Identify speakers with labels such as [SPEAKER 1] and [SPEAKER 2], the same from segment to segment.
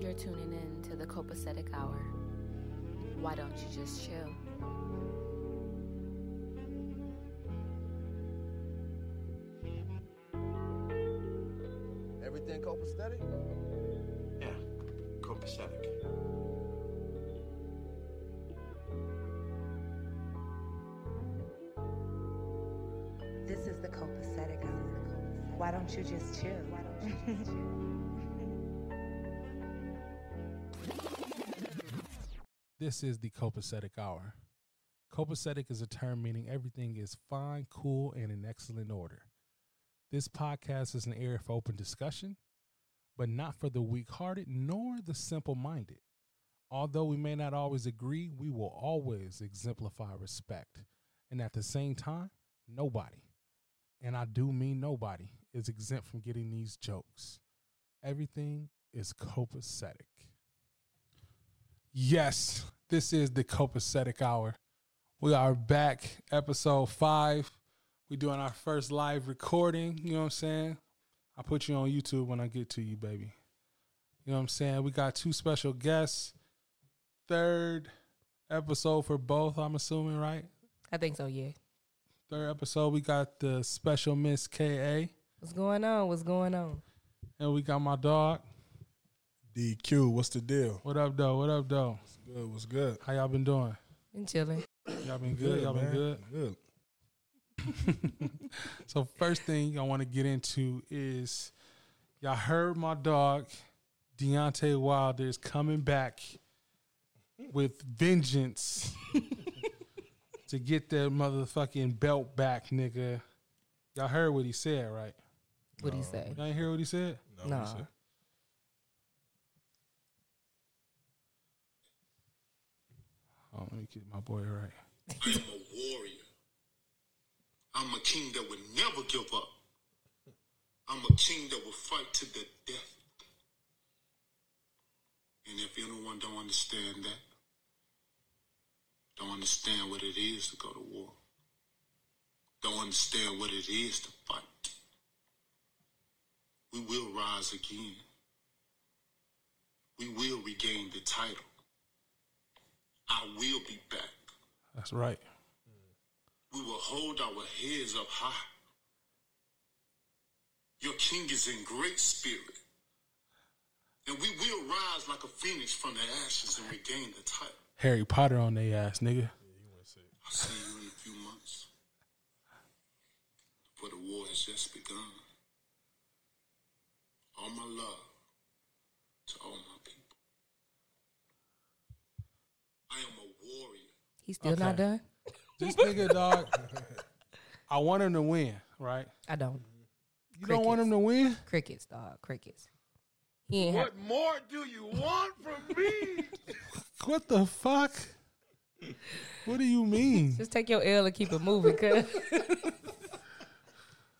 [SPEAKER 1] for tuning in to the Copacetic Hour. Why don't you just chill?
[SPEAKER 2] Everything copacetic?
[SPEAKER 3] Yeah, copacetic.
[SPEAKER 4] This is the copacetic hour. Why don't you just chill? Why don't you just chill?
[SPEAKER 5] This is the copacetic hour. Copacetic is a term meaning everything is fine, cool, and in excellent order. This podcast is an area for open discussion, but not for the weak hearted nor the simple minded. Although we may not always agree, we will always exemplify respect. And at the same time, nobody, and I do mean nobody, is exempt from getting these jokes. Everything is copacetic. Yes, this is the Copacetic Hour. We are back, episode five. We're doing our first live recording. You know what I'm saying? I put you on YouTube when I get to you, baby. You know what I'm saying? We got two special guests. Third episode for both, I'm assuming, right?
[SPEAKER 6] I think so, yeah.
[SPEAKER 5] Third episode, we got the special Miss KA,
[SPEAKER 6] What's going on? What's going on?
[SPEAKER 5] and we got my dog.
[SPEAKER 7] DQ, what's the deal?
[SPEAKER 5] What up, though? What up, though?
[SPEAKER 7] Good, what's good?
[SPEAKER 5] How y'all been doing?
[SPEAKER 6] Been chilling.
[SPEAKER 5] Y'all been good? y'all been
[SPEAKER 7] man.
[SPEAKER 5] good?
[SPEAKER 7] Good.
[SPEAKER 5] So first thing I want to get into is y'all heard my dog Deontay Wilder is coming back with vengeance to get that motherfucking belt back, nigga. Y'all heard what he said, right?
[SPEAKER 6] What'd he say?
[SPEAKER 5] Y'all ain't hear what he said?
[SPEAKER 7] No,
[SPEAKER 6] Nah.
[SPEAKER 7] sir.
[SPEAKER 5] Oh, let me get my boy right.
[SPEAKER 8] I am a warrior. I'm a king that would never give up. I'm a king that will fight to the death. And if anyone don't understand that, don't understand what it is to go to war. Don't understand what it is to fight. We will rise again. We will regain the title. I will be back
[SPEAKER 5] That's right.
[SPEAKER 8] we will hold our heads up high. Your king is in great spirit. And we will rise like a phoenix from the ashes and regain the title.
[SPEAKER 5] Harry Potter on they ass, nigga.
[SPEAKER 8] I'll see you in a few months. For the war has just begun. All my love to all my people. I am a warrior.
[SPEAKER 6] He's still not
[SPEAKER 5] Okay.
[SPEAKER 6] done?
[SPEAKER 5] This nigga dog. I want him to win, right?
[SPEAKER 6] I don't.
[SPEAKER 5] You don't want him to win?
[SPEAKER 6] Crickets, dog. Crickets. He ain't
[SPEAKER 2] What more do you want from me?
[SPEAKER 5] What the fuck? What do you mean?
[SPEAKER 6] ha- Just take your L and keep it moving, cuz.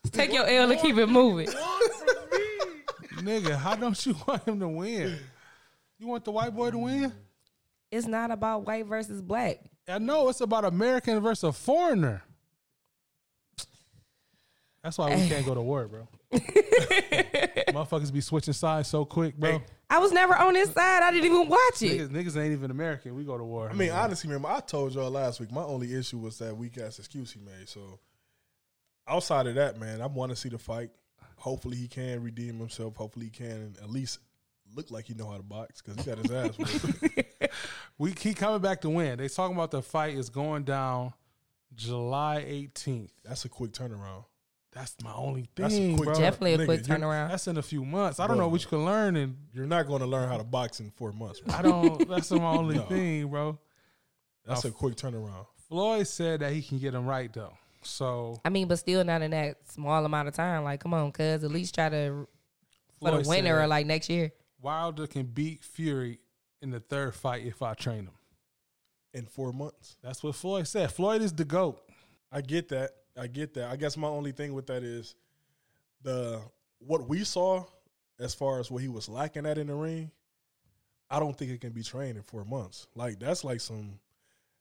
[SPEAKER 6] Just take your L and keep it moving.
[SPEAKER 2] want from me?
[SPEAKER 5] Nigga, how don't you want him to win? You want the white boy to win?
[SPEAKER 6] It's not about white versus black.
[SPEAKER 5] I know it's about American versus a foreigner. That's why we can't go to war, bro. Motherfuckers be switching sides so quick, bro.
[SPEAKER 6] I was never on this side. I didn't even watch it.
[SPEAKER 5] Niggas, niggas ain't even American. We go to war.
[SPEAKER 7] I mean, honestly, remember I told y'all last week. My only issue was that weak ass excuse he made. So, outside of that, man, I want to see the fight. Hopefully, he can redeem himself. Hopefully, he can and at least look like he know how to box because he got his ass. Whooped.
[SPEAKER 5] we keep coming back to win. They talking about the fight is going down July 18th.
[SPEAKER 7] That's a quick turnaround.
[SPEAKER 5] That's my only thing,
[SPEAKER 7] That's a quick
[SPEAKER 5] bro.
[SPEAKER 7] turnaround.
[SPEAKER 6] Definitely a
[SPEAKER 7] Nigga,
[SPEAKER 6] quick
[SPEAKER 7] you're-
[SPEAKER 6] turnaround.
[SPEAKER 5] That's in a few months. I don't know what you can learn in
[SPEAKER 7] You're not going to learn how to box in four months. Bro.
[SPEAKER 5] I don't. That's my only
[SPEAKER 7] No.
[SPEAKER 5] thing, bro.
[SPEAKER 7] That's a quick turnaround.
[SPEAKER 5] Floyd said that he can get him right though. So
[SPEAKER 6] I mean, but still not in that small amount of time. Like, come on, cuz. At least try to for
[SPEAKER 5] Floyd
[SPEAKER 6] the winner
[SPEAKER 5] said
[SPEAKER 6] or like next year.
[SPEAKER 5] Wilder can beat Fury in the third fight if I train him.
[SPEAKER 7] In four months.
[SPEAKER 5] That's what Floyd said. Floyd is the goat.
[SPEAKER 7] I get that. I get that. I guess my only thing with that is the what we saw as far as what he was lacking at in the ring. I don't think it can be trained in four months. Like that's like some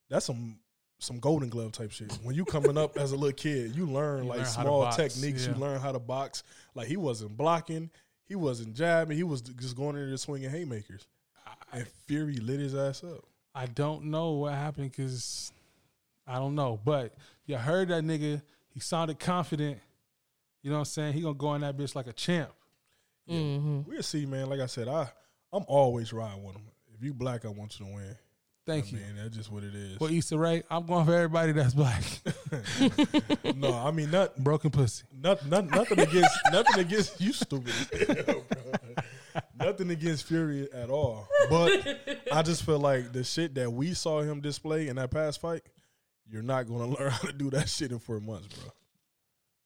[SPEAKER 7] that's some some golden glove type shit. When you coming up as a little kid, you learn
[SPEAKER 5] You
[SPEAKER 7] like
[SPEAKER 5] learn how to
[SPEAKER 7] small
[SPEAKER 5] box,
[SPEAKER 7] techniques.
[SPEAKER 5] yeah.
[SPEAKER 7] You learn how to box. Like he wasn't blocking. He wasn't jabbing. He was just going in there swinging haymakers. And Fury lit his ass up.
[SPEAKER 5] I don't know what happened because I don't know. But you heard that nigga. He sounded confident. You know what I'm saying? He gonna go in that bitch like a champ.
[SPEAKER 7] We'll see, man. Like I said, I I'm always riding with him. If you black, I want you to win.
[SPEAKER 5] Thank
[SPEAKER 7] I
[SPEAKER 5] you.
[SPEAKER 7] mean, that's just what it is.
[SPEAKER 5] Well, Issa Rae, I'm going for everybody that's black.
[SPEAKER 7] no, I mean not,
[SPEAKER 5] Broken pussy.
[SPEAKER 7] not, not nothing against nothing against you, stupid. as hell, bro. Nothing against Fury at all. But I just feel like the shit that we saw him display in that past fight, you're not gonna learn how to do that shit in four months, bro.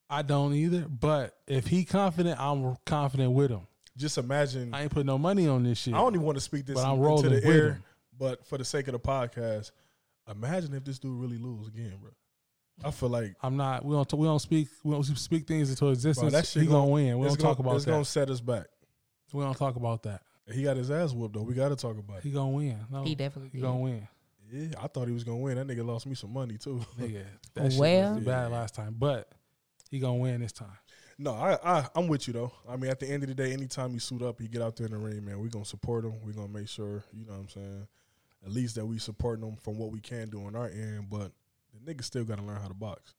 [SPEAKER 5] I don't either. But if he confident, I'm confident with him.
[SPEAKER 7] Just imagine.
[SPEAKER 5] I ain't put no money on this shit.
[SPEAKER 7] I don't even want to speak this
[SPEAKER 5] But I'm
[SPEAKER 7] into
[SPEAKER 5] rolling
[SPEAKER 7] the
[SPEAKER 5] with
[SPEAKER 7] air,
[SPEAKER 5] him.
[SPEAKER 7] but for the sake of the podcast, imagine if this dude really lose again, bro. I feel like
[SPEAKER 5] I'm not. We don't. We don't speak. We don't speak things into
[SPEAKER 7] bro,
[SPEAKER 5] existence.
[SPEAKER 7] that shit
[SPEAKER 5] he gonna, win. We
[SPEAKER 7] it's
[SPEAKER 5] don't talk
[SPEAKER 7] gonna-
[SPEAKER 5] about
[SPEAKER 7] It's
[SPEAKER 5] that.
[SPEAKER 7] gonna set us back.
[SPEAKER 5] we don't talk about that.
[SPEAKER 7] He got his ass whooped though. We got to talk about
[SPEAKER 5] He
[SPEAKER 7] it.
[SPEAKER 5] gonna win. No,
[SPEAKER 6] He definitely
[SPEAKER 5] He
[SPEAKER 6] did.
[SPEAKER 5] Oh, gonna win.
[SPEAKER 7] Yeah, I thought he was gonna win. That nigga lost me some money too.
[SPEAKER 5] Nigga, that shit
[SPEAKER 6] Well-
[SPEAKER 5] was bad last time, but he gonna win this time.
[SPEAKER 7] no, I, I I'm with you though. I mean, at the end of the day, anytime he suit up, he get out there in the ring, man. We gonna support him. We gonna make sure you know what I'm saying. At least that we supporting him from what we can do on our end, but the nigga still gotta learn how to box.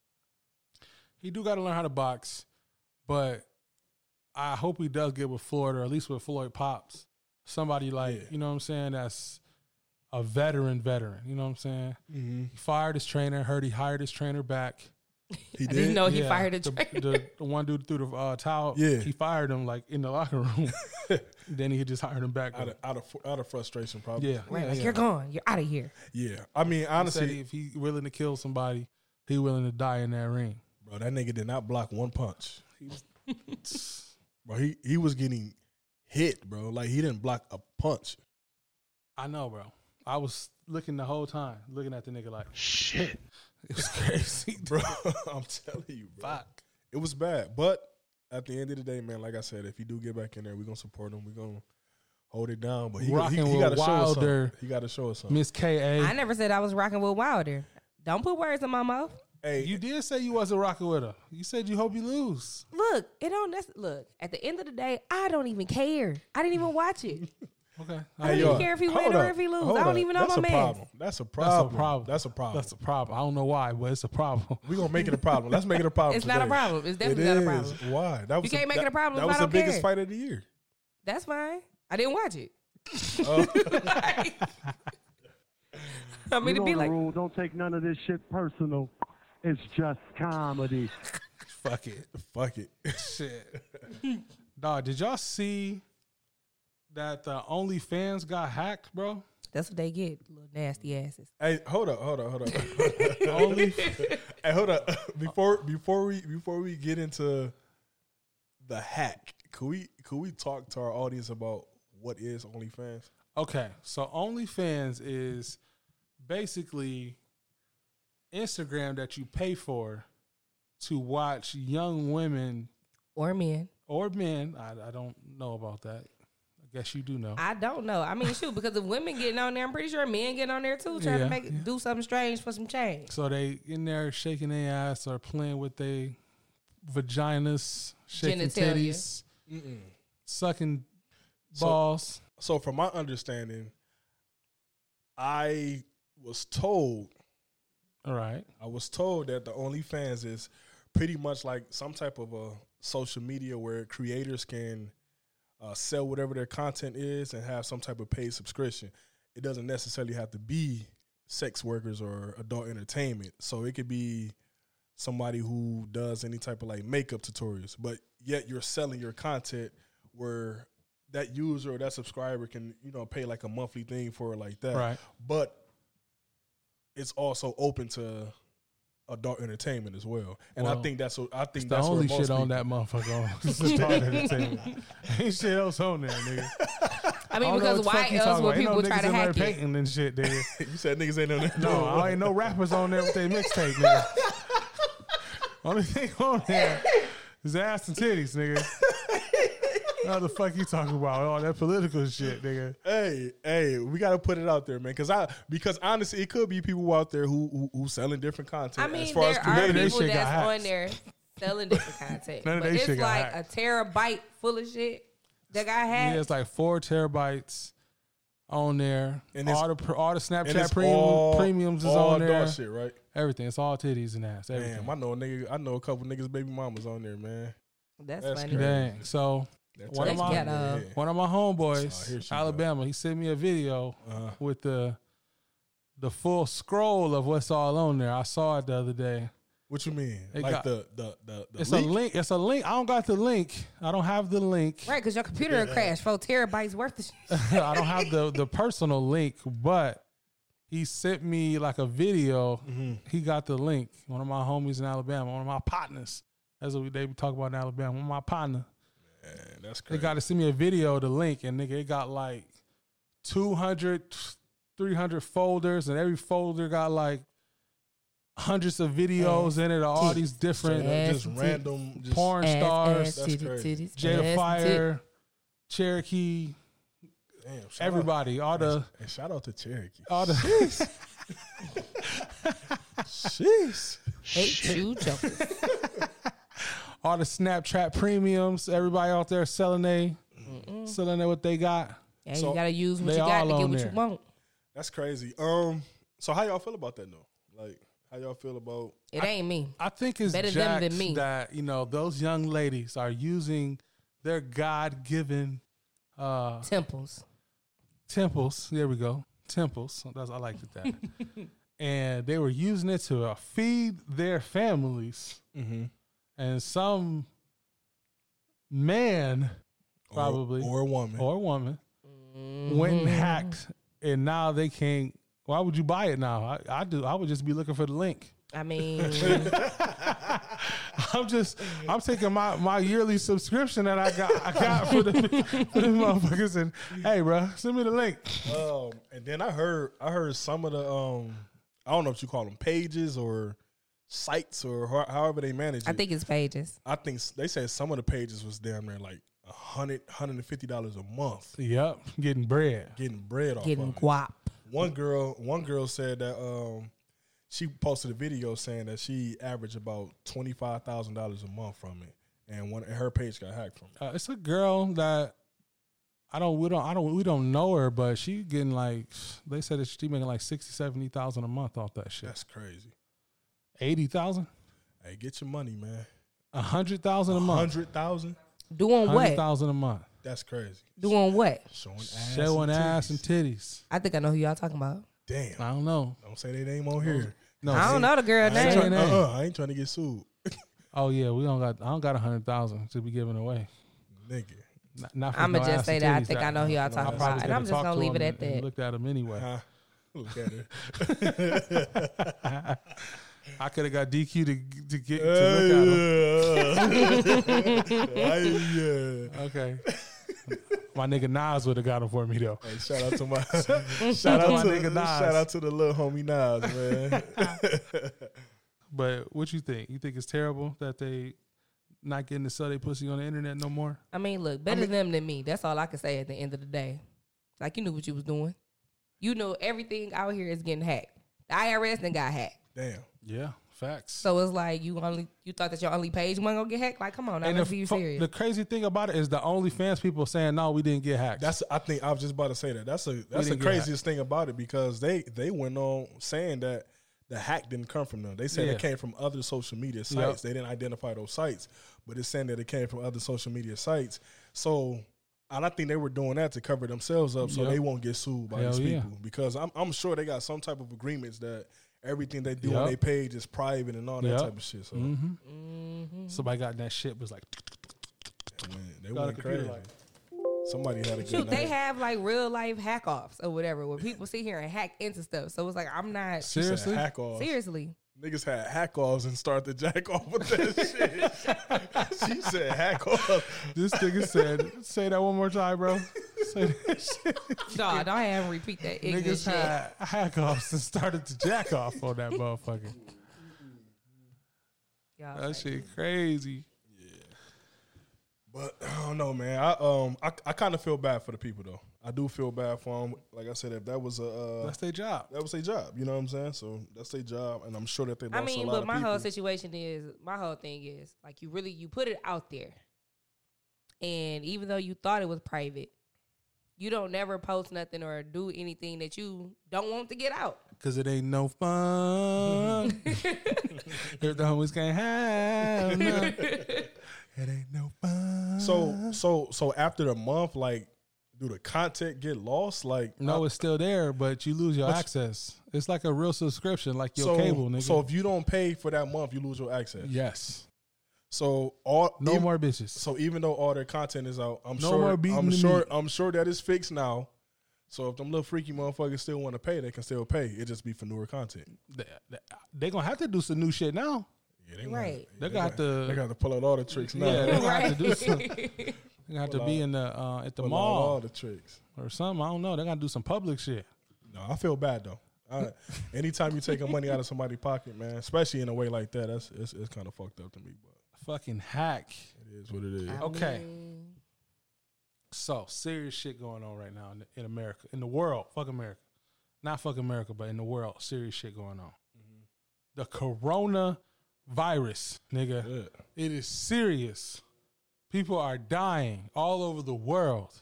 [SPEAKER 5] He do got to learn how to box, but I hope he does get with Floyd, or at least with Floyd pops somebody like
[SPEAKER 7] Yeah.
[SPEAKER 5] you know what I'm saying. That's a veteran, veteran. You know what I'm saying.
[SPEAKER 7] Mm-hmm.
[SPEAKER 5] He fired his trainer. Heard he hired his trainer back.
[SPEAKER 7] He
[SPEAKER 6] I didn't
[SPEAKER 7] did.
[SPEAKER 6] know Oh, he fired a
[SPEAKER 5] the,
[SPEAKER 6] trainer.
[SPEAKER 5] The, the one dude threw the uh, towel.
[SPEAKER 7] Yeah.
[SPEAKER 5] he fired him like in the locker room. then he just hired him back.
[SPEAKER 7] out of out of out of frustration, probably.
[SPEAKER 5] yeah,
[SPEAKER 6] Right,
[SPEAKER 5] yeah,
[SPEAKER 6] like
[SPEAKER 5] yeah.
[SPEAKER 6] you're gone. You're out of here.
[SPEAKER 7] yeah. I mean,
[SPEAKER 5] He said
[SPEAKER 7] honestly,
[SPEAKER 5] if he willing to kill somebody, he willing to die in that ring.
[SPEAKER 7] bro, that nigga did not block one punch. bro, he he was getting hit, bro. Like he didn't block a punch.
[SPEAKER 5] I know, bro. I was looking the whole time, looking at the nigga like shit. It was crazy,
[SPEAKER 7] Bro, I'm telling you, bro.
[SPEAKER 5] Fuck.
[SPEAKER 7] It was bad, but at the end of the day, man, like I said, if he do get back in there, we're gonna support him. We're gonna hold it down. But he, he,
[SPEAKER 5] Rocking
[SPEAKER 7] he
[SPEAKER 5] with
[SPEAKER 7] gotta show us something.
[SPEAKER 5] Wilder.
[SPEAKER 7] He gotta show us something.
[SPEAKER 5] Miss Ka,
[SPEAKER 6] I never said I was rocking with Wilder. Don't put words in my mouth.
[SPEAKER 7] Hey,
[SPEAKER 5] you did say you wasn't rocking with her. You said you hope you lose.
[SPEAKER 6] Look, it don't. nec- Look, at the end of the day, I don't even care. I didn't even watch it.
[SPEAKER 5] Okay,
[SPEAKER 7] hey,
[SPEAKER 6] I don't even
[SPEAKER 7] yo,
[SPEAKER 6] care if he
[SPEAKER 7] hold
[SPEAKER 6] win or
[SPEAKER 7] up,
[SPEAKER 6] if he lose.
[SPEAKER 7] hold
[SPEAKER 6] I don't
[SPEAKER 7] up.
[SPEAKER 6] even know
[SPEAKER 7] That's
[SPEAKER 6] my
[SPEAKER 7] a
[SPEAKER 6] man.
[SPEAKER 7] problem. That's a
[SPEAKER 5] That's a
[SPEAKER 7] problem.
[SPEAKER 5] problem.
[SPEAKER 7] That's a problem.
[SPEAKER 5] That's a problem. I don't know why, but it's a problem.
[SPEAKER 7] We're gonna make it a problem. Let's make it a problem.
[SPEAKER 6] It's not a
[SPEAKER 7] today.
[SPEAKER 6] problem. It's definitely not a problem.
[SPEAKER 7] Why? That was
[SPEAKER 6] can't
[SPEAKER 7] the-
[SPEAKER 6] make it a
[SPEAKER 7] that-
[SPEAKER 6] problem
[SPEAKER 7] That
[SPEAKER 6] if
[SPEAKER 7] was
[SPEAKER 6] I
[SPEAKER 7] the
[SPEAKER 6] don't
[SPEAKER 7] biggest
[SPEAKER 6] care.
[SPEAKER 7] fight of the year.
[SPEAKER 6] That's fine. I didn't watch it.
[SPEAKER 5] Oh.
[SPEAKER 6] Like, I mean, to be
[SPEAKER 9] You know the
[SPEAKER 6] like,
[SPEAKER 9] rule. Don't take none of this shit personal. It's just comedy.
[SPEAKER 5] Fuck it.
[SPEAKER 7] Fuck it.
[SPEAKER 5] Shit. Dog, did y'all see that the OnlyFans got hacked, bro?
[SPEAKER 6] that's what they get, little nasty asses.
[SPEAKER 7] hey, hold up, hold up, hold up.
[SPEAKER 5] Only
[SPEAKER 7] hey, hold up. Before before we before we get into the hack, could we could we talk to our audience about what is OnlyFans?
[SPEAKER 5] Okay, so OnlyFans is basically Instagram that you pay for to watch young women
[SPEAKER 6] Or men.
[SPEAKER 5] or men. I, I don't know about that. I guess you do know.
[SPEAKER 6] I don't know. I mean, shoot, because if women getting on there, I'm pretty sure men getting on there too, trying
[SPEAKER 5] Yeah,
[SPEAKER 6] to make it do something strange for some change.
[SPEAKER 5] so they in there shaking their ass or playing with their vaginas, shaking
[SPEAKER 6] Genitalia.
[SPEAKER 5] titties, sucking balls.
[SPEAKER 7] So from my understanding, I was told
[SPEAKER 5] All right.
[SPEAKER 7] I was told that the OnlyFans is pretty much like some type of a social media where creators can uh, sell whatever their content is and have some type of paid subscription. It doesn't necessarily have to be sex workers or adult entertainment. So it could be somebody who does any type of like makeup tutorials, but yet you're selling your content where that user or that subscriber can, you know, pay like a monthly thing for it like that.
[SPEAKER 5] Right.
[SPEAKER 7] But it's also open to adult entertainment as well. And I
[SPEAKER 5] Well,
[SPEAKER 7] think that's what I think
[SPEAKER 5] It's the
[SPEAKER 7] that's where
[SPEAKER 5] only
[SPEAKER 7] most
[SPEAKER 5] shit on
[SPEAKER 7] people-
[SPEAKER 5] that motherfucker. It's adult entertainment. Ain't shit else on there, nigga.
[SPEAKER 6] I mean, because why else would people try to hack it?
[SPEAKER 5] painting and shit, nigga.
[SPEAKER 7] you said niggas ain't on that.
[SPEAKER 5] No, I ain't no rappers on there with their mixtape, nigga. Only thing on there is ass and titties, nigga. What the fuck you talking about? All that political shit, nigga.
[SPEAKER 7] Hey, hey, we gotta put it out there, man. Cause I because honestly, it could be people out there who who, who selling different content.
[SPEAKER 6] I
[SPEAKER 7] as
[SPEAKER 6] mean,
[SPEAKER 7] far as
[SPEAKER 6] there are
[SPEAKER 7] creators,
[SPEAKER 5] that
[SPEAKER 6] people
[SPEAKER 5] shit got
[SPEAKER 6] that's
[SPEAKER 5] hacked.
[SPEAKER 6] on there selling different content,
[SPEAKER 5] None of
[SPEAKER 6] but
[SPEAKER 5] that
[SPEAKER 6] it's
[SPEAKER 5] shit got
[SPEAKER 6] like a
[SPEAKER 5] hacked.
[SPEAKER 6] terabyte full of shit that got
[SPEAKER 5] Yeah,
[SPEAKER 6] hacked.
[SPEAKER 5] it's like four terabytes on there.
[SPEAKER 7] And
[SPEAKER 5] all the
[SPEAKER 7] it's-
[SPEAKER 5] pr- all the
[SPEAKER 7] And it's
[SPEAKER 5] Snapchat premium,
[SPEAKER 7] all-
[SPEAKER 5] premiums is
[SPEAKER 7] all
[SPEAKER 5] on
[SPEAKER 7] dog
[SPEAKER 5] there.
[SPEAKER 7] shit, right?
[SPEAKER 5] Everything. It's all titties and ass. Everything.
[SPEAKER 7] Damn, I know a nigga. I know a couple niggas' baby mamas on there, man.
[SPEAKER 6] That's,
[SPEAKER 7] That's
[SPEAKER 6] funny.
[SPEAKER 7] crazy.
[SPEAKER 5] Dang. So
[SPEAKER 7] That
[SPEAKER 5] What
[SPEAKER 7] type
[SPEAKER 5] am I-
[SPEAKER 7] shit,
[SPEAKER 6] Yeah.
[SPEAKER 7] yeah.
[SPEAKER 5] one of my
[SPEAKER 7] Oh, here
[SPEAKER 5] homeboys,
[SPEAKER 7] she go.
[SPEAKER 5] Alabama, he sent me a video
[SPEAKER 7] Uh-huh.
[SPEAKER 5] with the the full scroll of what's all on there. I saw it the other day.
[SPEAKER 7] What you mean?
[SPEAKER 5] It
[SPEAKER 7] like
[SPEAKER 5] got-
[SPEAKER 7] the the the, the
[SPEAKER 5] It's
[SPEAKER 7] leak?
[SPEAKER 5] a link. It's a link. I don't got the link. I don't have the link.
[SPEAKER 6] Right, because your computer crashed. Four terabytes worth of shit.
[SPEAKER 5] I don't have the the personal link, but he sent me like a video. He got the link. One of my homies in Alabama, one of my partners. That's what we, they talk about in Alabama. One of my partner.
[SPEAKER 7] Man, that's
[SPEAKER 5] They
[SPEAKER 7] crazy.
[SPEAKER 5] got to send me a video, the link, and nigga, it got like 200, 300 folders, and every folder got like hundreds of videos in it, of all these different
[SPEAKER 6] Ass
[SPEAKER 7] just
[SPEAKER 6] and
[SPEAKER 7] random just,
[SPEAKER 5] porn
[SPEAKER 6] Ass,
[SPEAKER 5] stars,
[SPEAKER 6] ass,
[SPEAKER 7] that's
[SPEAKER 6] titty,
[SPEAKER 7] crazy.
[SPEAKER 6] titties, ass,
[SPEAKER 5] Jada
[SPEAKER 6] and
[SPEAKER 5] Fire, Cherokee,
[SPEAKER 7] Damn, shout out-
[SPEAKER 5] everybody, uh, all the
[SPEAKER 7] and shout out to Cherokee.
[SPEAKER 5] all the.
[SPEAKER 7] Jeez.
[SPEAKER 6] tit. Hate you, jokers.
[SPEAKER 5] all the Snapchat premiums. Everybody out there selling they selling they what they got.
[SPEAKER 6] Yeah,
[SPEAKER 7] So,
[SPEAKER 6] you gotta use what
[SPEAKER 5] they
[SPEAKER 6] you got
[SPEAKER 5] all
[SPEAKER 6] to get
[SPEAKER 5] on
[SPEAKER 6] what
[SPEAKER 5] there.
[SPEAKER 6] you want.
[SPEAKER 7] That's crazy. Um, so how y'all feel about that though? Like, how y'all feel about?
[SPEAKER 6] It ain't me.
[SPEAKER 5] I think it's
[SPEAKER 6] Better
[SPEAKER 5] better
[SPEAKER 6] them than
[SPEAKER 5] than
[SPEAKER 6] me.
[SPEAKER 5] that you know those young ladies are using their God given uh,
[SPEAKER 6] Temples.
[SPEAKER 5] temples. There we go, temples. That's I liked it that. and they were using it to uh, feed their families,
[SPEAKER 7] Mm-hmm.
[SPEAKER 5] and some man Probably.
[SPEAKER 7] or, or a woman.
[SPEAKER 5] or woman went and hacked, and now they can't. Why would you buy it now? I, I do. I would just be looking for the link.
[SPEAKER 6] I mean,
[SPEAKER 5] I'm just. I'm taking my, my yearly subscription that I got. I got for the for the motherfuckers. And hey, bro, send me the link.
[SPEAKER 7] um, and then I heard I heard some of the um, I don't know what you call them pages or sites or ho- however they manage. It.
[SPEAKER 6] I think it's pages.
[SPEAKER 7] I think s- they said some of the pages was damn near like a hundred, hundred and fifty dollars a month
[SPEAKER 5] Yep, getting bread.
[SPEAKER 7] getting bread off.
[SPEAKER 6] Getting
[SPEAKER 7] of it.
[SPEAKER 6] guap.
[SPEAKER 7] One girl, one girl said that um, she posted a video saying that she averaged about twenty five thousand dollars a month from it, and one and her page got hacked from it.
[SPEAKER 5] Uh, it's a girl that I don't. We don't. I don't. We don't know her, but she getting like. They said that she making like sixty, seventy thousand a month off that shit.
[SPEAKER 7] That's crazy.
[SPEAKER 5] Eighty thousand.
[SPEAKER 7] Hey, get your money, man.
[SPEAKER 5] A hundred thousand a month.
[SPEAKER 7] Hundred thousand.
[SPEAKER 6] Doing
[SPEAKER 5] Hundred
[SPEAKER 6] what?
[SPEAKER 5] thousand a month.
[SPEAKER 7] That's crazy.
[SPEAKER 6] Doing what?
[SPEAKER 7] Showing ass.
[SPEAKER 5] Showing
[SPEAKER 7] and
[SPEAKER 5] ass and
[SPEAKER 7] titties.
[SPEAKER 5] titties.
[SPEAKER 6] I think I know who y'all talking about.
[SPEAKER 7] Damn.
[SPEAKER 5] I don't know.
[SPEAKER 7] Don't say they name on here.
[SPEAKER 5] No.
[SPEAKER 6] I don't know the girl
[SPEAKER 7] I ain't,
[SPEAKER 5] Say her
[SPEAKER 6] name.
[SPEAKER 7] trying,
[SPEAKER 5] name.
[SPEAKER 7] uh-uh, I ain't trying to get sued,
[SPEAKER 5] Oh yeah, we don't got. I don't got a hundred thousand to be giving away.
[SPEAKER 7] nigga.
[SPEAKER 5] Not, not for
[SPEAKER 6] I'ma
[SPEAKER 5] no
[SPEAKER 6] just
[SPEAKER 5] ass
[SPEAKER 6] say
[SPEAKER 5] and
[SPEAKER 6] that I
[SPEAKER 5] titties.
[SPEAKER 6] think I know who y'all
[SPEAKER 5] probably
[SPEAKER 6] talking about, and
[SPEAKER 5] could've
[SPEAKER 6] I'm just
[SPEAKER 5] talked
[SPEAKER 6] gonna
[SPEAKER 5] to
[SPEAKER 6] leave
[SPEAKER 5] him
[SPEAKER 6] it at
[SPEAKER 5] and- and
[SPEAKER 6] that.
[SPEAKER 5] Looked at him anyway.
[SPEAKER 7] Huh? Look at her.
[SPEAKER 5] I could have got DQ to to get to look at him.
[SPEAKER 7] Ay, yeah.
[SPEAKER 5] Okay. My nigga Nas would have got him for me though.
[SPEAKER 7] Hey, shout out to my shout
[SPEAKER 5] Shout out
[SPEAKER 7] out
[SPEAKER 5] to
[SPEAKER 7] to
[SPEAKER 5] my nigga Nas.
[SPEAKER 7] shout out to the little homie Nas, man.
[SPEAKER 5] But what you think? You think it's terrible that they not getting to sell their pussy on the internet no more?
[SPEAKER 6] I mean, look, better them than me. That's all I can say at the end of the day. Like you knew what you was doing. You know everything out here is getting hacked. The IRS then got hacked.
[SPEAKER 7] Damn.
[SPEAKER 5] Yeah, facts.
[SPEAKER 6] So it's like you only you thought that your only page wasn't gonna get hacked. Like, come on, now,
[SPEAKER 5] and the,
[SPEAKER 6] let's be
[SPEAKER 5] fu-
[SPEAKER 6] serious.
[SPEAKER 5] the crazy thing about it is the OnlyFans people saying no, we didn't get hacked.
[SPEAKER 7] That's I think I was just about to say that. That's a that's the
[SPEAKER 5] didn't get hacked.
[SPEAKER 7] craziest thing about it because they they went on saying that the hack didn't come from them. They said
[SPEAKER 5] Yeah.
[SPEAKER 7] it came from other social media sites. They didn't identify those sites, but it's saying that it came from other social media sites. So and I think they were doing that to cover themselves up so
[SPEAKER 5] Yep.
[SPEAKER 7] they won't get sued by
[SPEAKER 5] Hell
[SPEAKER 7] these
[SPEAKER 5] yeah.
[SPEAKER 7] people because I'm I'm sure they got some type of agreements that everything they do on their
[SPEAKER 5] Yep.
[SPEAKER 7] page is private and all that
[SPEAKER 5] Yep.
[SPEAKER 7] type of shit. So
[SPEAKER 5] Mm-hmm. Somebody got in that shit was like,
[SPEAKER 7] man, they
[SPEAKER 5] Got a
[SPEAKER 7] went
[SPEAKER 5] computer
[SPEAKER 7] crazy.
[SPEAKER 5] like-
[SPEAKER 7] Somebody had a good
[SPEAKER 6] Shoot, they
[SPEAKER 7] night.
[SPEAKER 6] have like real life hack offs or whatever where people sit here and hack into stuff. So it's like I'm not
[SPEAKER 7] She said
[SPEAKER 5] seriously.
[SPEAKER 7] hack off.
[SPEAKER 6] seriously.
[SPEAKER 7] Niggas had hack offs and start to jack off with that shit. she said hack off.
[SPEAKER 5] This nigga said, say that one more time, bro. Say that shit.
[SPEAKER 6] Dog, don't have him repeat that ignorant
[SPEAKER 5] Niggas
[SPEAKER 6] shit.
[SPEAKER 5] had hack offs and started to jack off on that motherfucker.
[SPEAKER 6] Y'all
[SPEAKER 5] That
[SPEAKER 6] like-
[SPEAKER 5] shit crazy.
[SPEAKER 7] But I don't know, man. I um I, I kind of feel bad for the people though. I do feel bad for them. Like I said, if that was a uh,
[SPEAKER 5] That's their job.
[SPEAKER 7] that was their job, you know what I'm saying? So that's their job, and I'm sure that they lost
[SPEAKER 6] I mean,
[SPEAKER 7] a lot
[SPEAKER 6] but
[SPEAKER 7] of
[SPEAKER 6] my
[SPEAKER 7] people.
[SPEAKER 6] whole situation is my whole thing is like you really you put it out there, and even though you thought it was private, You don't never post nothing or do anything that you don't want to get out.
[SPEAKER 5] Cause it ain't no fun. if the homies can't have none, it ain't no fun.
[SPEAKER 7] So so so after the month, like, do the content get lost? Like,
[SPEAKER 5] no, it's still there, but you lose your access. It's like a real subscription, like
[SPEAKER 7] so
[SPEAKER 5] your cable, nigga.
[SPEAKER 7] so if you don't pay for that month, you lose your access.
[SPEAKER 5] yes,
[SPEAKER 7] So all e-
[SPEAKER 5] no
[SPEAKER 7] even-
[SPEAKER 5] more bitches.
[SPEAKER 7] So even though all their content is out, I'm
[SPEAKER 5] No
[SPEAKER 7] sure
[SPEAKER 5] more beating
[SPEAKER 7] I'm
[SPEAKER 5] the
[SPEAKER 7] sure
[SPEAKER 5] meat.
[SPEAKER 7] I'm sure that is fixed now. So if them little freaky motherfuckers still want to pay, they can still pay. It just be for newer content.
[SPEAKER 5] they, they- they gonna have to do some new shit now.
[SPEAKER 7] Yeah, they
[SPEAKER 6] Right.
[SPEAKER 5] They got to-
[SPEAKER 7] They got to pull out all the tricks now.
[SPEAKER 5] Yeah, they
[SPEAKER 7] Pull
[SPEAKER 5] gonna have to do
[SPEAKER 6] Right.
[SPEAKER 5] some. They gonna have to be in the uh, at the
[SPEAKER 7] out all
[SPEAKER 5] mall
[SPEAKER 7] the tricks.
[SPEAKER 5] or something. I don't know. They gotta do some public shit.
[SPEAKER 7] No, I feel bad though. I, anytime you taking money out of somebody's pocket, man, especially in a way like that, that's it's, it's kind of fucked up to me. But
[SPEAKER 5] Fucking hack.
[SPEAKER 7] it is what it is.
[SPEAKER 6] I
[SPEAKER 5] Okay.
[SPEAKER 6] mean,
[SPEAKER 5] So serious shit going on right now in, in America, in the world. Fuck America, not fuck America, but in the world, serious shit going on. The corona virus, nigga.
[SPEAKER 7] Yeah.
[SPEAKER 5] It is serious. People are dying all over the world.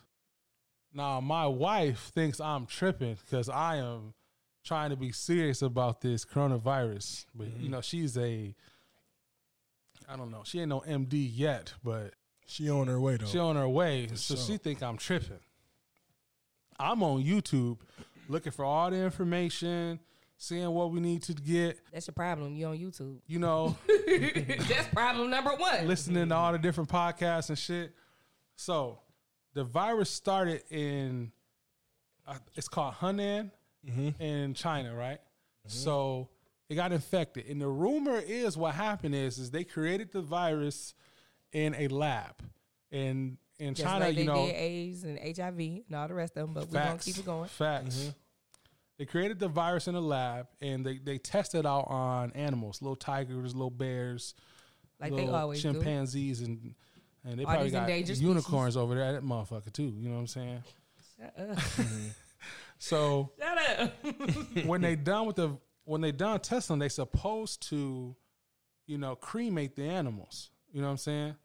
[SPEAKER 5] Now, my wife thinks I'm tripping because I am trying to be serious about this coronavirus. But, you know, she's a, I don't know, she ain't no MD yet, but
[SPEAKER 7] She on her way though.
[SPEAKER 5] she on her way, so
[SPEAKER 7] sure.
[SPEAKER 5] she think I'm tripping. I'm on YouTube looking for all the information, seeing what we need to get,
[SPEAKER 6] that's your problem. You on YouTube.
[SPEAKER 5] you know,
[SPEAKER 6] that's problem number one.
[SPEAKER 5] listening to all the different podcasts and shit. So the virus started in uh, it's called Hunan in China, right? So it got infected, and the rumor is what happened is is they created the virus in a lab, and in
[SPEAKER 6] Just
[SPEAKER 5] China,
[SPEAKER 6] like they
[SPEAKER 5] you know,
[SPEAKER 6] did AIDS and HIV and all the rest of them, but we're gonna
[SPEAKER 5] Facts.
[SPEAKER 6] keep it going.
[SPEAKER 5] Facts. They created the virus in a lab and they, they tested out on animals, little tigers, little bears,
[SPEAKER 6] Like they
[SPEAKER 5] little
[SPEAKER 6] always do.
[SPEAKER 5] chimpanzees, and and they
[SPEAKER 6] All
[SPEAKER 5] probably
[SPEAKER 6] these
[SPEAKER 5] got
[SPEAKER 6] endangered
[SPEAKER 5] unicorns over there. That motherfucker too. You know what I'm saying?
[SPEAKER 7] Mm-hmm.
[SPEAKER 5] so
[SPEAKER 6] Shut up.
[SPEAKER 5] when they done with the when they done testing, they supposed to, you know, cremate the animals. You know what I'm saying?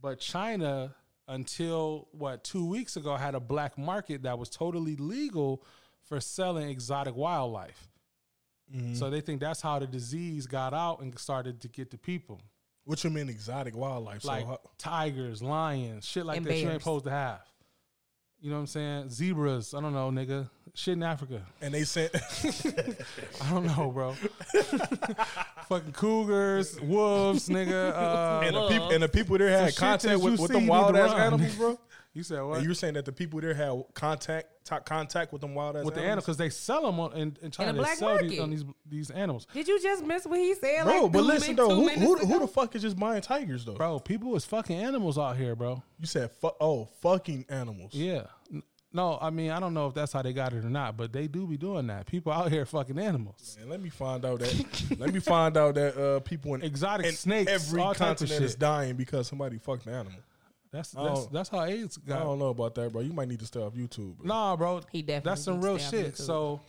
[SPEAKER 5] But China, until what two weeks ago, had a black market that was totally legal for selling exotic wildlife.
[SPEAKER 7] Mm-hmm.
[SPEAKER 5] So they think that's how the disease got out and started to get to people,
[SPEAKER 7] what you mean exotic wildlife? So
[SPEAKER 5] like
[SPEAKER 7] how-
[SPEAKER 5] tigers, lions, shit like
[SPEAKER 6] And
[SPEAKER 5] that. You
[SPEAKER 6] bears.
[SPEAKER 5] ain't supposed to have. You know what I'm saying? Zebras, I don't know, nigga. Shit in Africa.
[SPEAKER 7] and they sent
[SPEAKER 5] I don't know, bro. Fucking cougars, wolves, nigga. Uh,
[SPEAKER 7] and the people and the people there
[SPEAKER 5] some
[SPEAKER 7] had
[SPEAKER 5] shit
[SPEAKER 7] contact
[SPEAKER 5] that you
[SPEAKER 7] with, with
[SPEAKER 5] see,
[SPEAKER 7] them
[SPEAKER 5] you need
[SPEAKER 7] wild
[SPEAKER 5] to
[SPEAKER 7] ass
[SPEAKER 5] run.
[SPEAKER 7] animals, bro.
[SPEAKER 5] you said what?
[SPEAKER 7] And you were saying that the people there had contact t- contact with them wild ass
[SPEAKER 5] with the
[SPEAKER 7] animals.
[SPEAKER 5] animals because they sell them on, in, in China. they
[SPEAKER 6] black
[SPEAKER 5] sell these,
[SPEAKER 6] market.
[SPEAKER 5] on these these animals,
[SPEAKER 6] Did you just miss what he said?
[SPEAKER 7] Bro,
[SPEAKER 6] like,
[SPEAKER 7] but
[SPEAKER 6] two
[SPEAKER 7] listen
[SPEAKER 6] min-
[SPEAKER 7] though,
[SPEAKER 6] two
[SPEAKER 7] who,
[SPEAKER 6] minutes
[SPEAKER 7] who, who
[SPEAKER 6] ago?
[SPEAKER 7] the fuck is just buying tigers though?
[SPEAKER 5] bro. People is fucking animals out here, bro.
[SPEAKER 7] You said fu- oh fucking animals.
[SPEAKER 5] Yeah. N- No, I mean I don't know if that's how they got it or not, but they do be doing that. People out here fucking animals.
[SPEAKER 7] And let me find out that let me find out that uh, people in
[SPEAKER 5] Exotic
[SPEAKER 7] in
[SPEAKER 5] snakes,
[SPEAKER 7] every
[SPEAKER 5] all type of
[SPEAKER 7] continent is
[SPEAKER 5] shit.
[SPEAKER 7] dying because somebody fucked an animal.
[SPEAKER 5] That's
[SPEAKER 7] I
[SPEAKER 5] that's,
[SPEAKER 7] don't-
[SPEAKER 5] that's how AIDS
[SPEAKER 7] I
[SPEAKER 5] got.
[SPEAKER 7] don't know about that, bro. You might need to stay off YouTube. Bro.
[SPEAKER 5] Nah, bro.
[SPEAKER 6] He definitely
[SPEAKER 5] that's some
[SPEAKER 6] needs to
[SPEAKER 5] real
[SPEAKER 6] stay off
[SPEAKER 5] shit.
[SPEAKER 6] YouTube.
[SPEAKER 5] So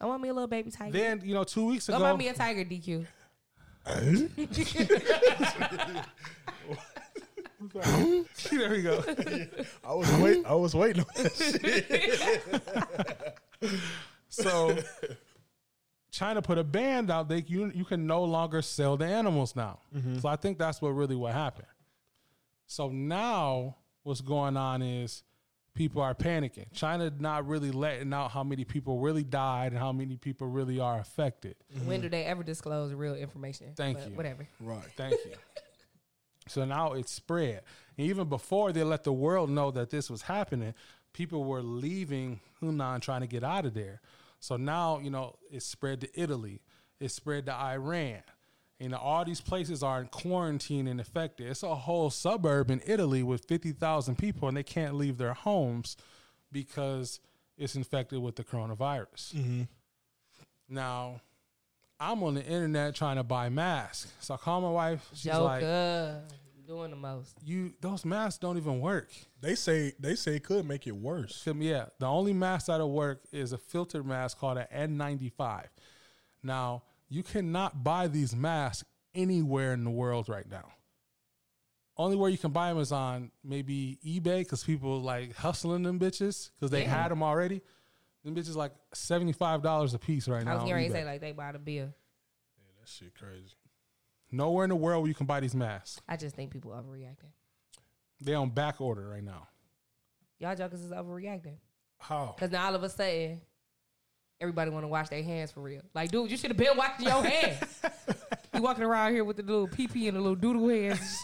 [SPEAKER 6] I want me a little baby tiger.
[SPEAKER 5] then you know two weeks
[SPEAKER 6] Go
[SPEAKER 5] ago,
[SPEAKER 6] buy me a tiger DQ.
[SPEAKER 5] there we go.
[SPEAKER 7] I was wait, I was waiting. on that shit.
[SPEAKER 5] So China put a ban out. They you you can no longer sell the animals now. So I think that's what really what happened. So now what's going on is people are panicking. China not really letting out how many people really died and how many people really are affected.
[SPEAKER 6] When do they ever disclose real information?
[SPEAKER 5] Mm-hmm. Thank
[SPEAKER 6] But
[SPEAKER 5] you.
[SPEAKER 6] Whatever.
[SPEAKER 7] Right.
[SPEAKER 5] Thank you. so now it's spread. And even before they let the world know that this was happening, people were leaving Hunan trying to get out of there. So now, you know, it spread to Italy, it spread to Iran. You know, all these places are in quarantine and affected. It's a whole suburb in Italy with 50,000 people, and they can't leave their homes because it's infected with the coronavirus. Now, I'm on the internet trying to buy masks. So I call my wife. She's like,
[SPEAKER 6] Joker. You Doing the most.
[SPEAKER 5] you those masks don't even work.
[SPEAKER 7] They say they say it could make it worse.
[SPEAKER 5] Tim, yeah, the only mask that'll work is a filtered mask called an N95. Now you cannot buy these masks anywhere in the world right now. Only where you can buy them is on maybe eBay because people like hustling them bitches because they had them already. Them bitches like seventy five dollars a piece right
[SPEAKER 6] I
[SPEAKER 5] now.
[SPEAKER 6] was
[SPEAKER 5] on
[SPEAKER 6] getting ready to
[SPEAKER 5] eBay.
[SPEAKER 6] say like they bought a bill.
[SPEAKER 7] that shit crazy.
[SPEAKER 5] Nowhere in the world where you can buy these masks.
[SPEAKER 6] I just think people overreacting.
[SPEAKER 5] They on back order right now.
[SPEAKER 6] Y'all jokers is overreacting
[SPEAKER 7] How?
[SPEAKER 6] because now all of a sudden everybody want to wash their hands for real. Like, dude, you should have been washing your hands. you walking around here with the little pee pee and the little doodle hands.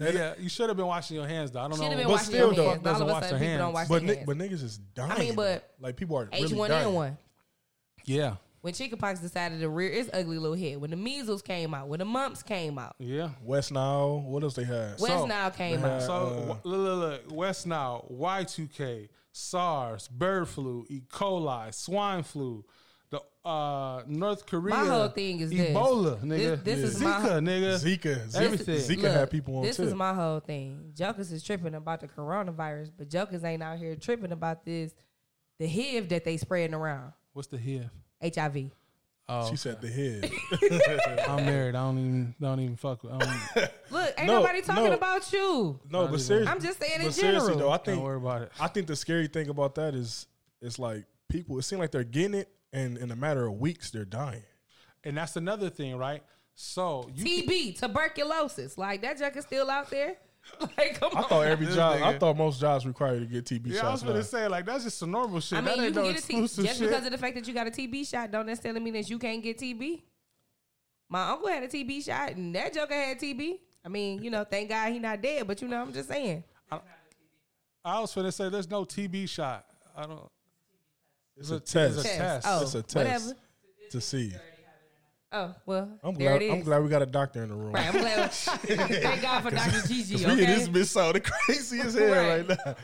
[SPEAKER 5] yeah, you should have been washing your hands though. I don't
[SPEAKER 6] Should have
[SPEAKER 5] know.
[SPEAKER 6] been
[SPEAKER 7] But
[SPEAKER 6] washing
[SPEAKER 7] still,
[SPEAKER 6] your
[SPEAKER 7] though,
[SPEAKER 6] hands. All of
[SPEAKER 5] doesn't
[SPEAKER 6] a
[SPEAKER 5] wash
[SPEAKER 6] sudden,
[SPEAKER 5] their
[SPEAKER 6] people
[SPEAKER 5] hands.
[SPEAKER 6] don't wash
[SPEAKER 7] But
[SPEAKER 6] their
[SPEAKER 7] ni-
[SPEAKER 6] hands.
[SPEAKER 7] but niggas is dying.
[SPEAKER 6] but
[SPEAKER 7] like people are
[SPEAKER 6] H
[SPEAKER 7] really
[SPEAKER 6] one
[SPEAKER 7] dying.
[SPEAKER 6] N one.
[SPEAKER 5] yeah,
[SPEAKER 6] When chickenpox decided to rear its ugly little head, when the measles came out, when the mumps came out,
[SPEAKER 5] yeah.
[SPEAKER 7] West Nile. What else they had?
[SPEAKER 6] West
[SPEAKER 5] So-
[SPEAKER 6] Nile came out.
[SPEAKER 5] So w- look, look, look, West Nile, Y2K, SARS, bird flu, E. coli, swine flu, the uh, North Korea.
[SPEAKER 6] My whole thing is this.
[SPEAKER 5] Ebola, nigga.
[SPEAKER 6] This- this is my-
[SPEAKER 5] Zika, nigga.
[SPEAKER 7] Zika. Zika
[SPEAKER 5] Everything.
[SPEAKER 7] Zika
[SPEAKER 6] Look,
[SPEAKER 7] had people on
[SPEAKER 6] This
[SPEAKER 7] tip.
[SPEAKER 6] is my whole thing. Jokers is tripping about the coronavirus, but jokers ain't out here tripping about this the HIV that they spreading around.
[SPEAKER 5] What's the HIV?
[SPEAKER 6] HIV.
[SPEAKER 5] Oh,
[SPEAKER 7] she said the head.
[SPEAKER 5] I'm married. I don't even don't even fuck with. I don't,
[SPEAKER 6] Look, ain't
[SPEAKER 7] No,
[SPEAKER 6] nobody talking
[SPEAKER 7] no.
[SPEAKER 6] about you.
[SPEAKER 7] No, but seriously,
[SPEAKER 6] I'm just saying in
[SPEAKER 7] but seriously
[SPEAKER 6] general.
[SPEAKER 7] though, I
[SPEAKER 5] don't
[SPEAKER 7] think
[SPEAKER 5] worry about it.
[SPEAKER 7] I think the scary thing about that is it's like people. It seems like they're getting it, and in a matter of weeks, they're dying.
[SPEAKER 5] And that's another thing, right? So you
[SPEAKER 6] TB, tuberculosis. Like that joker's still out there. Like come
[SPEAKER 7] I
[SPEAKER 6] on.
[SPEAKER 7] thought every
[SPEAKER 5] This
[SPEAKER 7] job. I
[SPEAKER 5] nigga.
[SPEAKER 7] thought most jobs require you to get TB
[SPEAKER 5] yeah, I was
[SPEAKER 7] shots.
[SPEAKER 5] gonna
[SPEAKER 7] now.
[SPEAKER 5] say like that's just some normal shit.
[SPEAKER 6] I
[SPEAKER 5] that
[SPEAKER 6] mean, you
[SPEAKER 5] ain't
[SPEAKER 6] can
[SPEAKER 5] no
[SPEAKER 6] get a TB.
[SPEAKER 5] exclusive
[SPEAKER 6] Just
[SPEAKER 5] shit.
[SPEAKER 6] because of the fact that you got a TB shot, don't necessarily mean that you can't get TB. My uncle had a TB shot, and that joker had TB. I mean, you know, thank God he not dead, but you know, I'm just saying.
[SPEAKER 5] I was gonna say there's no TB shot. I don't.
[SPEAKER 7] it's a
[SPEAKER 5] It's
[SPEAKER 7] test.
[SPEAKER 5] a test.
[SPEAKER 6] Oh,
[SPEAKER 7] It's a test
[SPEAKER 6] whatever.
[SPEAKER 7] to see.
[SPEAKER 6] Oh well,
[SPEAKER 7] I'm
[SPEAKER 6] there
[SPEAKER 7] glad.
[SPEAKER 6] it is.
[SPEAKER 7] I'm glad we got a doctor in the room.
[SPEAKER 6] Right, I'm glad. thank God for Dr. Gigi.
[SPEAKER 7] We in
[SPEAKER 6] Okay.
[SPEAKER 7] this bitch sounding crazy as hell right,
[SPEAKER 6] Right.
[SPEAKER 7] now.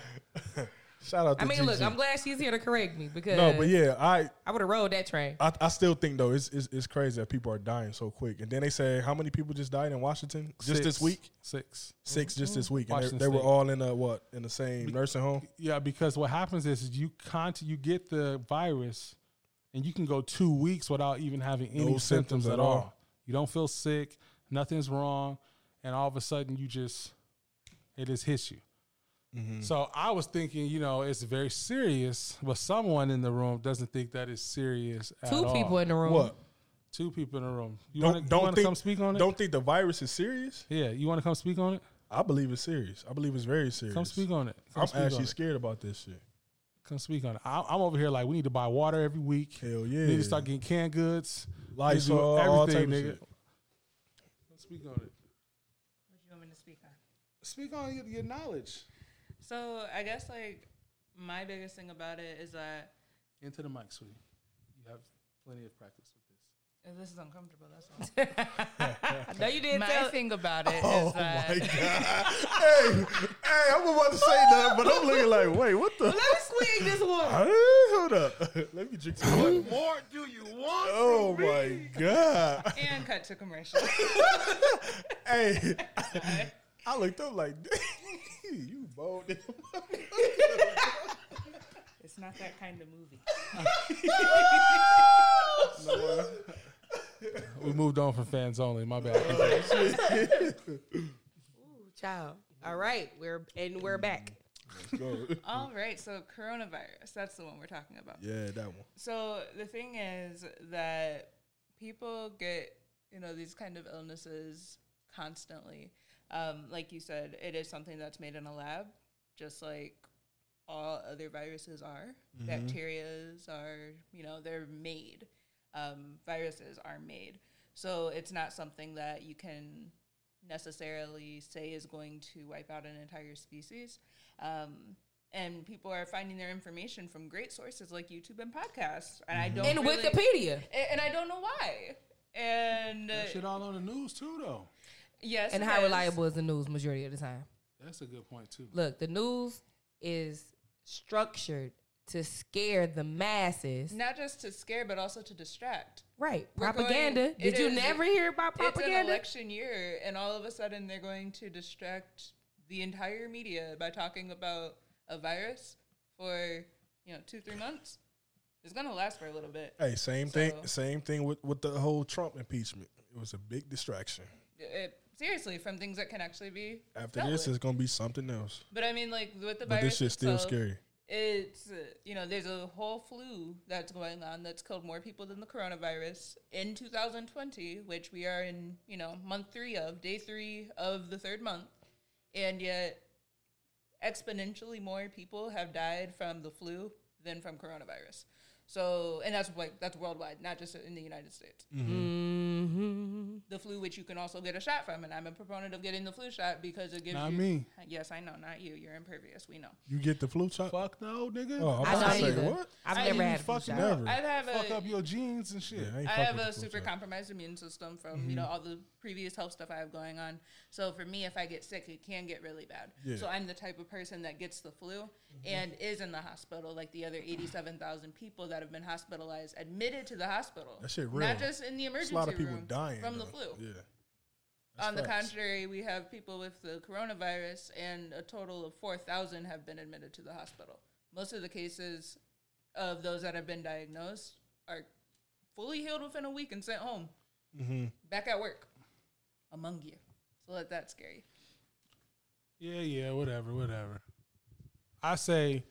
[SPEAKER 7] Shout out to
[SPEAKER 6] I mean, look,
[SPEAKER 7] Gigi.
[SPEAKER 6] I'm glad she's here to correct me because
[SPEAKER 7] no, but yeah, I
[SPEAKER 6] I would have rolled that train.
[SPEAKER 7] I, I still think though it's, it's it's crazy that people are dying so quick. And then they say how many people just died in Washington just this
[SPEAKER 5] Six.
[SPEAKER 7] week?
[SPEAKER 5] Six.
[SPEAKER 7] 6 just this week. And they,
[SPEAKER 5] Washington
[SPEAKER 7] they were
[SPEAKER 5] State.
[SPEAKER 7] all in a what in the same nursing home.
[SPEAKER 5] Yeah, because what happens is you con- you get the virus, and you can go two weeks without even having any
[SPEAKER 7] No
[SPEAKER 5] symptoms,
[SPEAKER 7] symptoms
[SPEAKER 5] at,
[SPEAKER 7] at
[SPEAKER 5] all.
[SPEAKER 7] all.
[SPEAKER 5] You don't feel sick, nothing's wrong, and all of a sudden you just it just hits you.
[SPEAKER 7] Mm-hmm.
[SPEAKER 5] So I was thinking, you know, it's very serious, but someone in the room doesn't think that is serious. at
[SPEAKER 6] Two
[SPEAKER 5] all.
[SPEAKER 6] people in the room.
[SPEAKER 7] What?
[SPEAKER 5] Two people in the room. You
[SPEAKER 7] Don't
[SPEAKER 5] want
[SPEAKER 7] don't
[SPEAKER 5] to
[SPEAKER 7] think
[SPEAKER 5] come speak on it?
[SPEAKER 7] Don't think the virus is serious.
[SPEAKER 5] Yeah, you want to come speak on it?
[SPEAKER 7] I believe it's serious. I believe it's very serious.
[SPEAKER 5] Come speak on it. Come
[SPEAKER 7] I'm
[SPEAKER 5] speak on
[SPEAKER 7] actually
[SPEAKER 5] it.
[SPEAKER 7] scared about this shit.
[SPEAKER 5] Come speak on it. I, I'm over here like we need to buy water every week.
[SPEAKER 7] Hell
[SPEAKER 5] We need
[SPEAKER 7] yeah.
[SPEAKER 5] to start getting canned goods.
[SPEAKER 7] Lights,
[SPEAKER 5] We do
[SPEAKER 7] all, all type of shit.
[SPEAKER 5] Come speak on it.
[SPEAKER 10] you want me to speak on?
[SPEAKER 5] Speak on your, your knowledge
[SPEAKER 10] So I guess like my biggest thing about it is that
[SPEAKER 5] into the mic, sweetie. You have plenty of practice with
[SPEAKER 10] if this is uncomfortable. That's all.
[SPEAKER 6] No, you didn't.
[SPEAKER 10] my
[SPEAKER 6] tell-
[SPEAKER 10] thing about it is
[SPEAKER 7] Oh
[SPEAKER 10] that
[SPEAKER 7] hey, hey, I'm about to say nothing, but I'm looking like, wait, what the?
[SPEAKER 6] Let me swing this one.
[SPEAKER 7] Hey, hold up. Let me drink some water.
[SPEAKER 2] More do you want
[SPEAKER 7] Oh
[SPEAKER 2] from me?
[SPEAKER 7] my god.
[SPEAKER 10] and cut to commercial.
[SPEAKER 7] hey, I looked up like, you bold.
[SPEAKER 10] it's not that kind of movie.
[SPEAKER 5] this. We moved on from fans only. My bad.
[SPEAKER 6] Ooh, Child. All right, we're and we're back.
[SPEAKER 10] All right, so coronavirus. That's the one we're talking about.
[SPEAKER 7] yeah, that one.
[SPEAKER 10] So the thing is that people get, you know, these kind of illnesses constantly. Um, like you said, it is something that's made in a lab, just like all other viruses are. Bacterias are, you know, they're made. Um, viruses are made. So it's not something that you can necessarily say is going to wipe out an entire species. Um, and people are finding their information from great sources like YouTube and podcasts. And I don't
[SPEAKER 6] And
[SPEAKER 10] really-
[SPEAKER 6] Wikipedia.
[SPEAKER 10] A- And I don't know why. And uh,
[SPEAKER 5] that shit all on the news too, though.
[SPEAKER 10] yes,
[SPEAKER 6] And
[SPEAKER 10] it
[SPEAKER 6] how
[SPEAKER 10] is.
[SPEAKER 6] reliable is the news majority of the time?
[SPEAKER 5] That's a good point too.
[SPEAKER 6] Look, the news is structured to scare the masses.
[SPEAKER 10] Not just to scare, but also to distract.
[SPEAKER 6] Right.
[SPEAKER 10] We're going-
[SPEAKER 6] Propaganda.
[SPEAKER 10] it
[SPEAKER 6] Did you
[SPEAKER 10] is-
[SPEAKER 6] never hear about
[SPEAKER 10] It's an
[SPEAKER 6] propaganda?
[SPEAKER 10] election year, and all of a sudden they're going to distract the entire media by talking about a virus for you know two three months. It's gonna last for a little bit.
[SPEAKER 7] Hey, same thing.
[SPEAKER 10] So-
[SPEAKER 7] Same thing with with the whole Trump impeachment. It was a big distraction.
[SPEAKER 10] It seriously from things that can actually be
[SPEAKER 7] After
[SPEAKER 10] dealt
[SPEAKER 7] this,
[SPEAKER 10] with.
[SPEAKER 7] it's gonna be something else.
[SPEAKER 10] But I mean, like with the
[SPEAKER 7] But
[SPEAKER 10] virus,
[SPEAKER 7] this shit's still
[SPEAKER 10] itself,
[SPEAKER 7] scary.
[SPEAKER 10] It's uh, you know, there's a whole flu that's going on that's killed more people than the coronavirus in 2020, which we are in you know month three of day three of the third month, and yet exponentially more people have died from the flu than from coronavirus. So, and that's like that's worldwide, not just in the United States
[SPEAKER 7] Mm.
[SPEAKER 6] Mm-hmm.
[SPEAKER 10] the flu, which you can also get a shot from. And I'm a proponent of getting the flu shot because it gives
[SPEAKER 7] Not
[SPEAKER 10] you.
[SPEAKER 7] me.
[SPEAKER 10] Yes, I know, not you. You're impervious. We know.
[SPEAKER 7] You get the flu shot?
[SPEAKER 5] Fuck no, nigga.
[SPEAKER 7] Oh, I'm about
[SPEAKER 6] I
[SPEAKER 7] to
[SPEAKER 6] don't
[SPEAKER 7] say,
[SPEAKER 6] either.
[SPEAKER 7] what?
[SPEAKER 6] I've
[SPEAKER 10] I
[SPEAKER 6] never
[SPEAKER 10] didn't
[SPEAKER 6] had a flu
[SPEAKER 5] fucking
[SPEAKER 6] shot.
[SPEAKER 5] never.
[SPEAKER 10] I have
[SPEAKER 5] fuck
[SPEAKER 10] a-
[SPEAKER 5] up your jeans and shit.
[SPEAKER 7] Yeah, ain't
[SPEAKER 10] I
[SPEAKER 7] fuck with
[SPEAKER 10] have a
[SPEAKER 7] the Mm-hmm. flu
[SPEAKER 10] super
[SPEAKER 7] shot.
[SPEAKER 10] compromised immune system from you know all the previous health stuff I have going on. So for me, if I get sick, it can get really bad.
[SPEAKER 7] Yeah. Mm-hmm.
[SPEAKER 10] So I'm the type of person that gets the flu and is in the hospital, like the other 87,000 people that have been hospitalized, admitted to the hospital.
[SPEAKER 7] That shit real.
[SPEAKER 10] Not just in the
[SPEAKER 7] There's
[SPEAKER 10] emergency
[SPEAKER 7] a lot of people
[SPEAKER 10] room
[SPEAKER 7] dying
[SPEAKER 10] from the
[SPEAKER 7] though.
[SPEAKER 10] flu.
[SPEAKER 7] Yeah.
[SPEAKER 10] On the
[SPEAKER 7] facts.
[SPEAKER 10] contrary, we have people with the coronavirus, and a total of 4,000 have been admitted to the hospital. Most of the cases of those that have been diagnosed are fully healed within a week and sent home, back at work, among you. So let that scare you.
[SPEAKER 5] Yeah, yeah, whatever, whatever. I say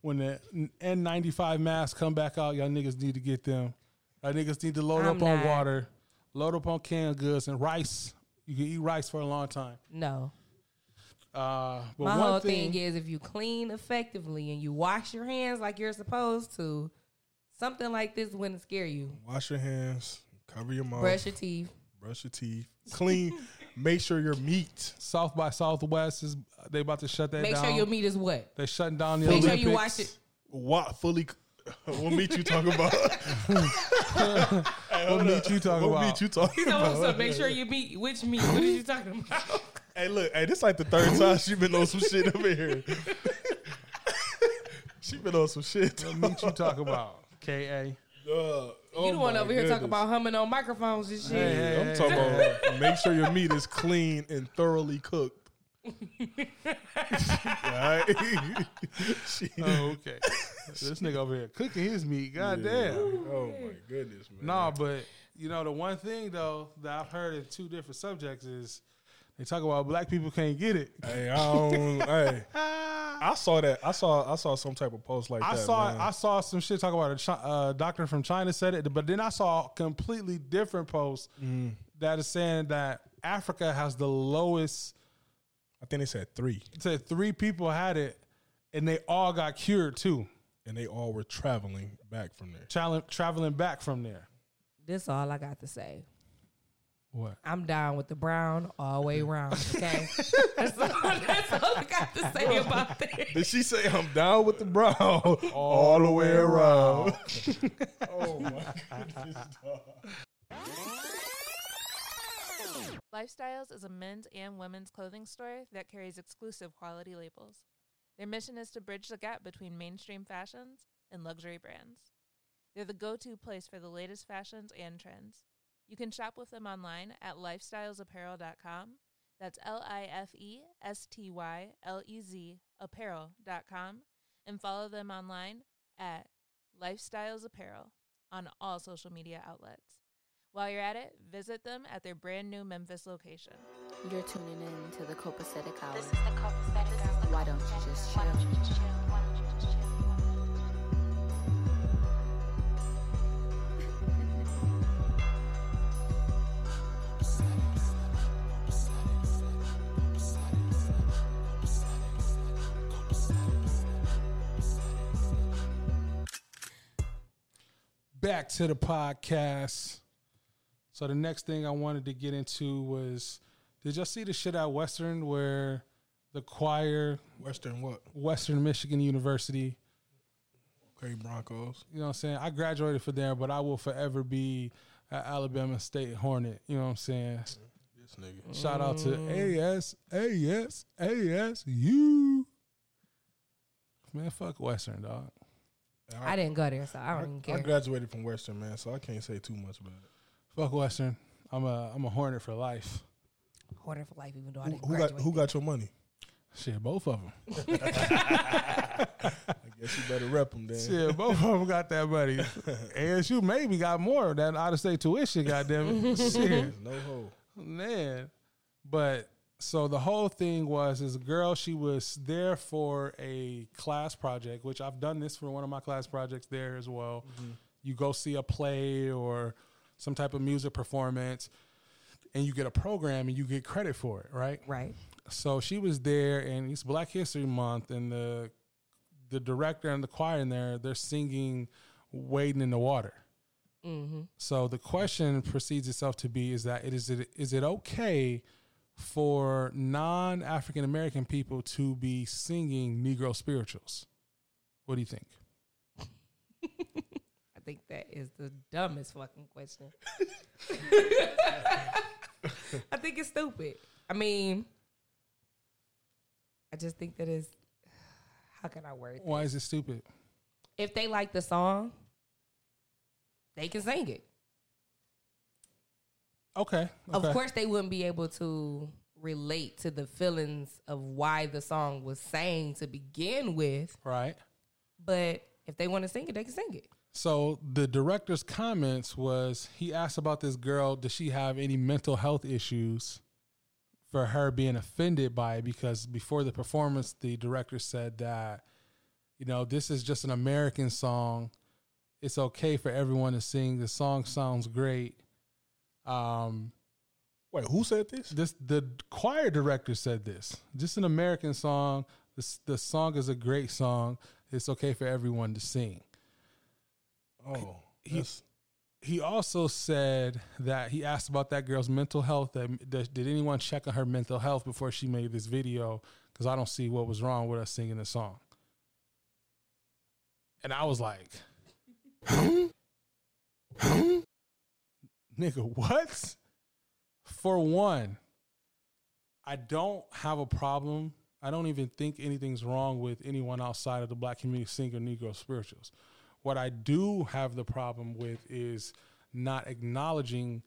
[SPEAKER 5] when the N95 masks come back out, y'all niggas need to get them. Y'all niggas need to load
[SPEAKER 6] I'm
[SPEAKER 5] up on
[SPEAKER 6] not.
[SPEAKER 5] water, load up on canned goods and rice. You can eat rice for a long time.
[SPEAKER 6] No.
[SPEAKER 5] Uh, but
[SPEAKER 6] My
[SPEAKER 5] one
[SPEAKER 6] whole thing, is if you clean effectively and you wash your hands like you're supposed to, something like this wouldn't scare you.
[SPEAKER 7] Wash your hands, cover your
[SPEAKER 5] Oh.
[SPEAKER 7] mouth,
[SPEAKER 6] Brush your teeth.
[SPEAKER 7] brush your teeth, clean, make sure your meat.
[SPEAKER 5] South by Southwest is they about to shut that
[SPEAKER 6] Make
[SPEAKER 5] down.
[SPEAKER 6] sure your meat is wet.
[SPEAKER 5] They shutting down the
[SPEAKER 6] Make
[SPEAKER 5] Olympics.
[SPEAKER 6] sure you wash it.
[SPEAKER 7] What fully what meat you talking about?
[SPEAKER 5] What meat you talking
[SPEAKER 7] what
[SPEAKER 5] about?
[SPEAKER 7] meat you talking
[SPEAKER 6] So
[SPEAKER 7] about?
[SPEAKER 6] what's up? Make sure you meat. Which meat? What are you talking about?
[SPEAKER 7] Hey, look, hey, this like the third time she been on some shit over here. she been on some shit.
[SPEAKER 5] What meat you talking about?
[SPEAKER 7] uh,
[SPEAKER 5] K
[SPEAKER 7] Oh
[SPEAKER 6] you the one over here talking about humming on microphones and shit.
[SPEAKER 5] A. Hey, hey,
[SPEAKER 7] I'm talking about make sure your meat is clean and thoroughly cooked. All right. She-
[SPEAKER 5] Oh, okay. this nigga over here cooking his meat. Goddamn.
[SPEAKER 7] Oh my goodness, man.
[SPEAKER 5] No, but you know the one thing though that I've heard in two different subjects is they talk about black people can't get it.
[SPEAKER 7] Hey, I don't. hey,
[SPEAKER 5] Ah.
[SPEAKER 7] I saw that. I saw. I saw some type of post like
[SPEAKER 5] I
[SPEAKER 7] that.
[SPEAKER 5] saw
[SPEAKER 7] man.
[SPEAKER 5] I saw some shit talking about a chi- uh, doctor from China said it, but then I saw a completely different post
[SPEAKER 7] Mm.
[SPEAKER 5] that is saying that Africa has the lowest.
[SPEAKER 7] I think they said three,
[SPEAKER 5] It said three people had it, and they all got cured too.
[SPEAKER 7] and they all were traveling back from there.
[SPEAKER 5] Traveling traveling back from there.
[SPEAKER 6] That's all I got to say.
[SPEAKER 5] What?
[SPEAKER 6] I'm down with the brown all the way round. Okay, that's, all, that's all I got to say about that.
[SPEAKER 7] Did she say I'm down with the brown all, the way around? Oh
[SPEAKER 11] Lifestyles is a men's and women's clothing store that carries exclusive quality labels. Their mission is to bridge the gap between mainstream fashions and luxury brands. They're the go to place for the latest fashions and trends. You can shop with them online at lifestylesapparel.com. That's L I F E S T Y L E Z apparel.com and follow them online at Lifestyles Apparel on all social media outlets. While you're at it, visit them at their brand new Memphis location.
[SPEAKER 1] You're tuning in to the Copacetic Hour.
[SPEAKER 4] This is the Copacetic Hour.
[SPEAKER 1] Why don't you just
[SPEAKER 4] Why don't
[SPEAKER 1] chill?
[SPEAKER 4] you just chill? Why don't you just chill? Why don't you just chill?
[SPEAKER 5] back to the podcast. So the next thing I wanted to get into was did y'all see the shit at Western where the choir
[SPEAKER 7] Western what?
[SPEAKER 5] Western Michigan University,
[SPEAKER 7] Okay, Broncos.
[SPEAKER 5] you know what I'm saying? I graduated from there, but I will forever be an Alabama State Hornet, you know what I'm saying?
[SPEAKER 7] This nigga.
[SPEAKER 5] Shout out to AS AS ASU. Man, fuck Western, dog.
[SPEAKER 6] I didn't go there, so I don't even
[SPEAKER 7] I
[SPEAKER 6] care.
[SPEAKER 7] graduated from Western, man, so I can't say too much about it.
[SPEAKER 5] Fuck Western. I'm a I'm a hornet for life.
[SPEAKER 6] Hoarder for life, even though I
[SPEAKER 7] Who,
[SPEAKER 6] didn't
[SPEAKER 7] who got
[SPEAKER 6] graduate.
[SPEAKER 7] who got your money?
[SPEAKER 5] Shit, both of them.
[SPEAKER 7] I guess you better rep them then.
[SPEAKER 5] Yeah, both of them got that money. ASU maybe got more than out of state tuition. Goddamn it, Shit.
[SPEAKER 7] There's no hole.
[SPEAKER 5] man. But so the whole thing was this girl, she was there for a class project, which I've done this for one of my class projects there as well.
[SPEAKER 7] Mhm.
[SPEAKER 5] You go see a play or some type of music performance and you get a program and you get credit for it, right?
[SPEAKER 6] Right.
[SPEAKER 5] So she was there and it's Black History Month and the the director and the choir in there, they're singing Wading in the Water.
[SPEAKER 6] Mm-hmm.
[SPEAKER 5] So the question proceeds itself to be: Is that it is it is it okay for non African American people to be singing Negro spirituals? What do you think?
[SPEAKER 6] I think that is the dumbest fucking question. I think it's stupid. I mean, I just think that is. How can I word?
[SPEAKER 5] Why is it stupid?
[SPEAKER 6] If they like the song, they can sing it.
[SPEAKER 5] Okay,
[SPEAKER 6] Of
[SPEAKER 5] okay.
[SPEAKER 6] course, they wouldn't be able to relate to the feelings of why the song was sang to begin with.
[SPEAKER 5] Right.
[SPEAKER 6] But if they want to sing it, they can sing it.
[SPEAKER 5] So the director's comments was he asked about this girl. Does she have any mental health issues for her being offended by it? Because before the performance, the director said that you know this is just an American song. It's okay for everyone to sing. The song sounds great. Um,
[SPEAKER 7] Wait, who said this?
[SPEAKER 5] This the choir director said this. Just an American song. This the song is a great song. It's okay for everyone to sing.
[SPEAKER 7] Oh,
[SPEAKER 5] he, he also said that he asked about that girl's mental health. That, that- did anyone check on her mental health before she made this video? Because I don't see what was wrong with us singing the song. And I was like, nigga, what? For one, I don't have a problem. I don't even think anything's wrong with anyone outside of the black community singing Negro spirituals. What I do have the problem with is not acknowledging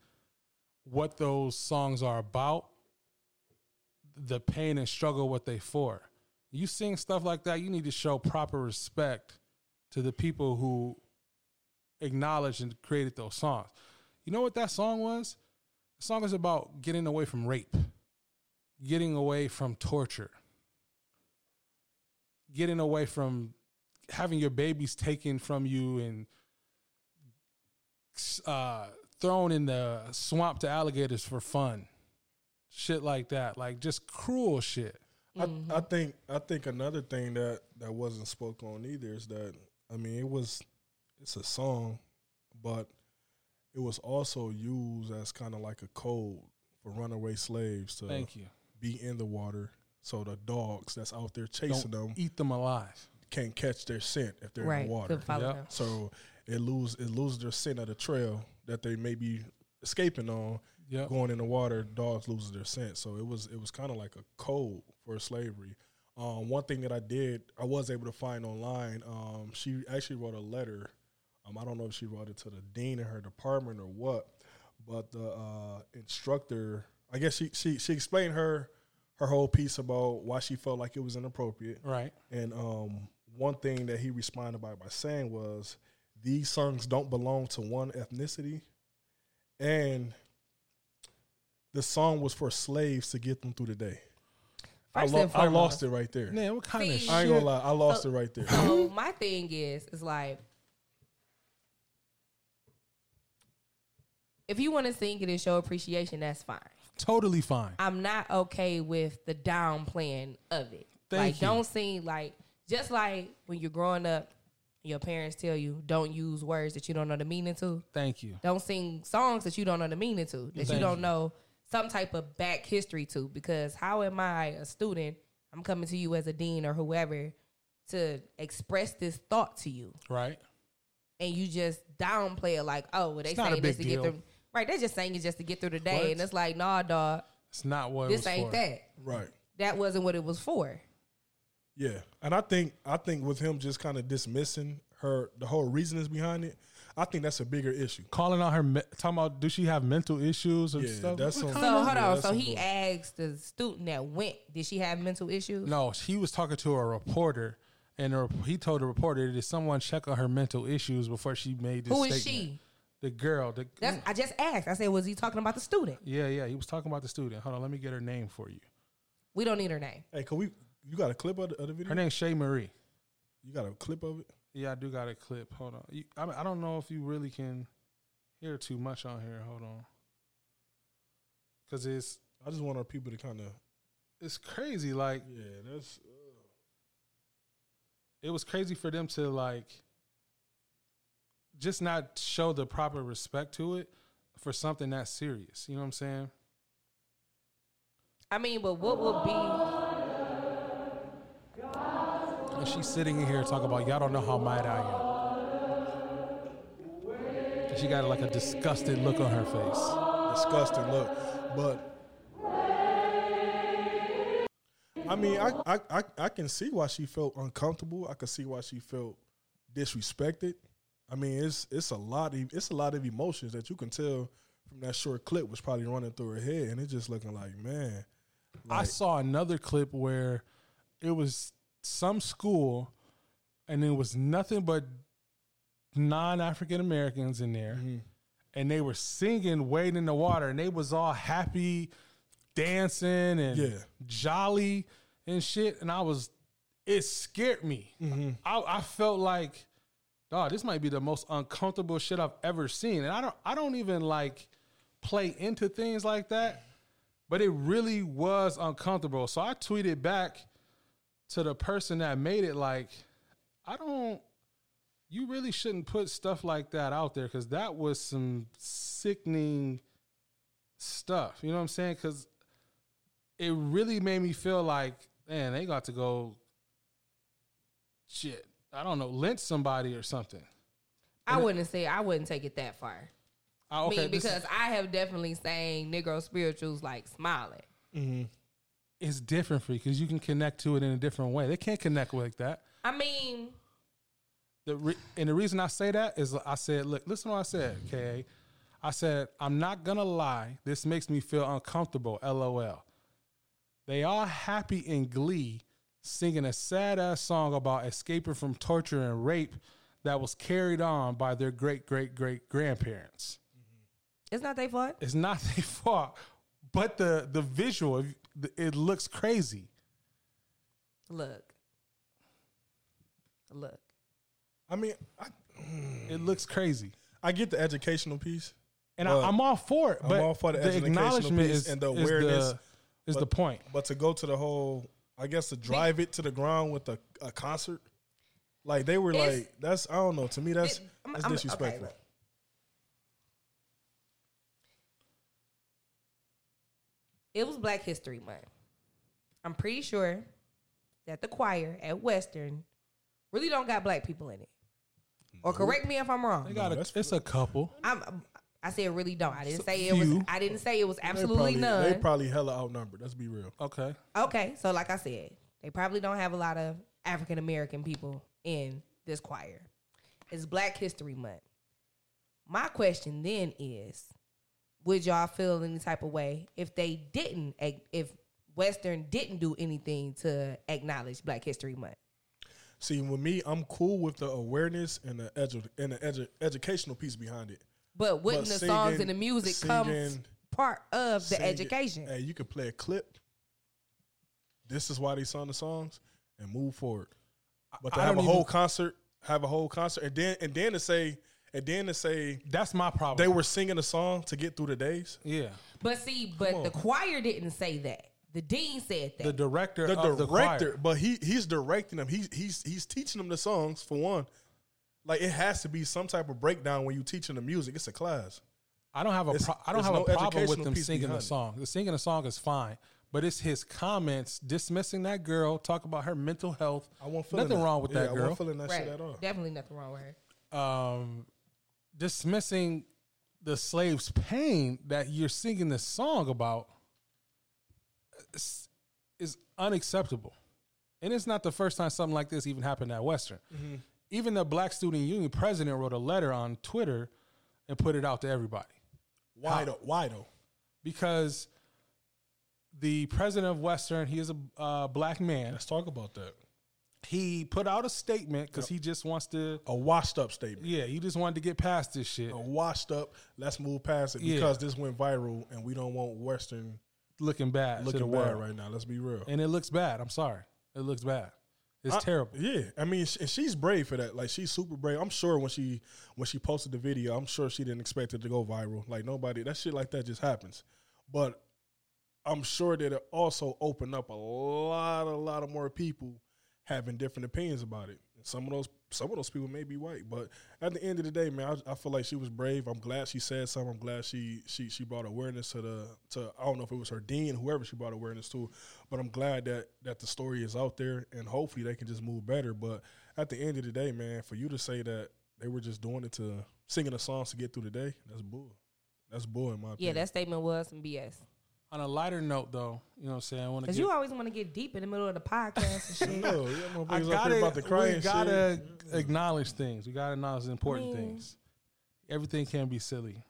[SPEAKER 5] what those songs are about, the pain and struggle what they for. You sing stuff like that, you need to show proper respect to the people who acknowledged and created those songs. You know what that song was? The song is about getting away from rape, getting away from torture, getting away from having your babies taken from you and uh, thrown in the swamp to alligators for fun. Shit like that. Like just cruel shit. Mm-hmm.
[SPEAKER 7] I, I think I think another thing that that wasn't spoke on either is that I mean it was it's a song, but it was also used as kind of like a code for runaway slaves to
[SPEAKER 5] Thank you.
[SPEAKER 7] be in the water. So the dogs that's out there chasing
[SPEAKER 5] Don't
[SPEAKER 7] them
[SPEAKER 5] eat them alive.
[SPEAKER 7] Can't catch their scent if they're in
[SPEAKER 5] Right,
[SPEAKER 7] the water.
[SPEAKER 5] couldn't follow Yep. them.
[SPEAKER 7] So it lose it loses their scent of the trail that they may be escaping on.
[SPEAKER 5] Yep.
[SPEAKER 7] Going in the water, dogs loses their scent. So it was it was kind of like a code for slavery. Um, one thing that I did, I was able to find online. Um, she actually wrote a letter. Um, I don't know if she wrote it to the dean in her department or what, but the uh, instructor, I guess she she she explained her her whole piece about why she felt like it was inappropriate.
[SPEAKER 5] Right.
[SPEAKER 7] And um, one thing that he responded by by saying was, "These songs don't belong to one ethnicity, and the song was for slaves to get them through the day." I,
[SPEAKER 6] First
[SPEAKER 7] lo-
[SPEAKER 6] and
[SPEAKER 7] I lost
[SPEAKER 6] foremost.
[SPEAKER 7] it right there.
[SPEAKER 5] Man, what kind
[SPEAKER 6] of See,
[SPEAKER 7] I ain't gonna
[SPEAKER 6] shit?
[SPEAKER 7] lie, I lost
[SPEAKER 6] so-
[SPEAKER 7] it right there.
[SPEAKER 6] So my thing is, is like, if you want to sing it and show appreciation, that's fine.
[SPEAKER 5] Totally fine.
[SPEAKER 6] I'm not okay with the downplaying of it.
[SPEAKER 5] Thank
[SPEAKER 6] like,
[SPEAKER 5] you.
[SPEAKER 6] don't sing like just like when you're growing up, your parents tell you don't use words that you don't know the meaning to.
[SPEAKER 5] Thank you.
[SPEAKER 6] Don't sing songs that you don't know the meaning to, that
[SPEAKER 5] Thank
[SPEAKER 6] you don't
[SPEAKER 5] you.
[SPEAKER 6] know some type of back history to. Because how am I a student? I'm coming to you as a dean or whoever to express this thought to you,
[SPEAKER 5] Right.
[SPEAKER 6] and you just downplay it like, oh, well, they
[SPEAKER 5] It's not a
[SPEAKER 6] saying this to
[SPEAKER 5] big
[SPEAKER 6] get
[SPEAKER 5] deal.
[SPEAKER 6] through. Right, they just saying it just to get through the day,
[SPEAKER 5] What?
[SPEAKER 6] and it's like, nah, dog,
[SPEAKER 5] It's not what it
[SPEAKER 6] this
[SPEAKER 5] was
[SPEAKER 6] ain't
[SPEAKER 5] for.
[SPEAKER 6] that.
[SPEAKER 7] Right.
[SPEAKER 6] That wasn't what it was for.
[SPEAKER 7] Yeah, and I think I think with him just kind of dismissing her the whole reasonings behind it, I think that's a bigger issue.
[SPEAKER 5] Calling out her, me- talking about do she have mental issues or
[SPEAKER 7] Yeah,
[SPEAKER 5] stuff?
[SPEAKER 7] that's some-
[SPEAKER 5] What
[SPEAKER 6] So
[SPEAKER 5] kind of-
[SPEAKER 6] hold on. So he asked the student that went, did she have mental issues?
[SPEAKER 5] No, he was talking to a reporter, and the rep- he told the reporter, "Did someone check on her mental issues before she made this?"
[SPEAKER 6] Who is
[SPEAKER 5] statement?"
[SPEAKER 6] she?
[SPEAKER 5] The girl. The,
[SPEAKER 6] That's, I just asked. I said, was he talking about the student?
[SPEAKER 5] yeah, yeah. He was talking about the student. Hold on, let me get her name for you.
[SPEAKER 6] We don't need her name.
[SPEAKER 7] Hey, can we? You got a clip of the, of the video?
[SPEAKER 5] Her name's Shay Marie.
[SPEAKER 7] You got a clip of it?
[SPEAKER 5] Yeah, I do got a clip. Hold on. You, I, mean, I don't know if you really can hear too much on here. Hold on. Because it's
[SPEAKER 7] I just want our people to kind of.
[SPEAKER 5] it's crazy. Like
[SPEAKER 7] Yeah, that's.
[SPEAKER 5] it was crazy for them to like just not show the proper respect to it for something that serious. You know what I'm saying?
[SPEAKER 6] I mean, but what would be?
[SPEAKER 5] And she's sitting in here talking about y'all don't know how mad I am. And she got like a disgusted look on her face.
[SPEAKER 7] Disgusting look, but I mean, I, I I I can see why she felt uncomfortable. I can see why she felt disrespected. I mean, it's it's a lot. Of, it's a lot of emotions that you can tell from that short clip was probably running through her head, and it's just looking like, man,
[SPEAKER 5] I saw another clip where it was some school and it was nothing but non African Americans in there and they were singing Wade in the Water and they was all happy dancing and
[SPEAKER 7] Yeah.
[SPEAKER 5] jolly and shit and I was it scared me. I, I felt like dog, this might be the most uncomfortable shit I've ever seen. And I don't I don't even like play into things like that. But it really was uncomfortable. So I tweeted back to the person that made it like, I don't you really shouldn't put stuff like that out there because that was some sickening stuff. You know what I'm saying? Cause it really made me feel like, man, they got to go shit. I don't know, lynch somebody or something.
[SPEAKER 6] I wouldn't say. I wouldn't take it that far.
[SPEAKER 5] I
[SPEAKER 6] I mean, because I have definitely sang Negro spirituals like smiling.
[SPEAKER 5] it's different for you because you can connect to it in a different way. They can't connect like that.
[SPEAKER 6] I mean,
[SPEAKER 5] The re- and the reason I say that is I said, look, listen to what I said, Ka. I said, I'm not gonna lie, this makes me feel uncomfortable. LOL. They all happy in glee, singing a sad ass song about escaping from torture and rape that was carried on by their great great great grandparents.
[SPEAKER 6] it's not their fault.
[SPEAKER 5] It's not their fault, but the the visual, it looks crazy.
[SPEAKER 6] Look, look.
[SPEAKER 7] I mean, I,
[SPEAKER 5] It looks crazy.
[SPEAKER 7] I get the educational piece,
[SPEAKER 5] and
[SPEAKER 7] but
[SPEAKER 5] I, I'm all for it.
[SPEAKER 7] I'm
[SPEAKER 5] But
[SPEAKER 7] all for the,
[SPEAKER 5] the
[SPEAKER 7] educational
[SPEAKER 5] acknowledgement
[SPEAKER 7] piece
[SPEAKER 5] is
[SPEAKER 7] and the awareness
[SPEAKER 5] Is the, is
[SPEAKER 7] but-
[SPEAKER 5] the point?
[SPEAKER 7] But to go to the whole, I guess to drive it to the ground with a, a concert, like they were
[SPEAKER 6] It's-
[SPEAKER 7] like, that's I don't know. To me, that's
[SPEAKER 6] It- I'm-
[SPEAKER 7] that's
[SPEAKER 6] I'm- okay,
[SPEAKER 7] disrespectful.
[SPEAKER 6] look. It was Black History Month. I'm pretty sure that the choir at Western really don't got black people in it. Or correct me if I'm wrong.
[SPEAKER 5] They got a, it's a couple.
[SPEAKER 6] I'm, I said really don't. I didn't
[SPEAKER 5] It's a
[SPEAKER 6] say it was.
[SPEAKER 5] few.
[SPEAKER 6] I didn't say it was
[SPEAKER 7] They
[SPEAKER 6] absolutely
[SPEAKER 7] probably-
[SPEAKER 6] none.
[SPEAKER 7] They probably hella outnumbered. Let's be real.
[SPEAKER 5] Okay,
[SPEAKER 6] Okay, so like I said, they probably don't have a lot of African American people in this choir. It's Black History Month. My question then is, would y'all feel any type of way if they didn't, ac- if Western didn't do anything to acknowledge Black History Month?
[SPEAKER 7] See, with me, I'm cool with the awareness and the edu- and the edu- educational piece behind it.
[SPEAKER 6] But wouldn't
[SPEAKER 7] But
[SPEAKER 6] the songs
[SPEAKER 7] singing-
[SPEAKER 6] and the music come f-
[SPEAKER 7] singing-
[SPEAKER 6] part of the
[SPEAKER 7] Sing it.
[SPEAKER 6] education?
[SPEAKER 7] Hey, you can play a clip. This is why they sung the songs and move forward. But to
[SPEAKER 5] I
[SPEAKER 7] have a
[SPEAKER 5] don't
[SPEAKER 7] whole
[SPEAKER 5] even-
[SPEAKER 7] concert, have a whole concert, and then and then to say and then to say
[SPEAKER 5] that's my problem.
[SPEAKER 7] they were singing a song to get through the days.
[SPEAKER 5] yeah.
[SPEAKER 6] But see, but the choir didn't say that. The dean said that.
[SPEAKER 5] The director,
[SPEAKER 7] The
[SPEAKER 5] of
[SPEAKER 7] director,
[SPEAKER 5] the choir.
[SPEAKER 7] but he he's directing them. He's he's he's teaching them the songs for one. Like it has to be some type of breakdown when you teaching the music. It's a class.
[SPEAKER 5] I don't have a
[SPEAKER 7] It's-
[SPEAKER 5] pro- I don't
[SPEAKER 7] it's
[SPEAKER 5] have
[SPEAKER 7] no
[SPEAKER 5] a problem with
[SPEAKER 7] educational
[SPEAKER 5] them
[SPEAKER 7] piece
[SPEAKER 5] singing the
[SPEAKER 7] behind it.
[SPEAKER 5] song. The singing the song is fine, but it's his comments dismissing that girl, talk about her mental health.
[SPEAKER 7] I won't feel
[SPEAKER 5] nothing wrong with that
[SPEAKER 7] I
[SPEAKER 5] girl.
[SPEAKER 7] won't feeling that
[SPEAKER 6] right.
[SPEAKER 7] shit at all.
[SPEAKER 6] Definitely nothing wrong with her.
[SPEAKER 5] um, dismissing the slave's pain that you're singing this song about is, is unacceptable. And it's not the first time something like this even happened at Western.
[SPEAKER 7] Mm-hmm.
[SPEAKER 5] Even the Black Student Union president wrote a letter on Twitter and put it out to everybody
[SPEAKER 7] Why
[SPEAKER 5] How-
[SPEAKER 7] though? Why though?
[SPEAKER 5] because the president of Western, he is a uh, black man.
[SPEAKER 7] Let's talk about that.
[SPEAKER 5] he put out a statement because he just wants to
[SPEAKER 7] a washed up statement.
[SPEAKER 5] Yeah, he just wanted to get past this shit.
[SPEAKER 7] A washed up. Let's move past it
[SPEAKER 5] Yeah.
[SPEAKER 7] because this went viral, and we don't want Western
[SPEAKER 5] looking bad to
[SPEAKER 7] looking
[SPEAKER 5] the
[SPEAKER 7] bad
[SPEAKER 5] world
[SPEAKER 7] right now. Let's be real.
[SPEAKER 5] and it looks bad. I'm sorry, it looks bad. It's
[SPEAKER 7] I-
[SPEAKER 5] terrible.
[SPEAKER 7] Yeah, I mean, sh- and she's brave for that. Like she's super brave. I'm sure when she when she posted the video, I'm sure she didn't expect it to go viral. Like nobody, that shit like that just happens. But I'm sure that it also opened up a lot, a lot of more people having different opinions about it. And some of those, some of those people may be white, but at the end of the day, man, I, I feel like she was brave. I'm glad she said something. I'm glad she she she brought awareness to the to. I don't know if it was her dean, whoever she brought awareness to, but I'm glad that that the story is out there, and hopefully they can just move better. But at the end of the day, man, for you to say that they were just doing it to singing the songs to get through the day, that's bull. That's bull in my
[SPEAKER 6] Yeah,
[SPEAKER 7] opinion.
[SPEAKER 6] that statement was some BS.
[SPEAKER 5] On a lighter note, though, you know what I'm saying. I want to
[SPEAKER 6] Because
[SPEAKER 5] get
[SPEAKER 6] you always want to get deep in the middle of the podcast and shit.
[SPEAKER 7] No, yeah, motherfuckers
[SPEAKER 5] I
[SPEAKER 7] up here
[SPEAKER 5] gotta,
[SPEAKER 7] about to cry
[SPEAKER 5] we
[SPEAKER 7] and
[SPEAKER 5] gotta
[SPEAKER 7] shit.
[SPEAKER 5] acknowledge things. We gotta acknowledge the important
[SPEAKER 6] I mean-
[SPEAKER 5] things. Everything can be silly,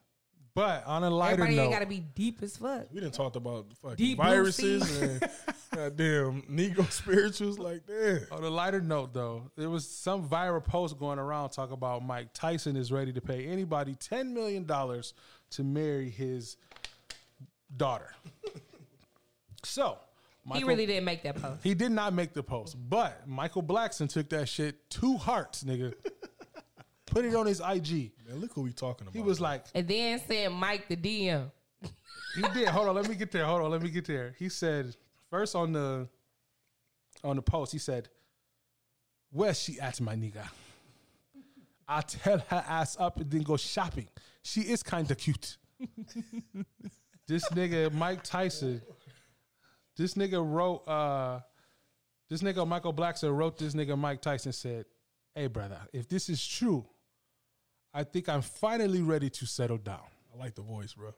[SPEAKER 5] but on a lighter
[SPEAKER 6] Everybody ain't
[SPEAKER 5] note,
[SPEAKER 6] got to be deep as fuck.
[SPEAKER 7] We didn't talk about fucking
[SPEAKER 6] Deep blue
[SPEAKER 7] viruses
[SPEAKER 6] sea.
[SPEAKER 7] and goddamn Negro spirituals. Like, damn.
[SPEAKER 5] on a lighter note though, there was some viral post going around talking about Mike Tyson is ready to pay anybody ten million dollars to marry his daughter. so
[SPEAKER 6] He really didn't make that post.
[SPEAKER 5] He did not make the post, but Michael Blackson took that shit two hearts, nigga. Put it on his IG.
[SPEAKER 7] Man, look who we talking about.
[SPEAKER 5] He was like,
[SPEAKER 6] And then said Mike the DM.
[SPEAKER 5] he did. Hold on, let me get there. Hold on, let me get there. He said first on the on the post, he said, "Where's she at, my nigga? I tell her ass up and then go shopping. She is kind of cute." this nigga Mike Tyson. This nigga wrote. uh This nigga Michael Blackson wrote. This nigga Mike Tyson said, "Hey brother, if this is true, I think I'm finally ready to settle down."
[SPEAKER 7] I like the voice, bro.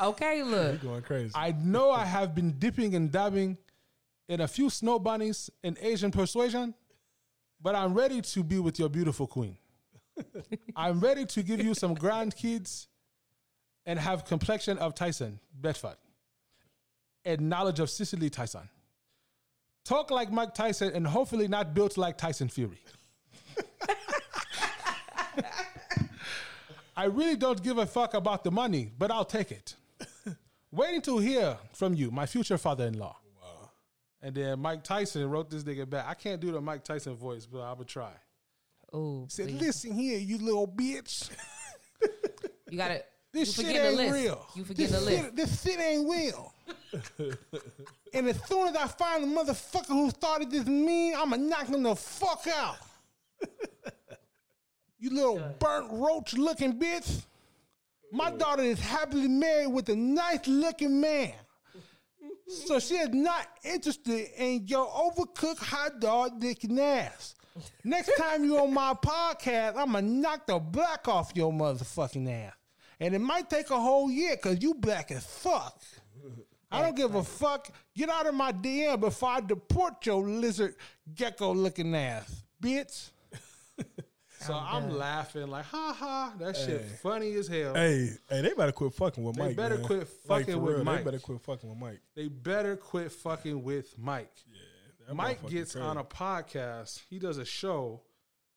[SPEAKER 6] Okay, look.
[SPEAKER 7] He going crazy.
[SPEAKER 5] I know I have been dipping and dabbing in a few snow bunnies and Asian persuasion, but I'm ready to be with your beautiful queen. I'm ready to give you some grandkids and have complexion of Tyson Bedford and knowledge of Cicely Tyson. Talk like Mike Tyson and hopefully not built like Tyson Fury. I really don't give a fuck about the money, but I'll take it. Waiting to hear from you, my future father in law. And then Mike Tyson wrote this nigga back. I can't do the Mike Tyson voice, but I would try.
[SPEAKER 6] Oh,
[SPEAKER 5] Said, listen here, you little bitch.
[SPEAKER 6] you got to.
[SPEAKER 5] This
[SPEAKER 6] you
[SPEAKER 5] shit
[SPEAKER 6] forget the
[SPEAKER 5] ain't
[SPEAKER 6] list.
[SPEAKER 5] real.
[SPEAKER 6] You forget the
[SPEAKER 5] this
[SPEAKER 6] list.
[SPEAKER 5] Shit, this shit ain't real. and as soon as I find the motherfucker who started this mean, I'ma knock him the fuck out. you little burnt roach looking bitch. My daughter is happily married with a nice looking man. So she is not interested in your overcooked hot dog dick and ass. Next time you on my podcast, I'ma knock the black off your motherfucking ass. And it might take a whole year because you black as fuck. I don't give a fuck. Get out of my DM before I deport your lizard gecko looking ass, bitch. so I'm laughing like, ha ha, that shit
[SPEAKER 7] Hey.
[SPEAKER 5] funny as hell.
[SPEAKER 7] hey, hey, they better quit fucking with
[SPEAKER 5] They
[SPEAKER 7] Mike.
[SPEAKER 5] better
[SPEAKER 7] man.
[SPEAKER 5] quit
[SPEAKER 7] Like,
[SPEAKER 5] fucking
[SPEAKER 7] for
[SPEAKER 5] with
[SPEAKER 7] real,
[SPEAKER 5] Mike.
[SPEAKER 7] They better quit fucking with Mike.
[SPEAKER 5] They better quit fucking with Mike.
[SPEAKER 7] That
[SPEAKER 5] Mike
[SPEAKER 7] motherfucker
[SPEAKER 5] gets
[SPEAKER 7] crazy.
[SPEAKER 5] on a podcast. He does a show.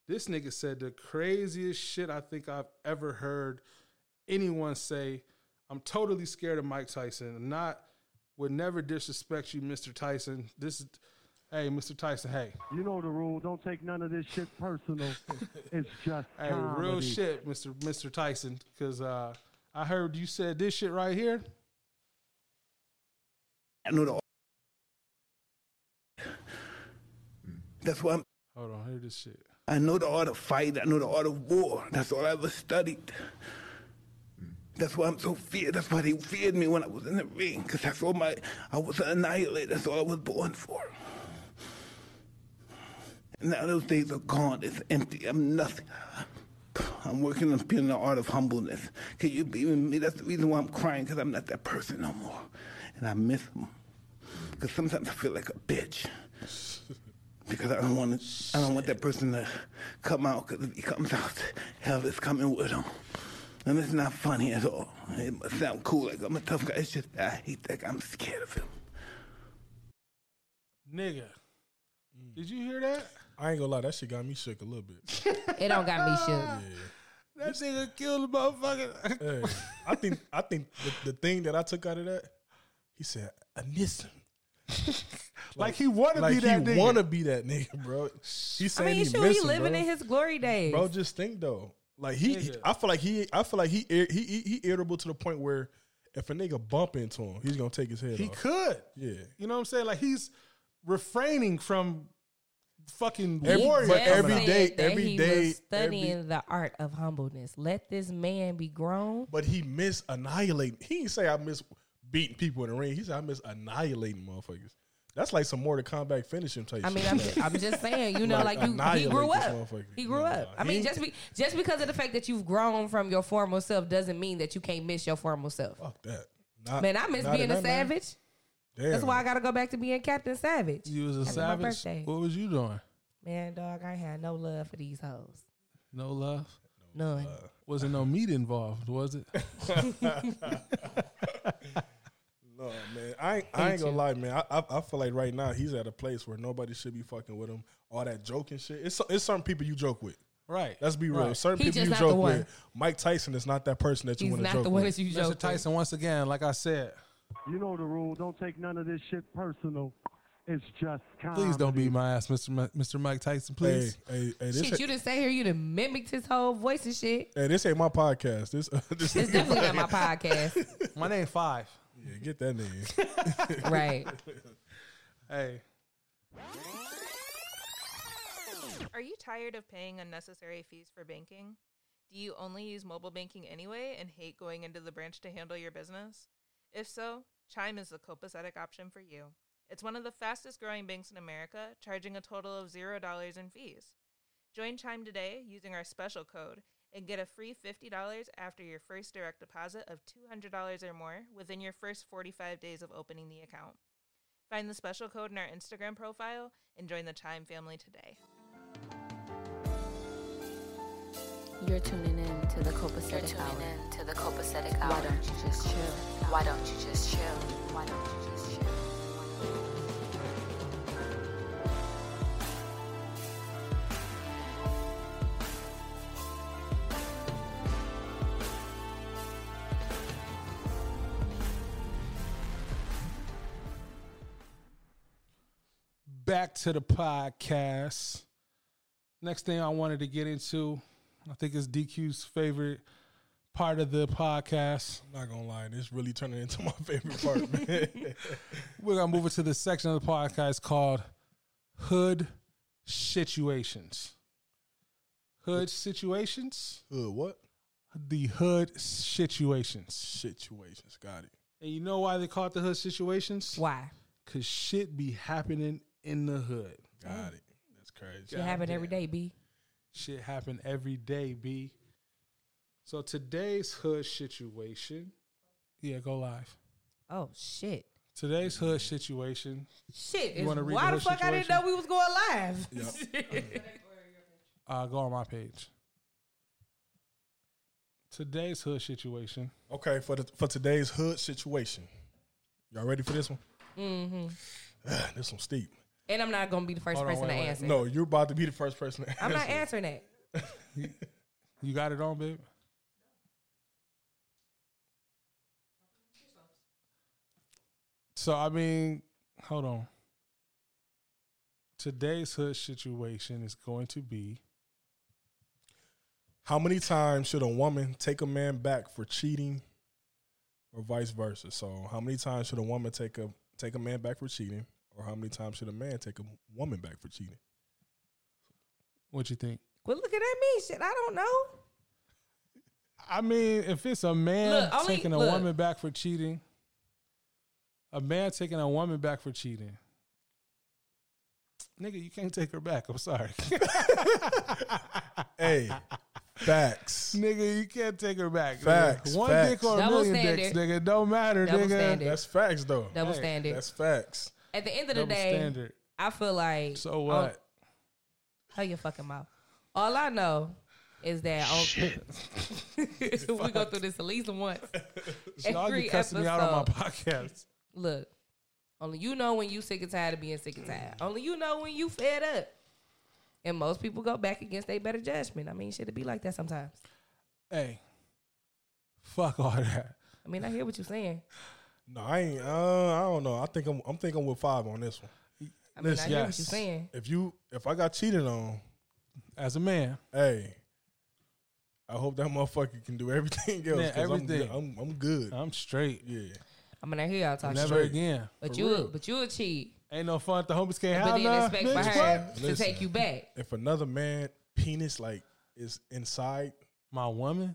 [SPEAKER 5] This nigga said the craziest shit I think I've ever heard anyone say. I'm totally scared of Mike Tyson. I'm not would never disrespect you, Mr. Tyson. This is hey, Mr. Tyson, hey.
[SPEAKER 9] You know the rule. Don't take none of this shit personal. it's just
[SPEAKER 5] Hey, real
[SPEAKER 9] comedy.
[SPEAKER 5] shit, Mr. Mr. Tyson. Cause uh I heard you said this shit right here.
[SPEAKER 12] I know the. That's why I'm,
[SPEAKER 5] Hold on, hear this shit.
[SPEAKER 12] I know the art of fight. I know the art of war. That's all I ever studied. That's why I'm so feared. That's why they feared me when I was in the ring. Cause that's all my, I was an annihilator. That's all I was born for. And now those days are gone. It's empty. I'm nothing. I'm working on feeling the art of humbleness. Can you believe in me? That's the reason why I'm crying. Cause I'm not that person no more. And I miss them. Cause sometimes I feel like a bitch because I don't want to, I don't want that person to come out because if he comes out, hell is coming with him. And it's not funny at all. It must sound cool, like I'm a tough guy. It's just I hate that guy. I'm scared of him.
[SPEAKER 5] Nigga. Did you hear that?
[SPEAKER 7] I ain't gonna lie, that shit got me shook a little bit.
[SPEAKER 6] It don't got me shook.
[SPEAKER 5] That nigga killed the motherfucker.
[SPEAKER 7] Hey, I think I think the, the thing that I took out of that, he said, I miss him.
[SPEAKER 5] Like he wanna be that
[SPEAKER 7] he
[SPEAKER 5] nigga.
[SPEAKER 7] wanna be that nigga, bro. He
[SPEAKER 6] I
[SPEAKER 7] saying he
[SPEAKER 6] mean, sure,
[SPEAKER 7] miss
[SPEAKER 6] he
[SPEAKER 7] him,
[SPEAKER 6] living
[SPEAKER 7] bro.
[SPEAKER 6] in his glory days.
[SPEAKER 7] Bro, just think though. Like he, he- I feel like he, I feel like he, ir- he, he, he irritable to the point where if a nigga bump into him, he's gonna take his head.
[SPEAKER 5] He
[SPEAKER 7] off.
[SPEAKER 5] could.
[SPEAKER 7] Yeah.
[SPEAKER 5] You know what I'm saying? Like he's refraining from fucking
[SPEAKER 6] He
[SPEAKER 5] warrior.
[SPEAKER 6] just
[SPEAKER 5] coming out.
[SPEAKER 6] said that
[SPEAKER 7] every
[SPEAKER 6] he
[SPEAKER 7] day,
[SPEAKER 6] was studying the art of humbleness. Let this man be grown.
[SPEAKER 7] But he miss annihilating. He didn't say I miss beating people in the ring. He said I miss annihilating motherfuckers. That's like some more to combat finishing type.
[SPEAKER 6] I mean,
[SPEAKER 7] shit.
[SPEAKER 6] I'm,
[SPEAKER 7] Like,
[SPEAKER 6] I'm just saying, you know, like, you, he
[SPEAKER 7] annihilate
[SPEAKER 6] grew
[SPEAKER 7] this
[SPEAKER 6] up.
[SPEAKER 7] motherfucker.
[SPEAKER 6] He grew up. I
[SPEAKER 7] he
[SPEAKER 6] mean,
[SPEAKER 7] ain't-
[SPEAKER 6] just be, just because of the fact that you've grown from your former self doesn't mean that you can't miss your former self.
[SPEAKER 7] Fuck that. Not-
[SPEAKER 6] man, I miss
[SPEAKER 7] Uh, not in
[SPEAKER 6] being a
[SPEAKER 7] that man.
[SPEAKER 6] savage.
[SPEAKER 7] Damn.
[SPEAKER 6] That's why I gotta go back to being Captain Savage.
[SPEAKER 5] You was a
[SPEAKER 6] That was my
[SPEAKER 5] savage.
[SPEAKER 6] birthday.
[SPEAKER 5] What was you doing?
[SPEAKER 6] Man, dog, I ain't had no love for these hoes.
[SPEAKER 5] No love.
[SPEAKER 6] None.
[SPEAKER 5] Wasn't no meat involved, was it?
[SPEAKER 7] No man, I ain't, I
[SPEAKER 5] Hate
[SPEAKER 7] ain't gonna
[SPEAKER 5] you.
[SPEAKER 7] lie, man. I, I I feel like right now he's at a place where nobody should be fucking with him. All that joking shit. It's it's certain people you joke with.
[SPEAKER 5] Right.
[SPEAKER 7] Let's be real.
[SPEAKER 5] Right.
[SPEAKER 7] Certain
[SPEAKER 5] He
[SPEAKER 7] people
[SPEAKER 5] just
[SPEAKER 7] you
[SPEAKER 5] not the
[SPEAKER 7] joke
[SPEAKER 5] one.
[SPEAKER 7] with. Mike Tyson is not that person that you want to joke with.
[SPEAKER 5] Mr. Tyson, once again, like I said,
[SPEAKER 9] You know the rule. Don't take none of this shit personal. It's just comedy.
[SPEAKER 5] please don't beat my ass, Mr. Ma- Mr. Mike Tyson, please.
[SPEAKER 7] Um, Hey, hey,
[SPEAKER 6] Shit, you didn't say here. You done mimicked his whole voice and shit.
[SPEAKER 7] Hey, this ain't my podcast. This, this
[SPEAKER 6] It's definitely not my podcast.
[SPEAKER 5] My name Five.
[SPEAKER 7] Yeah, get that nigga.
[SPEAKER 6] Right.
[SPEAKER 5] Hey.
[SPEAKER 11] Are you tired of paying unnecessary fees for banking? Do you only use mobile banking anyway and hate going into the branch to handle your business? If so, Chime is the copacetic option for you. It's one of the fastest growing banks in America, charging a total of $0 in fees. Join Chime today using our special code and get a free $50 after your first direct deposit of $200 or more within your first 45 days of opening the account. Find the special code in our Instagram profile and join the Chime family today.
[SPEAKER 1] You're tuning in to the Copacetic
[SPEAKER 11] You're
[SPEAKER 1] Hour. in to the Copacetic Hour. Why don't you just chill? Why don't you just chill? Why don't you just chill?
[SPEAKER 5] Back to the podcast. Next thing I wanted to get into, I think is DQ's favorite part of the podcast.
[SPEAKER 7] I'm not gonna lie, this really turning into my favorite part, man.
[SPEAKER 5] We're gonna move into the section of the podcast called Hood Situations. Hood situations.
[SPEAKER 7] Hood what?
[SPEAKER 5] The hood situations.
[SPEAKER 7] Situations. Got it.
[SPEAKER 5] And you know why they call it the hood situations?
[SPEAKER 6] Why?
[SPEAKER 5] Cause shit be happening in the hood.
[SPEAKER 7] Got it. That's crazy.
[SPEAKER 6] Shit happen every day, B.
[SPEAKER 5] Shit happen every day, B. So today's hood situation. Yeah, go live.
[SPEAKER 6] Oh shit.
[SPEAKER 5] Today's hood situation.
[SPEAKER 6] Shit.
[SPEAKER 5] You
[SPEAKER 6] is-
[SPEAKER 5] wanna read
[SPEAKER 6] why
[SPEAKER 5] the
[SPEAKER 6] the,
[SPEAKER 5] whole
[SPEAKER 6] fuck I didn't know
[SPEAKER 5] situation?
[SPEAKER 6] we was going live?
[SPEAKER 5] Uh, go on my page. Today's hood situation.
[SPEAKER 7] Okay, for the, for today's hood situation, y'all ready for this one?
[SPEAKER 6] hmm
[SPEAKER 7] this one's steep.
[SPEAKER 6] And I'm not gonna be the first person to answer.
[SPEAKER 7] No, you're about to be the first person to answer.
[SPEAKER 6] I'm not answering that.
[SPEAKER 5] You got it on, babe? So I mean, hold on. Today's hood situation is going to be
[SPEAKER 7] How many times should a woman take a man back for cheating, or vice versa? So, how many times should a woman take a take a man back for cheating, or how many times should a man take a woman back for cheating?
[SPEAKER 5] what you think?
[SPEAKER 6] Quit looking at me. Shit, I don't know.
[SPEAKER 5] I mean, if it's a man
[SPEAKER 6] Look, only-
[SPEAKER 5] taking a
[SPEAKER 6] look.
[SPEAKER 5] woman back for cheating, a man taking a woman back for cheating, nigga, you can't take her back. I'm sorry,
[SPEAKER 7] Hey, facts.
[SPEAKER 5] nigga, you can't take her back. nigga.
[SPEAKER 7] Facts,
[SPEAKER 5] One
[SPEAKER 7] facts.
[SPEAKER 5] dick or a
[SPEAKER 6] Double
[SPEAKER 5] million dicks,
[SPEAKER 6] standard.
[SPEAKER 5] nigga, don't matter,
[SPEAKER 6] Double
[SPEAKER 5] nigga.
[SPEAKER 6] standard.
[SPEAKER 7] That's facts, though.
[SPEAKER 6] Double
[SPEAKER 5] Hey,
[SPEAKER 6] standard.
[SPEAKER 7] That's facts.
[SPEAKER 6] At the end of the
[SPEAKER 5] Double
[SPEAKER 6] day, Um,
[SPEAKER 5] standard.
[SPEAKER 6] I feel like
[SPEAKER 5] So what?
[SPEAKER 6] Hold your fucking mouth. All I know is that on, we go through this at least once.
[SPEAKER 5] Y'all be
[SPEAKER 6] Every
[SPEAKER 5] cussing me out on my
[SPEAKER 6] episode.
[SPEAKER 5] podcast.
[SPEAKER 6] Look, Only you know when you sick and tired of being sick and tired. Only you know when you fed up. And most people go back against their better judgment. I mean, should it be like that sometimes?
[SPEAKER 5] Hey, fuck all that.
[SPEAKER 6] I mean, I hear what you're saying.
[SPEAKER 7] No, I ain't. Uh, I don't know. I think I'm. I'm thinking with five on this one.
[SPEAKER 6] I mean, I hear what you're saying.
[SPEAKER 7] If you, if I got cheated on,
[SPEAKER 5] as a man,
[SPEAKER 7] hey, I hope that motherfucker can do everything else.
[SPEAKER 5] Man,
[SPEAKER 7] 'cause I'm
[SPEAKER 5] everything.
[SPEAKER 7] good. I'm, I'm good.
[SPEAKER 5] I'm straight.
[SPEAKER 7] Yeah.
[SPEAKER 6] I mean, I hear y'all talking.
[SPEAKER 5] Never
[SPEAKER 6] shit.
[SPEAKER 5] again.
[SPEAKER 6] But
[SPEAKER 5] For
[SPEAKER 6] you,
[SPEAKER 5] real.
[SPEAKER 6] but you a cheat.
[SPEAKER 5] Ain't no fun. at The homies can't
[SPEAKER 6] But
[SPEAKER 5] have
[SPEAKER 6] then
[SPEAKER 5] none.
[SPEAKER 6] expect for
[SPEAKER 5] bitch.
[SPEAKER 6] her
[SPEAKER 5] What?
[SPEAKER 6] to take you back.
[SPEAKER 7] If another man penis like is inside
[SPEAKER 5] my woman,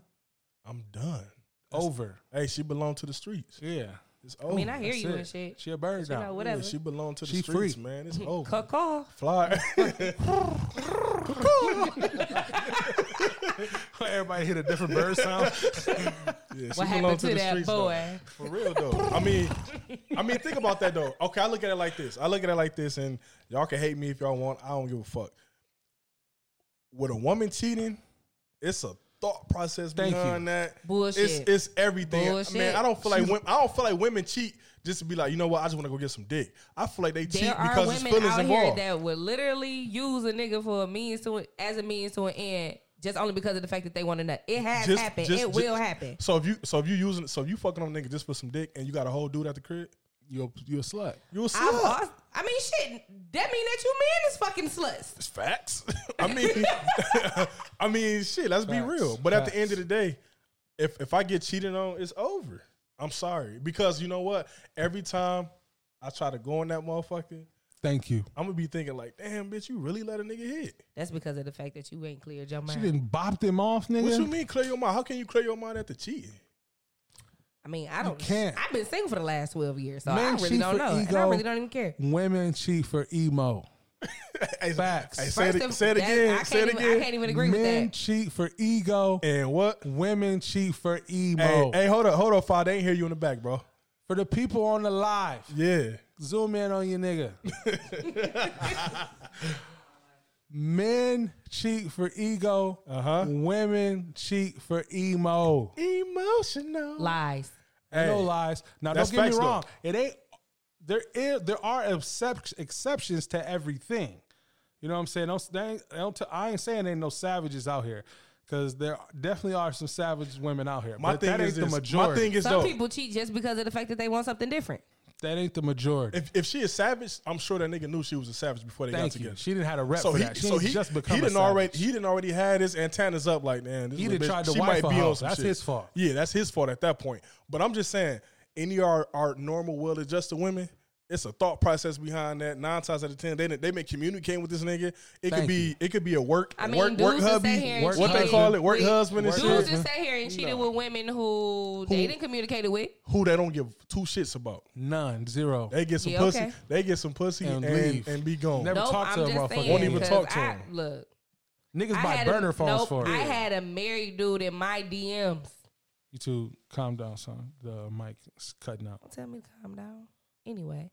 [SPEAKER 7] I'm done.
[SPEAKER 5] Over.
[SPEAKER 7] Hey, she belonged to the streets.
[SPEAKER 5] Yeah.
[SPEAKER 7] It's
[SPEAKER 6] I
[SPEAKER 7] over.
[SPEAKER 6] mean, I hear you and shit.
[SPEAKER 5] She a bird
[SPEAKER 6] But you
[SPEAKER 5] dog.
[SPEAKER 6] know, whatever.
[SPEAKER 7] Yeah, she belonged to the
[SPEAKER 5] She
[SPEAKER 7] streets,
[SPEAKER 5] free.
[SPEAKER 7] man. It's over.
[SPEAKER 6] Caw-caw.
[SPEAKER 7] Fly.
[SPEAKER 5] Everybody hit a different bird sound.
[SPEAKER 7] Yeah, she
[SPEAKER 6] What
[SPEAKER 7] belong
[SPEAKER 6] happened to
[SPEAKER 7] the
[SPEAKER 6] that
[SPEAKER 7] streets, though.
[SPEAKER 6] boy?
[SPEAKER 7] For real though. I mean, I mean, think about that though. Okay, I look at it like this. I look at it like this, and y'all can hate me if y'all want. I don't give a fuck. With a woman cheating, it's a thought process
[SPEAKER 5] Thank you.
[SPEAKER 7] behind that.
[SPEAKER 6] Bullshit.
[SPEAKER 7] It's it's everything.
[SPEAKER 6] Bullshit.
[SPEAKER 7] Man, I don't feel like
[SPEAKER 5] She's-
[SPEAKER 7] women, I don't feel like women cheat just to be like, you know what? I just want to go get some dick. I feel like they cheat
[SPEAKER 6] There are
[SPEAKER 7] because it's
[SPEAKER 6] women
[SPEAKER 7] feelings
[SPEAKER 6] out here
[SPEAKER 7] involved.
[SPEAKER 6] that would literally use a nigga for a means to as a means to an end, just only because of the fact that they want to nut. It has
[SPEAKER 7] Just-
[SPEAKER 6] happened.
[SPEAKER 7] just-
[SPEAKER 6] it will
[SPEAKER 7] just-
[SPEAKER 6] happen.
[SPEAKER 7] So if you so if you using so if you fucking on a nigga just for some dick and you got a whole dude at the crib,
[SPEAKER 5] you a, you a slut.
[SPEAKER 7] you a
[SPEAKER 6] I've
[SPEAKER 7] slut.
[SPEAKER 6] also, I mean, shit. That mean that you men is fucking sluts.
[SPEAKER 7] It's facts. I mean, I mean, shit. Let's be
[SPEAKER 5] Facts.
[SPEAKER 7] real. But at the end of
[SPEAKER 5] Facts.
[SPEAKER 7] the day, if if I get cheated on, it's over. I'm sorry because you know what? Every time I try to go on that motherfucker,
[SPEAKER 5] Thank you.
[SPEAKER 7] I'm gonna be thinking like, damn, bitch, you really let a nigga hit.
[SPEAKER 6] That's because of the fact that you ain't cleared your
[SPEAKER 5] She
[SPEAKER 6] mind.
[SPEAKER 5] didn't bop them off, nigga.
[SPEAKER 7] What you mean clear your mind? How can you clear your mind after cheating?
[SPEAKER 6] I mean, I don't.
[SPEAKER 5] can't.
[SPEAKER 6] I've been single for the last twelve years, so
[SPEAKER 5] Men
[SPEAKER 6] I really
[SPEAKER 5] cheat
[SPEAKER 6] don't
[SPEAKER 5] for
[SPEAKER 6] know, and I
[SPEAKER 5] ego.
[SPEAKER 6] really don't even care.
[SPEAKER 5] Women cheat for emo.
[SPEAKER 7] Hey,
[SPEAKER 5] Facts.
[SPEAKER 7] Hey, say
[SPEAKER 6] First
[SPEAKER 7] it,
[SPEAKER 6] of-
[SPEAKER 7] say it
[SPEAKER 6] that- I
[SPEAKER 7] again. Say it
[SPEAKER 6] can't even- I can't
[SPEAKER 7] again.
[SPEAKER 6] even agree
[SPEAKER 5] Men
[SPEAKER 6] with that.
[SPEAKER 5] cheat for ego.
[SPEAKER 7] And what?
[SPEAKER 5] Women cheat for
[SPEAKER 7] Hey,
[SPEAKER 5] emo.
[SPEAKER 7] hey, hold up, hold up, Fa. They ain't hear you in the back, bro.
[SPEAKER 5] For the people on the live,
[SPEAKER 7] Yeah.
[SPEAKER 5] zoom in on your nigga. Men cheat for ego.
[SPEAKER 7] Uh-huh.
[SPEAKER 5] Women cheat for emo.
[SPEAKER 7] Emotional.
[SPEAKER 6] Lies.
[SPEAKER 7] Hey.
[SPEAKER 5] No lies. Now,
[SPEAKER 7] That's
[SPEAKER 5] don't get me
[SPEAKER 7] facts, though.
[SPEAKER 5] wrong. It ain't. There is. There are excep- exceptions to everything. You know what I'm saying? Don't, they ain't, they don't t- I ain't saying ain't no savages out here, because there definitely are some savage women out here.
[SPEAKER 7] My
[SPEAKER 5] but
[SPEAKER 7] thing
[SPEAKER 5] that ain't
[SPEAKER 7] is
[SPEAKER 5] the
[SPEAKER 7] this.
[SPEAKER 5] majority.
[SPEAKER 7] My thing is
[SPEAKER 6] Some
[SPEAKER 7] though.
[SPEAKER 6] people cheat just because of the fact that they want something different.
[SPEAKER 5] that ain't the majority.
[SPEAKER 7] If, if she is savage, I'm sure that nigga knew she was a savage before they
[SPEAKER 5] Thank
[SPEAKER 7] got
[SPEAKER 5] you.
[SPEAKER 7] together.
[SPEAKER 5] She didn't have a rep
[SPEAKER 7] so
[SPEAKER 5] for
[SPEAKER 7] he,
[SPEAKER 5] that. She
[SPEAKER 7] so
[SPEAKER 5] ain't
[SPEAKER 7] he
[SPEAKER 5] just become
[SPEAKER 7] he
[SPEAKER 5] a
[SPEAKER 7] didn't already
[SPEAKER 5] savage.
[SPEAKER 7] he didn't already had his antennas up like man. This
[SPEAKER 5] He
[SPEAKER 7] little
[SPEAKER 5] done
[SPEAKER 7] bitch,
[SPEAKER 5] tried to
[SPEAKER 7] she
[SPEAKER 5] wife
[SPEAKER 7] might
[SPEAKER 5] a
[SPEAKER 7] be
[SPEAKER 5] hoe.
[SPEAKER 7] on some
[SPEAKER 5] That's
[SPEAKER 7] shit.
[SPEAKER 5] his fault.
[SPEAKER 7] Yeah, that's his fault at that point. But I'm just saying, any of our our normal, well-adjusted women, it's a thought process behind that. Nine times out of ten, they done- they been communicating with this nigga. It
[SPEAKER 5] Thank
[SPEAKER 7] could be
[SPEAKER 5] you.
[SPEAKER 7] it could be a work
[SPEAKER 6] I mean,
[SPEAKER 7] work work
[SPEAKER 6] dudes that
[SPEAKER 7] hubby,
[SPEAKER 6] sit here and
[SPEAKER 7] what they
[SPEAKER 5] cheat
[SPEAKER 7] call it, work
[SPEAKER 6] with-
[SPEAKER 7] husband and
[SPEAKER 6] Dudes
[SPEAKER 7] shit.
[SPEAKER 6] just sat here and cheated with women who, they didn't communicate with.
[SPEAKER 7] Who they don't give two shits about.
[SPEAKER 5] None. Zero.
[SPEAKER 7] They get some
[SPEAKER 6] Yeah,
[SPEAKER 7] pussy.
[SPEAKER 6] okay.
[SPEAKER 7] They get some pussy
[SPEAKER 5] And
[SPEAKER 7] and
[SPEAKER 5] leave.
[SPEAKER 7] and, be gone.
[SPEAKER 5] Never
[SPEAKER 6] Nope,
[SPEAKER 5] talk to
[SPEAKER 6] I'm
[SPEAKER 5] a
[SPEAKER 6] just
[SPEAKER 5] motherfucker.
[SPEAKER 6] saying.
[SPEAKER 7] Won't even
[SPEAKER 6] 'cause
[SPEAKER 7] talk to
[SPEAKER 6] I-
[SPEAKER 7] him.
[SPEAKER 6] Look,
[SPEAKER 5] Niggas
[SPEAKER 6] I
[SPEAKER 5] buy
[SPEAKER 6] had a-
[SPEAKER 5] burner phones
[SPEAKER 6] nope,
[SPEAKER 5] for it.
[SPEAKER 6] I had a married dude in my DMs.
[SPEAKER 5] you two, calm down, son. The mic is cutting out.
[SPEAKER 6] Don't tell me to calm down. Anyway,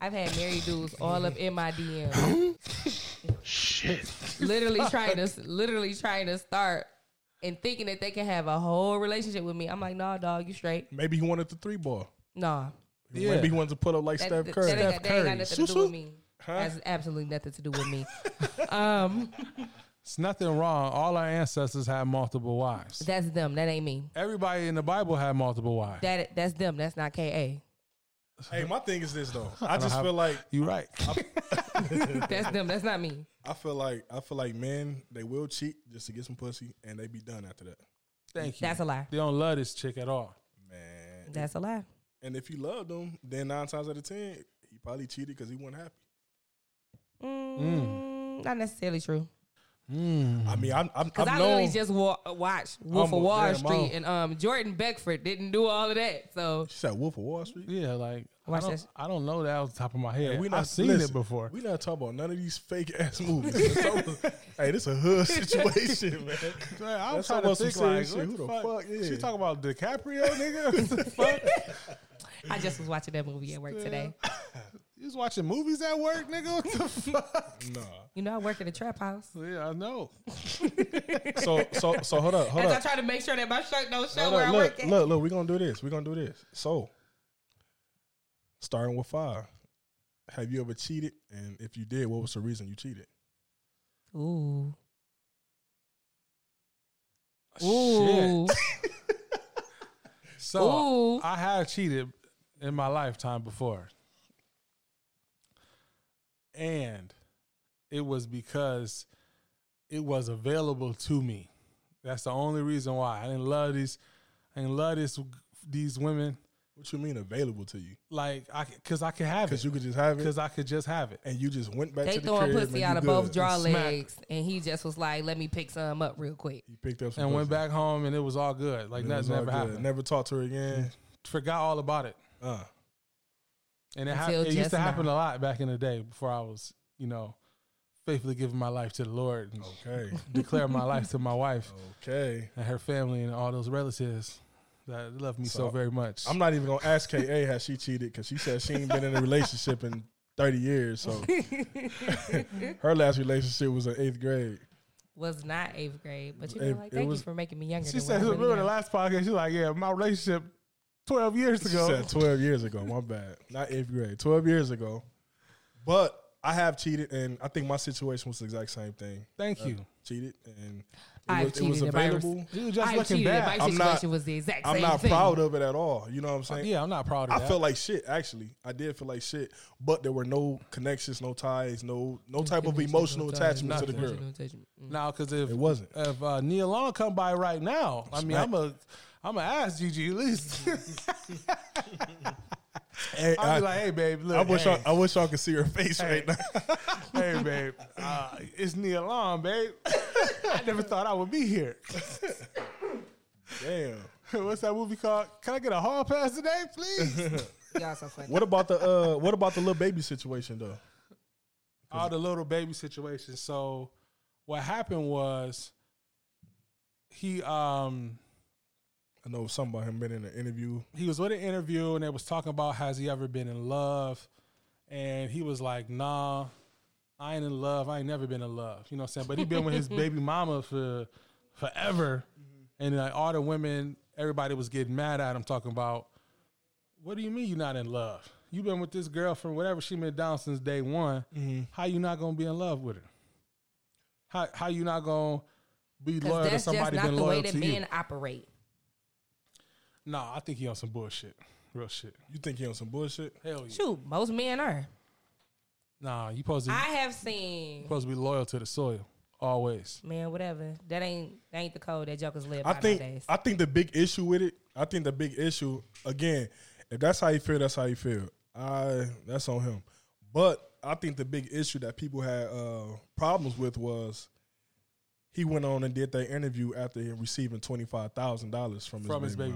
[SPEAKER 6] I've had married dudes all up in my DMs. Shit. Literally trying to, literally trying to start and thinking that they can have a whole relationship with me. I'm like, nah, dog, you straight.
[SPEAKER 7] Maybe he wanted the three ball.
[SPEAKER 6] Nah.
[SPEAKER 5] Yeah.
[SPEAKER 7] Maybe he wanted to pull up like
[SPEAKER 6] That,
[SPEAKER 7] Steph
[SPEAKER 6] that-
[SPEAKER 7] Curry.
[SPEAKER 6] That, ain't got- that ain't got
[SPEAKER 5] Curry.
[SPEAKER 6] nothing to do
[SPEAKER 7] Shoo-shoo.
[SPEAKER 6] with me. Has absolutely nothing to do with me. um,
[SPEAKER 5] It's nothing wrong. All our ancestors had multiple wives.
[SPEAKER 6] that's them. That ain't me.
[SPEAKER 5] Everybody in the Bible had multiple wives.
[SPEAKER 6] That that's them. That's not Ka.
[SPEAKER 7] Hey, my thing is this though.
[SPEAKER 5] I
[SPEAKER 7] I
[SPEAKER 5] don't
[SPEAKER 7] just
[SPEAKER 5] have-
[SPEAKER 7] feel like
[SPEAKER 5] you right.
[SPEAKER 6] That's them. That's not me.
[SPEAKER 7] I feel like I feel like men they will cheat just to get some pussy and they be done after that.
[SPEAKER 5] Thank you.
[SPEAKER 6] That's a lie.
[SPEAKER 5] They don't love this chick at all.
[SPEAKER 7] Man,
[SPEAKER 6] That's a lie.
[SPEAKER 7] and if you loved them, then nine times out of ten he probably cheated because he wasn't happy.
[SPEAKER 6] Mm, Not necessarily true.
[SPEAKER 5] Mm-hmm.
[SPEAKER 7] I mean, I'm I'm,
[SPEAKER 6] Because
[SPEAKER 7] I'm
[SPEAKER 6] I
[SPEAKER 7] known.
[SPEAKER 6] literally just wa- watched Wolf
[SPEAKER 7] I'm-
[SPEAKER 6] of Wall
[SPEAKER 7] damn,
[SPEAKER 6] Street,
[SPEAKER 7] I'm-
[SPEAKER 6] and um, Jordan Beckford didn't do all of that. So
[SPEAKER 7] she said Wolf of Wall Street.
[SPEAKER 5] Yeah, like
[SPEAKER 6] Watch
[SPEAKER 5] I,
[SPEAKER 6] this.
[SPEAKER 5] don't, I don't know that off the top of my head.
[SPEAKER 7] Hey,
[SPEAKER 5] we
[SPEAKER 7] not
[SPEAKER 5] I've seen
[SPEAKER 7] listen,
[SPEAKER 5] it before.
[SPEAKER 7] We not talking about none of these fake ass movies. It's over- hey, this a hood situation, man.
[SPEAKER 5] I
[SPEAKER 7] was trying to think, like, what the fuck?
[SPEAKER 5] She
[SPEAKER 7] She
[SPEAKER 5] talking
[SPEAKER 7] talking
[SPEAKER 5] about DiCaprio, nigga. what the fuck?
[SPEAKER 6] I just was watching that movie at work today.
[SPEAKER 5] You was watching movies at work, nigga. What the fuck?
[SPEAKER 6] You know, I work at a trap house.
[SPEAKER 5] Yeah, I know.
[SPEAKER 7] So so so hold up, hold
[SPEAKER 6] As I
[SPEAKER 7] up.
[SPEAKER 6] try to make sure that my shirt don't show
[SPEAKER 7] Hold
[SPEAKER 6] where
[SPEAKER 7] up,
[SPEAKER 6] I
[SPEAKER 7] look,
[SPEAKER 6] work at.
[SPEAKER 7] look, look, we're gonna do this. We're gonna do this. So starting with five. Have you ever cheated? And if you did, what was the reason you cheated?
[SPEAKER 6] Ooh.
[SPEAKER 5] Ooh.
[SPEAKER 6] Ooh.
[SPEAKER 5] so I have cheated in my lifetime before. And it was because it was available to me. That's the only reason why. I didn't love these I didn't love this these women.
[SPEAKER 7] What you mean available to you?
[SPEAKER 5] Like I cuz I could have it.
[SPEAKER 7] Because you could just have it.
[SPEAKER 5] Cuz I could just have it.
[SPEAKER 7] And you just went back
[SPEAKER 6] They
[SPEAKER 7] to the
[SPEAKER 6] throwing
[SPEAKER 7] crib
[SPEAKER 6] pussy
[SPEAKER 7] and
[SPEAKER 6] out
[SPEAKER 7] you
[SPEAKER 6] of
[SPEAKER 7] good.
[SPEAKER 6] both draw
[SPEAKER 7] And smacked.
[SPEAKER 6] legs, and he just was like, "Let me pick some up real quick."
[SPEAKER 7] Picked up some
[SPEAKER 5] and went
[SPEAKER 7] pussy.
[SPEAKER 5] back home and it was all good. Like
[SPEAKER 7] And it was
[SPEAKER 5] nothing
[SPEAKER 7] all
[SPEAKER 5] ever
[SPEAKER 7] good.
[SPEAKER 5] happened.
[SPEAKER 7] Never talked to her again.
[SPEAKER 5] Forgot all about it.
[SPEAKER 7] Uh.
[SPEAKER 5] And it, hap-
[SPEAKER 6] Until
[SPEAKER 5] it used
[SPEAKER 6] just
[SPEAKER 5] to happen
[SPEAKER 6] now.
[SPEAKER 5] a lot back in the day before I was, you know, faithfully giving my life to the Lord.
[SPEAKER 7] Oh,
[SPEAKER 5] And
[SPEAKER 7] Okay.
[SPEAKER 5] Declare my life to my wife.
[SPEAKER 7] Okay.
[SPEAKER 5] And her family and all those relatives that love me so, very much.
[SPEAKER 7] I'm not even gonna ask Ka how she cheated because she said she ain't been in a relationship in 30 years. So her last relationship was in eighth grade.
[SPEAKER 6] Was not eighth grade, but you
[SPEAKER 7] It-
[SPEAKER 6] know, like,
[SPEAKER 7] it
[SPEAKER 6] thank
[SPEAKER 7] was-
[SPEAKER 6] you for making me younger.
[SPEAKER 5] She
[SPEAKER 6] than what I
[SPEAKER 5] said,
[SPEAKER 6] really
[SPEAKER 5] remember the
[SPEAKER 6] am."
[SPEAKER 5] last podcast? She's like, yeah, my relationship 12 years
[SPEAKER 7] She
[SPEAKER 5] ago.
[SPEAKER 7] said 12 years ago. My bad. Not eighth grade. 12 years ago. But I have cheated, and I think my situation was the exact same thing.
[SPEAKER 5] Thank
[SPEAKER 7] I
[SPEAKER 5] you.
[SPEAKER 7] cheated, and it
[SPEAKER 6] I
[SPEAKER 7] was, it was
[SPEAKER 6] cheated, but I was-
[SPEAKER 7] available.
[SPEAKER 6] You were just I looking cheated, bad. my
[SPEAKER 7] I'm not,
[SPEAKER 6] situation was the exact
[SPEAKER 7] I'm
[SPEAKER 6] same
[SPEAKER 7] not
[SPEAKER 6] thing. Uh,
[SPEAKER 7] proud of it at all. You know what I'm saying?
[SPEAKER 5] yeah, I'm not proud of
[SPEAKER 7] I
[SPEAKER 5] that.
[SPEAKER 7] felt like shit. Actually, I did feel like shit, but there were no connections, no ties, no no type of emotional attachment to the girl.
[SPEAKER 6] mm.
[SPEAKER 5] Now, because if
[SPEAKER 7] It wasn't.
[SPEAKER 5] if uh, Neil Long come by right now, I mean,
[SPEAKER 7] Smack.
[SPEAKER 5] I'm a, I'm a ask Gigi at least.
[SPEAKER 7] Hey,
[SPEAKER 5] I'd be like, hey, babe, look,
[SPEAKER 7] I wish
[SPEAKER 5] hey.
[SPEAKER 7] I, I wish I could see her face
[SPEAKER 5] Hey.
[SPEAKER 7] right now.
[SPEAKER 5] hey, babe, uh, it's Neil Long, babe. I never thought I would be here.
[SPEAKER 7] Damn.
[SPEAKER 5] What's that movie called? Can I get a hall pass today, please?
[SPEAKER 6] Y'all so funny.
[SPEAKER 7] What about the uh, what about the little baby situation though?
[SPEAKER 5] All the little baby situations. So, what happened was he um
[SPEAKER 7] I know something about him been in an interview.
[SPEAKER 5] he was with an interview and they was talking about has he ever been in love, and he was like, Nah, I ain't in love. I ain't never been in love. You know what I'm saying? But he been with his baby mama for forever, and like all the women, everybody was getting mad at him talking about. What do you mean you're not in love? You've been with this girl from whatever she been down since day one. How you not gonna be in love with her? How how you not gonna be
[SPEAKER 6] 'Cause
[SPEAKER 5] loyal to
[SPEAKER 6] that's just
[SPEAKER 5] somebody
[SPEAKER 6] not
[SPEAKER 5] been
[SPEAKER 6] the way
[SPEAKER 5] loyal
[SPEAKER 6] that
[SPEAKER 5] to you?
[SPEAKER 6] men operate.
[SPEAKER 5] No, I think he on some bullshit, real shit.
[SPEAKER 7] You think he on some bullshit?
[SPEAKER 5] Hell yeah.
[SPEAKER 6] Shoot, most men are.
[SPEAKER 5] Nah, you supposed to
[SPEAKER 6] I have
[SPEAKER 5] you
[SPEAKER 6] seen
[SPEAKER 5] supposed to be loyal to the soil always.
[SPEAKER 6] man, whatever. That ain't that ain't the code that jokers live
[SPEAKER 7] I
[SPEAKER 6] by
[SPEAKER 7] think
[SPEAKER 6] nowadays.
[SPEAKER 7] I think the big issue with it. I think the big issue again, if that's how you feel, that's how you feel. I that's on him. But I think the big issue that people had uh, problems with was he went on and did that interview after receiving twenty five thousand dollars from his
[SPEAKER 5] From his baby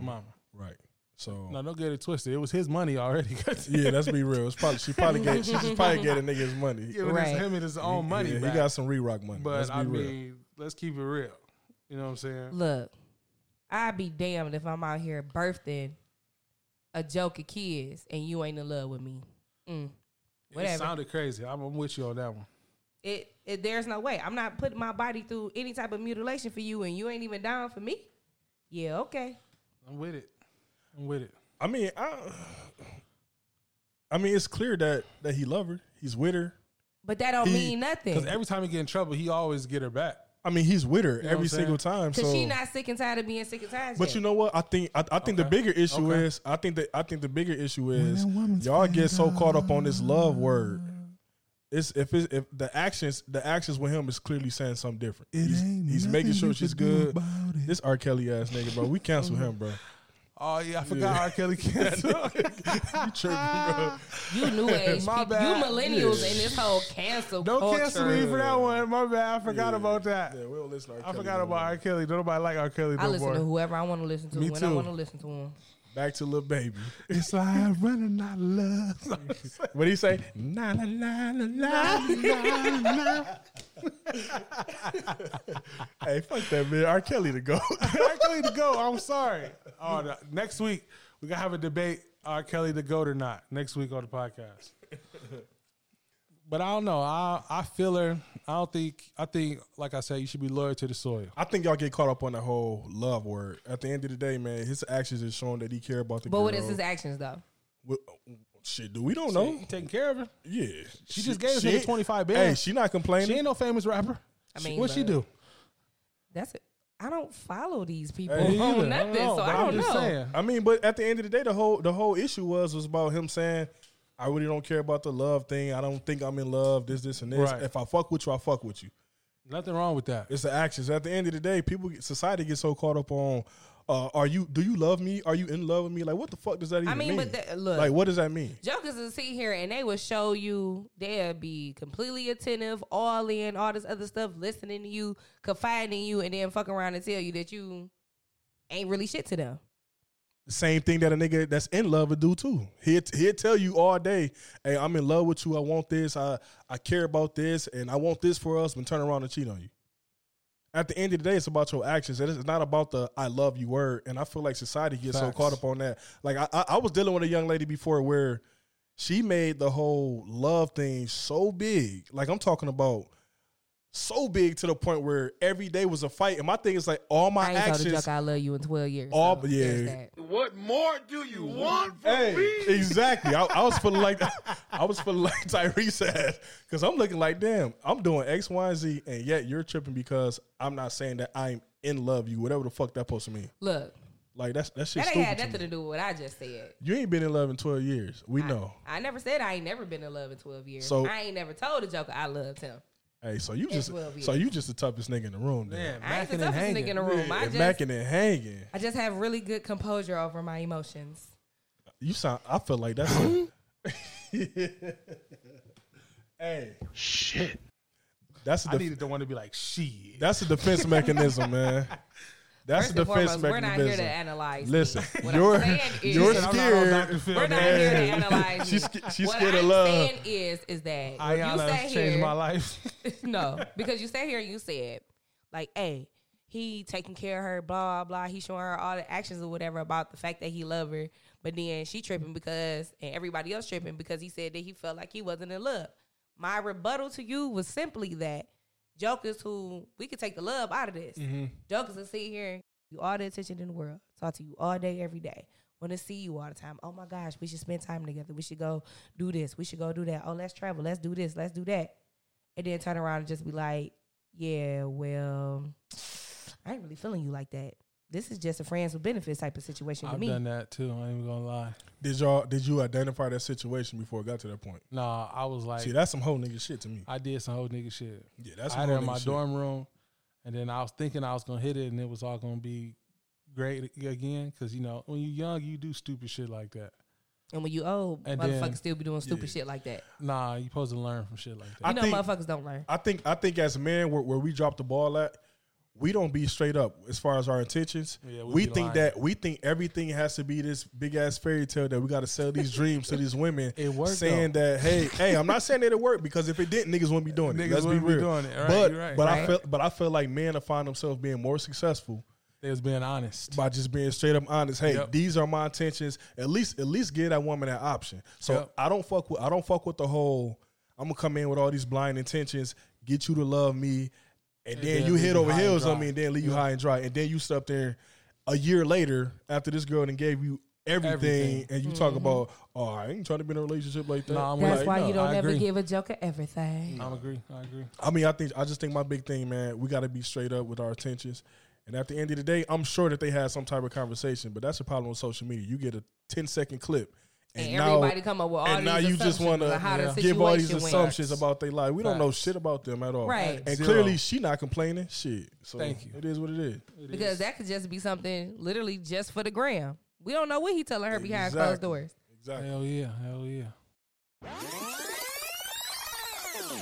[SPEAKER 7] Right. So
[SPEAKER 5] No, don't get it twisted. It was his money already.
[SPEAKER 7] yeah, let's be real. It's probably she probably gave she just probably gave a nigga his money.
[SPEAKER 5] Giving
[SPEAKER 6] Right.
[SPEAKER 5] him his own money
[SPEAKER 7] Yeah, he
[SPEAKER 5] back.
[SPEAKER 7] got some re-rock money.
[SPEAKER 5] But
[SPEAKER 7] let's be
[SPEAKER 5] I
[SPEAKER 7] real.
[SPEAKER 5] mean, let's keep it real. You know what I'm saying?
[SPEAKER 6] Look, I'd be damned if I'm out here birthing a joke of kids and you ain't in love with me. Mm.
[SPEAKER 5] It
[SPEAKER 6] Whatever.
[SPEAKER 5] sounded crazy. I'm, I'm with you on that one.
[SPEAKER 6] It, it there's no way. I'm not putting my body through any type of mutilation for you and you ain't even down for me. Yeah, okay.
[SPEAKER 5] I'm with it. I'm with it.
[SPEAKER 7] I mean, I, I mean, it's clear that that he loved her. He's with her.
[SPEAKER 6] But that don't
[SPEAKER 7] He-
[SPEAKER 6] mean nothing.
[SPEAKER 5] Because every time he get in trouble, he always get her back.
[SPEAKER 7] I mean, he's with her
[SPEAKER 5] know what I'm
[SPEAKER 7] every
[SPEAKER 5] saying?
[SPEAKER 7] single time.
[SPEAKER 6] Cause
[SPEAKER 7] So,
[SPEAKER 6] she not sick and tired of being sick and tired.
[SPEAKER 7] but
[SPEAKER 6] yet.
[SPEAKER 7] you know what? I think I, I think the
[SPEAKER 5] Okay.
[SPEAKER 7] bigger issue
[SPEAKER 5] Okay.
[SPEAKER 7] is I think that I think the bigger issue is y'all get so caught up on this love word. It's if it's, if the actions the actions with him is clearly saying something different. he's he's making sure she's good. This R. Kelly ass nigga, bro. We cancel him, bro.
[SPEAKER 5] Oh yeah, I forgot R. Kelly canceled.
[SPEAKER 7] You tripping, bro.
[SPEAKER 6] you new age,
[SPEAKER 5] My
[SPEAKER 6] people,
[SPEAKER 5] bad.
[SPEAKER 6] you millennials in this whole cancel
[SPEAKER 5] Don't
[SPEAKER 6] culture.
[SPEAKER 5] cancel me for that one. My bad. I forgot
[SPEAKER 7] Yeah.
[SPEAKER 5] about that.
[SPEAKER 7] Yeah, we don't listen to R.
[SPEAKER 5] I
[SPEAKER 7] Kelly
[SPEAKER 5] forgot
[SPEAKER 7] no
[SPEAKER 5] about
[SPEAKER 7] more.
[SPEAKER 5] R. Kelly. Don't Nobody like R. Kelly no
[SPEAKER 6] I listen
[SPEAKER 5] more.
[SPEAKER 6] to whoever I want to listen to
[SPEAKER 5] Me
[SPEAKER 6] when I
[SPEAKER 5] too.
[SPEAKER 6] want to listen to them.
[SPEAKER 7] Back to little baby.
[SPEAKER 5] It's like running out of love.
[SPEAKER 7] What do you say? Na la la la la la la. Hey, fuck that man. R. Kelly to go.
[SPEAKER 5] R. Kelly to go. I'm sorry. Oh, the, next week we gotta have a debate: R. Kelly to go or not? Next week on the podcast. But I don't know. I I feel her. I don't think. I think, like I said, you should be loyal to the soil.
[SPEAKER 7] I think y'all get caught up on the whole love word. At the end of the day, man, his actions is showing that he care about the
[SPEAKER 6] But
[SPEAKER 7] girl.
[SPEAKER 6] what is his actions though?
[SPEAKER 7] Wh- Shit, do we don't
[SPEAKER 5] Shit,
[SPEAKER 7] know?
[SPEAKER 5] he taking care of her.
[SPEAKER 7] Yeah,
[SPEAKER 5] She just gave this nigga
[SPEAKER 7] ain't-
[SPEAKER 5] 25 billion.
[SPEAKER 7] Hey, she not complaining.
[SPEAKER 5] She ain't no famous rapper.
[SPEAKER 6] I
[SPEAKER 5] I
[SPEAKER 6] mean,
[SPEAKER 5] mean, what she
[SPEAKER 6] but-
[SPEAKER 5] do?
[SPEAKER 6] That's it. I don't follow these people
[SPEAKER 7] Hey, me either.
[SPEAKER 6] on nothing, so I don't know.
[SPEAKER 7] I mean, but at the end of the day, the whole the whole issue was was about him saying, "I really don't care about the love thing. I don't think I'm in love. This, this, and this.
[SPEAKER 5] Right.
[SPEAKER 7] If I fuck with you, I fuck with you."
[SPEAKER 5] Nothing wrong with that.
[SPEAKER 7] It's the actions. At the end of the day, people, get, society gets so caught up on, uh, "Are you? Do you love me? Are you in love with me? Like, what the fuck does that even
[SPEAKER 6] I mean,
[SPEAKER 7] mean?
[SPEAKER 6] but that- look.
[SPEAKER 7] like, what does that mean?
[SPEAKER 6] Jokers will sit here and they will show you they'll be completely attentive, all in, all this other stuff, listening to you, confiding in you, and then fuck around and tell you that you ain't really shit to them.
[SPEAKER 7] The same thing that a nigga that's in love would do too. He'll, he'll tell you all day, "Hey, I'm in love with you. I want this. I I care about this, and I want this for us." And turn around and cheat on you. At the end of the day, it's about your actions. and It's not about the "I love you" word. And I feel like society gets so
[SPEAKER 5] Facts.
[SPEAKER 7] caught up on that. Like I, I I was dealing with a young lady before where she made the whole love thing so big. Like I'm talking about. So big to the point where every day was a fight, and my thing is like all my
[SPEAKER 6] I ain't told a
[SPEAKER 7] actions.
[SPEAKER 6] joke I love you in twelve years.
[SPEAKER 7] All
[SPEAKER 6] so there's
[SPEAKER 7] yeah,
[SPEAKER 6] that.
[SPEAKER 2] What more do you want from
[SPEAKER 7] Hey,
[SPEAKER 2] me?
[SPEAKER 7] exactly. I, I was feeling like I was feeling like Tyrese ass because I'm looking like, damn, I'm doing X, Y, and Z, and yet you're tripping because I'm not saying that I'm in love you, whatever the fuck that supposed to mean.
[SPEAKER 6] Look,
[SPEAKER 7] Like that's that shit
[SPEAKER 6] that
[SPEAKER 7] stupid.
[SPEAKER 6] ain't had
[SPEAKER 7] to
[SPEAKER 6] nothing
[SPEAKER 7] me.
[SPEAKER 6] to do with what I just said.
[SPEAKER 7] You ain't been in love in 12 years. We know.
[SPEAKER 6] I never said I ain't never been in love in twelve years.
[SPEAKER 7] So-
[SPEAKER 6] I ain't never told a joker I loved him.
[SPEAKER 7] Hey, so you
[SPEAKER 6] It's
[SPEAKER 7] just
[SPEAKER 6] 12
[SPEAKER 7] so
[SPEAKER 6] years.
[SPEAKER 7] you just the toughest nigga in the room, then.
[SPEAKER 6] I ain't the toughest nigga in the room. I just
[SPEAKER 7] Macking and hanging.
[SPEAKER 6] I just have really good composure over my emotions.
[SPEAKER 7] You sound. I feel like that's. a- hey,
[SPEAKER 5] shit.
[SPEAKER 7] That's a
[SPEAKER 5] I
[SPEAKER 7] def-
[SPEAKER 5] needed the one to be like she.
[SPEAKER 7] That's a defense mechanism, man. That's
[SPEAKER 6] First
[SPEAKER 7] a
[SPEAKER 6] and
[SPEAKER 7] defense
[SPEAKER 6] foremost, we're
[SPEAKER 7] mechanism.
[SPEAKER 6] not here to analyze
[SPEAKER 7] Listen,
[SPEAKER 6] things. What I'm
[SPEAKER 7] you're
[SPEAKER 6] saying is-
[SPEAKER 7] you're
[SPEAKER 6] She said, "I'm not on
[SPEAKER 7] scared.
[SPEAKER 6] Dr. Phil, We're not man." here to analyze
[SPEAKER 7] She's,
[SPEAKER 6] you.
[SPEAKER 7] sca- she's
[SPEAKER 6] What
[SPEAKER 7] scared of
[SPEAKER 6] I'm
[SPEAKER 7] love.
[SPEAKER 6] saying is, is that when you
[SPEAKER 5] Ayana
[SPEAKER 6] sat
[SPEAKER 5] changed
[SPEAKER 6] here,
[SPEAKER 5] my life.
[SPEAKER 6] no, because you sat here and you said, like, hey, he taking care of her, blah blah. He showing her all the actions or whatever about the fact that he love her, but then she tripping because and everybody else tripping because he said that he felt like he wasn't in love. My rebuttal to you was simply that jokers who we could take the love out of this.
[SPEAKER 5] Mhm.
[SPEAKER 6] Jokers will sit here and give you all the attention in the world, talk to you all day, every day. Want to see you all the time. Oh my gosh, we should spend time together. We should go do this. We should go do that. Oh, let's travel. Let's do this. Let's do that. And then turn around and just be like, yeah, well, I ain't really feeling you like that. This is just a friends with benefits type of situation to
[SPEAKER 5] I've
[SPEAKER 6] me.
[SPEAKER 5] done that too. I ain't even gonna lie.
[SPEAKER 7] Did y'all did you identify that situation before it got to that point?
[SPEAKER 5] Nah, I was like,
[SPEAKER 7] See, that's some whole nigga shit to me.
[SPEAKER 5] I did some whole nigga shit.
[SPEAKER 7] Yeah, that's
[SPEAKER 5] I
[SPEAKER 7] some
[SPEAKER 5] had it
[SPEAKER 7] whole
[SPEAKER 5] in
[SPEAKER 7] nigga
[SPEAKER 5] my
[SPEAKER 7] shit.
[SPEAKER 5] dorm room, and then I was thinking I was gonna hit it, and it was all gonna be great again. Because you know, when you young, you do stupid shit like that.
[SPEAKER 6] and when you old,
[SPEAKER 5] And
[SPEAKER 6] motherfuckers
[SPEAKER 5] then-
[SPEAKER 6] still be doing stupid
[SPEAKER 5] Yeah.
[SPEAKER 6] shit like that.
[SPEAKER 5] Nah, you supposed to learn from shit like that.
[SPEAKER 6] You know motherfuckers don't learn.
[SPEAKER 7] I think I think as men where, where we drop the ball at, we don't be straight up as far as our intentions.
[SPEAKER 5] Yeah, we
[SPEAKER 7] we
[SPEAKER 5] be
[SPEAKER 7] think
[SPEAKER 5] lying.
[SPEAKER 7] that we think everything has to be this big ass fairy tale that we got to sell these dreams to these women.
[SPEAKER 5] It worked,
[SPEAKER 7] saying
[SPEAKER 5] though.
[SPEAKER 7] that hey hey I'm not saying that it worked because if it didn't niggas wouldn't be doing it.
[SPEAKER 5] Niggas
[SPEAKER 7] Let's be
[SPEAKER 5] wouldn't be
[SPEAKER 7] real.
[SPEAKER 5] doing it. All right,
[SPEAKER 7] but
[SPEAKER 5] you're right.
[SPEAKER 7] but I
[SPEAKER 5] Right.
[SPEAKER 7] feel but I feel like men have find themselves being more successful
[SPEAKER 5] They was being honest.
[SPEAKER 7] by just being straight up honest. Hey,
[SPEAKER 5] Yep.
[SPEAKER 7] these are my intentions. At least at least give that woman that option. So
[SPEAKER 5] Yep.
[SPEAKER 7] I don't fuck with I don't fuck with the whole I'm gonna come in with all these blind intentions, get you to love me, and,
[SPEAKER 5] And
[SPEAKER 7] then,
[SPEAKER 5] then
[SPEAKER 7] you
[SPEAKER 5] leave
[SPEAKER 7] hit
[SPEAKER 5] you
[SPEAKER 7] over
[SPEAKER 5] high and
[SPEAKER 7] heels on
[SPEAKER 5] dry.
[SPEAKER 7] me and then leave you
[SPEAKER 5] Yep.
[SPEAKER 7] high and dry. And then you sit up there a year later after this girl and gave you everything,
[SPEAKER 5] Everything.
[SPEAKER 7] and you talk about, oh, I ain't trying to be in a relationship like that.
[SPEAKER 5] Nah, I'm
[SPEAKER 6] Mm-hmm. That's
[SPEAKER 5] like,
[SPEAKER 6] why
[SPEAKER 5] no,
[SPEAKER 6] you don't
[SPEAKER 5] I
[SPEAKER 6] ever
[SPEAKER 5] agree.
[SPEAKER 6] give a joker everything.
[SPEAKER 5] I agree. I agree.
[SPEAKER 7] I mean, I think I just think my big thing, man, we got to be straight up with our intentions. And at the end of the day, I'm sure that they had some type of conversation, but that's the problem with social media. You get a 10 second clip,
[SPEAKER 6] And everybody come up with all
[SPEAKER 7] and now
[SPEAKER 6] these
[SPEAKER 7] you just
[SPEAKER 6] assumptions
[SPEAKER 7] want
[SPEAKER 6] of how the
[SPEAKER 7] to give all these
[SPEAKER 6] situation went.
[SPEAKER 7] assumptions about their life. We don't know
[SPEAKER 5] Facts.
[SPEAKER 7] shit about them at all,
[SPEAKER 6] Right.
[SPEAKER 7] And
[SPEAKER 5] Zero.
[SPEAKER 7] clearly, she not complaining. Shit. So
[SPEAKER 5] Thank you.
[SPEAKER 7] It is what it is.
[SPEAKER 6] Because that could just be something literally just for the gram. We don't know what he telling her behind closed
[SPEAKER 7] Exactly.
[SPEAKER 6] doors.
[SPEAKER 7] Exactly.
[SPEAKER 5] Hell yeah. Hell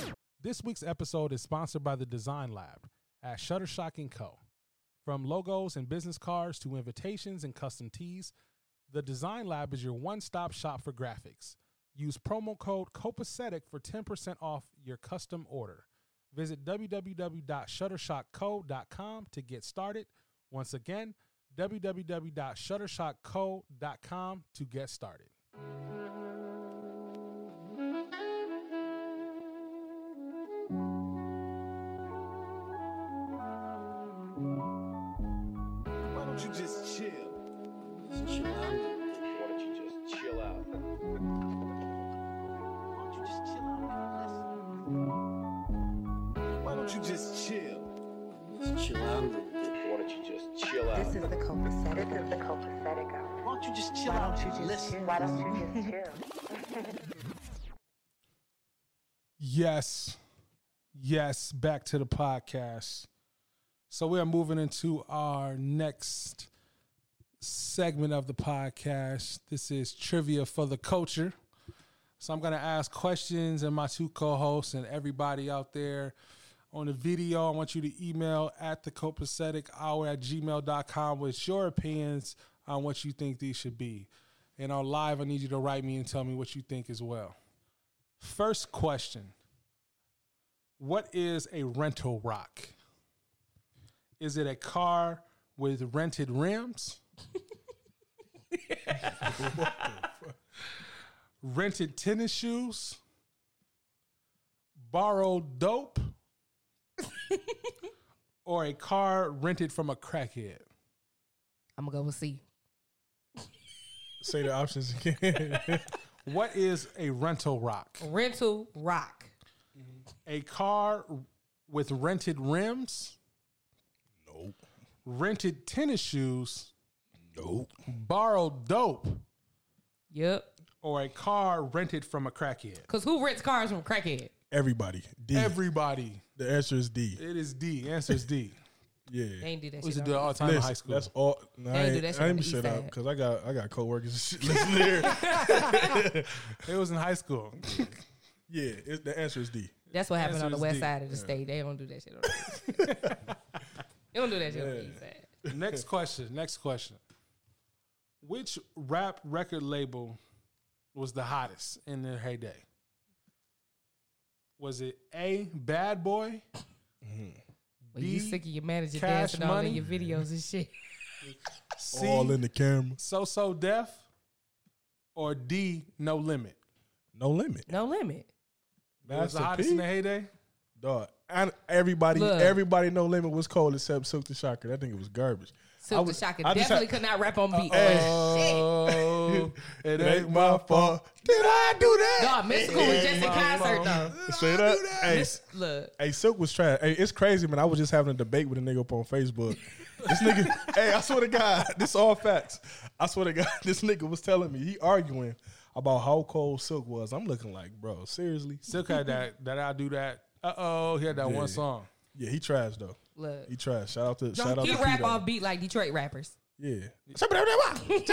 [SPEAKER 5] yeah. This week's episode is sponsored by the Design Lab at Shutterstock & Co. From logos and business cards to invitations and custom tees, the Design Lab is your one-stop shop for graphics. Use promo code COPACETIC for 10% off your custom order. Visit www.shuttershotco.com to get started. Once again, www.shuttershotco.com to get started.
[SPEAKER 2] Why don't you just chill?
[SPEAKER 13] Why don't you just chill out?
[SPEAKER 4] This is the copacetic. This is the copacetic hour. Why don't you just chill Why don't you just chill? Why don't you just chill?
[SPEAKER 5] Yes. Yes. Back to the podcast. So we are moving into our next segment of the podcast. This is Trivia for the Culture. So I'm going to ask questions, and my two co hosts and everybody out there on the video, I want you to email at the copacetic hour at gmail.com with your opinions on what you think these should be. And on live, I need you to write me and tell me what you think as well. First question What is a rental rock? Is it a car with rented rims? rented tennis shoes? Borrowed dope? or a car rented from a crackhead?
[SPEAKER 6] I'm gonna go with C.
[SPEAKER 5] Say the options again. what is a rental rock?
[SPEAKER 6] Rental rock.
[SPEAKER 5] A car with rented rims? Nope. Rented tennis shoes? Nope. Borrowed dope?
[SPEAKER 6] Yep.
[SPEAKER 5] Or a car rented from a crackhead?
[SPEAKER 6] Cause who rents cars from crackhead?
[SPEAKER 7] Everybody. D.
[SPEAKER 5] Everybody.
[SPEAKER 7] The answer is D.
[SPEAKER 5] It is D. Answer is D.
[SPEAKER 7] Yeah.
[SPEAKER 6] They ain't do that
[SPEAKER 5] We used
[SPEAKER 6] shit.
[SPEAKER 5] to do it
[SPEAKER 6] on
[SPEAKER 5] all
[SPEAKER 6] the
[SPEAKER 5] the time in high school.
[SPEAKER 7] That's all. Nah,
[SPEAKER 6] They
[SPEAKER 7] I
[SPEAKER 6] ain't do
[SPEAKER 7] ain't,
[SPEAKER 6] that shit
[SPEAKER 7] I
[SPEAKER 6] on
[SPEAKER 7] ain't
[SPEAKER 6] the
[SPEAKER 7] be shut
[SPEAKER 6] east
[SPEAKER 7] up
[SPEAKER 6] side.
[SPEAKER 7] because I got I got coworkers and shit listening here.
[SPEAKER 5] it was in high school.
[SPEAKER 7] Yeah, it, the answer is D.
[SPEAKER 6] That's what happened on
[SPEAKER 7] Answer
[SPEAKER 6] the
[SPEAKER 7] is
[SPEAKER 6] west
[SPEAKER 7] D.
[SPEAKER 6] side of the state. They don't do that shit on the east side. They don't do that shit on the east side.
[SPEAKER 5] next question. Next question. Which rap record label was the hottest in their heyday? Was it A, Bad Boy?
[SPEAKER 6] Well,
[SPEAKER 5] B,
[SPEAKER 6] you sick of your manager
[SPEAKER 5] Cash
[SPEAKER 6] dancing all in
[SPEAKER 5] Money?
[SPEAKER 6] your videos and shit.
[SPEAKER 5] C,
[SPEAKER 7] all in the camera.
[SPEAKER 5] So So Def? Or D, No Limit?
[SPEAKER 7] No limit.
[SPEAKER 6] No limit.
[SPEAKER 5] It was the hottest
[SPEAKER 7] P?
[SPEAKER 5] in the heyday?
[SPEAKER 7] Dog. And everybody,
[SPEAKER 6] Look.
[SPEAKER 7] everybody, no limit was cold except Silk the Shocker. That thing was garbage. I
[SPEAKER 6] Silk the
[SPEAKER 7] was-
[SPEAKER 6] Shocker
[SPEAKER 7] I just
[SPEAKER 6] definitely
[SPEAKER 7] had-
[SPEAKER 6] could not rap on beat.
[SPEAKER 5] Oh, it
[SPEAKER 7] It
[SPEAKER 5] ain't
[SPEAKER 7] ain't
[SPEAKER 5] my
[SPEAKER 7] my fault. Did I do that?
[SPEAKER 6] Dog, Mystical was just in concert though.
[SPEAKER 7] Straight up. Hey,
[SPEAKER 6] Look,
[SPEAKER 7] hey, Silk was trash. Hey, it's crazy, man. I was just having a debate with a nigga up on Facebook. This nigga, hey, I swear to God, this all facts. I swear to God, this nigga was telling me he arguing about how cold Silk was. I'm looking like, bro, seriously.
[SPEAKER 5] Silk had that, that I do that. Uh oh, he had that
[SPEAKER 7] Yeah.
[SPEAKER 5] one song.
[SPEAKER 7] Yeah, he trash though.
[SPEAKER 6] look.
[SPEAKER 7] He trash. Shout out to shout out
[SPEAKER 6] He
[SPEAKER 7] to
[SPEAKER 6] rap
[SPEAKER 7] P-Dawg.
[SPEAKER 6] off beat like Detroit rappers.
[SPEAKER 7] Yeah.
[SPEAKER 5] I ain't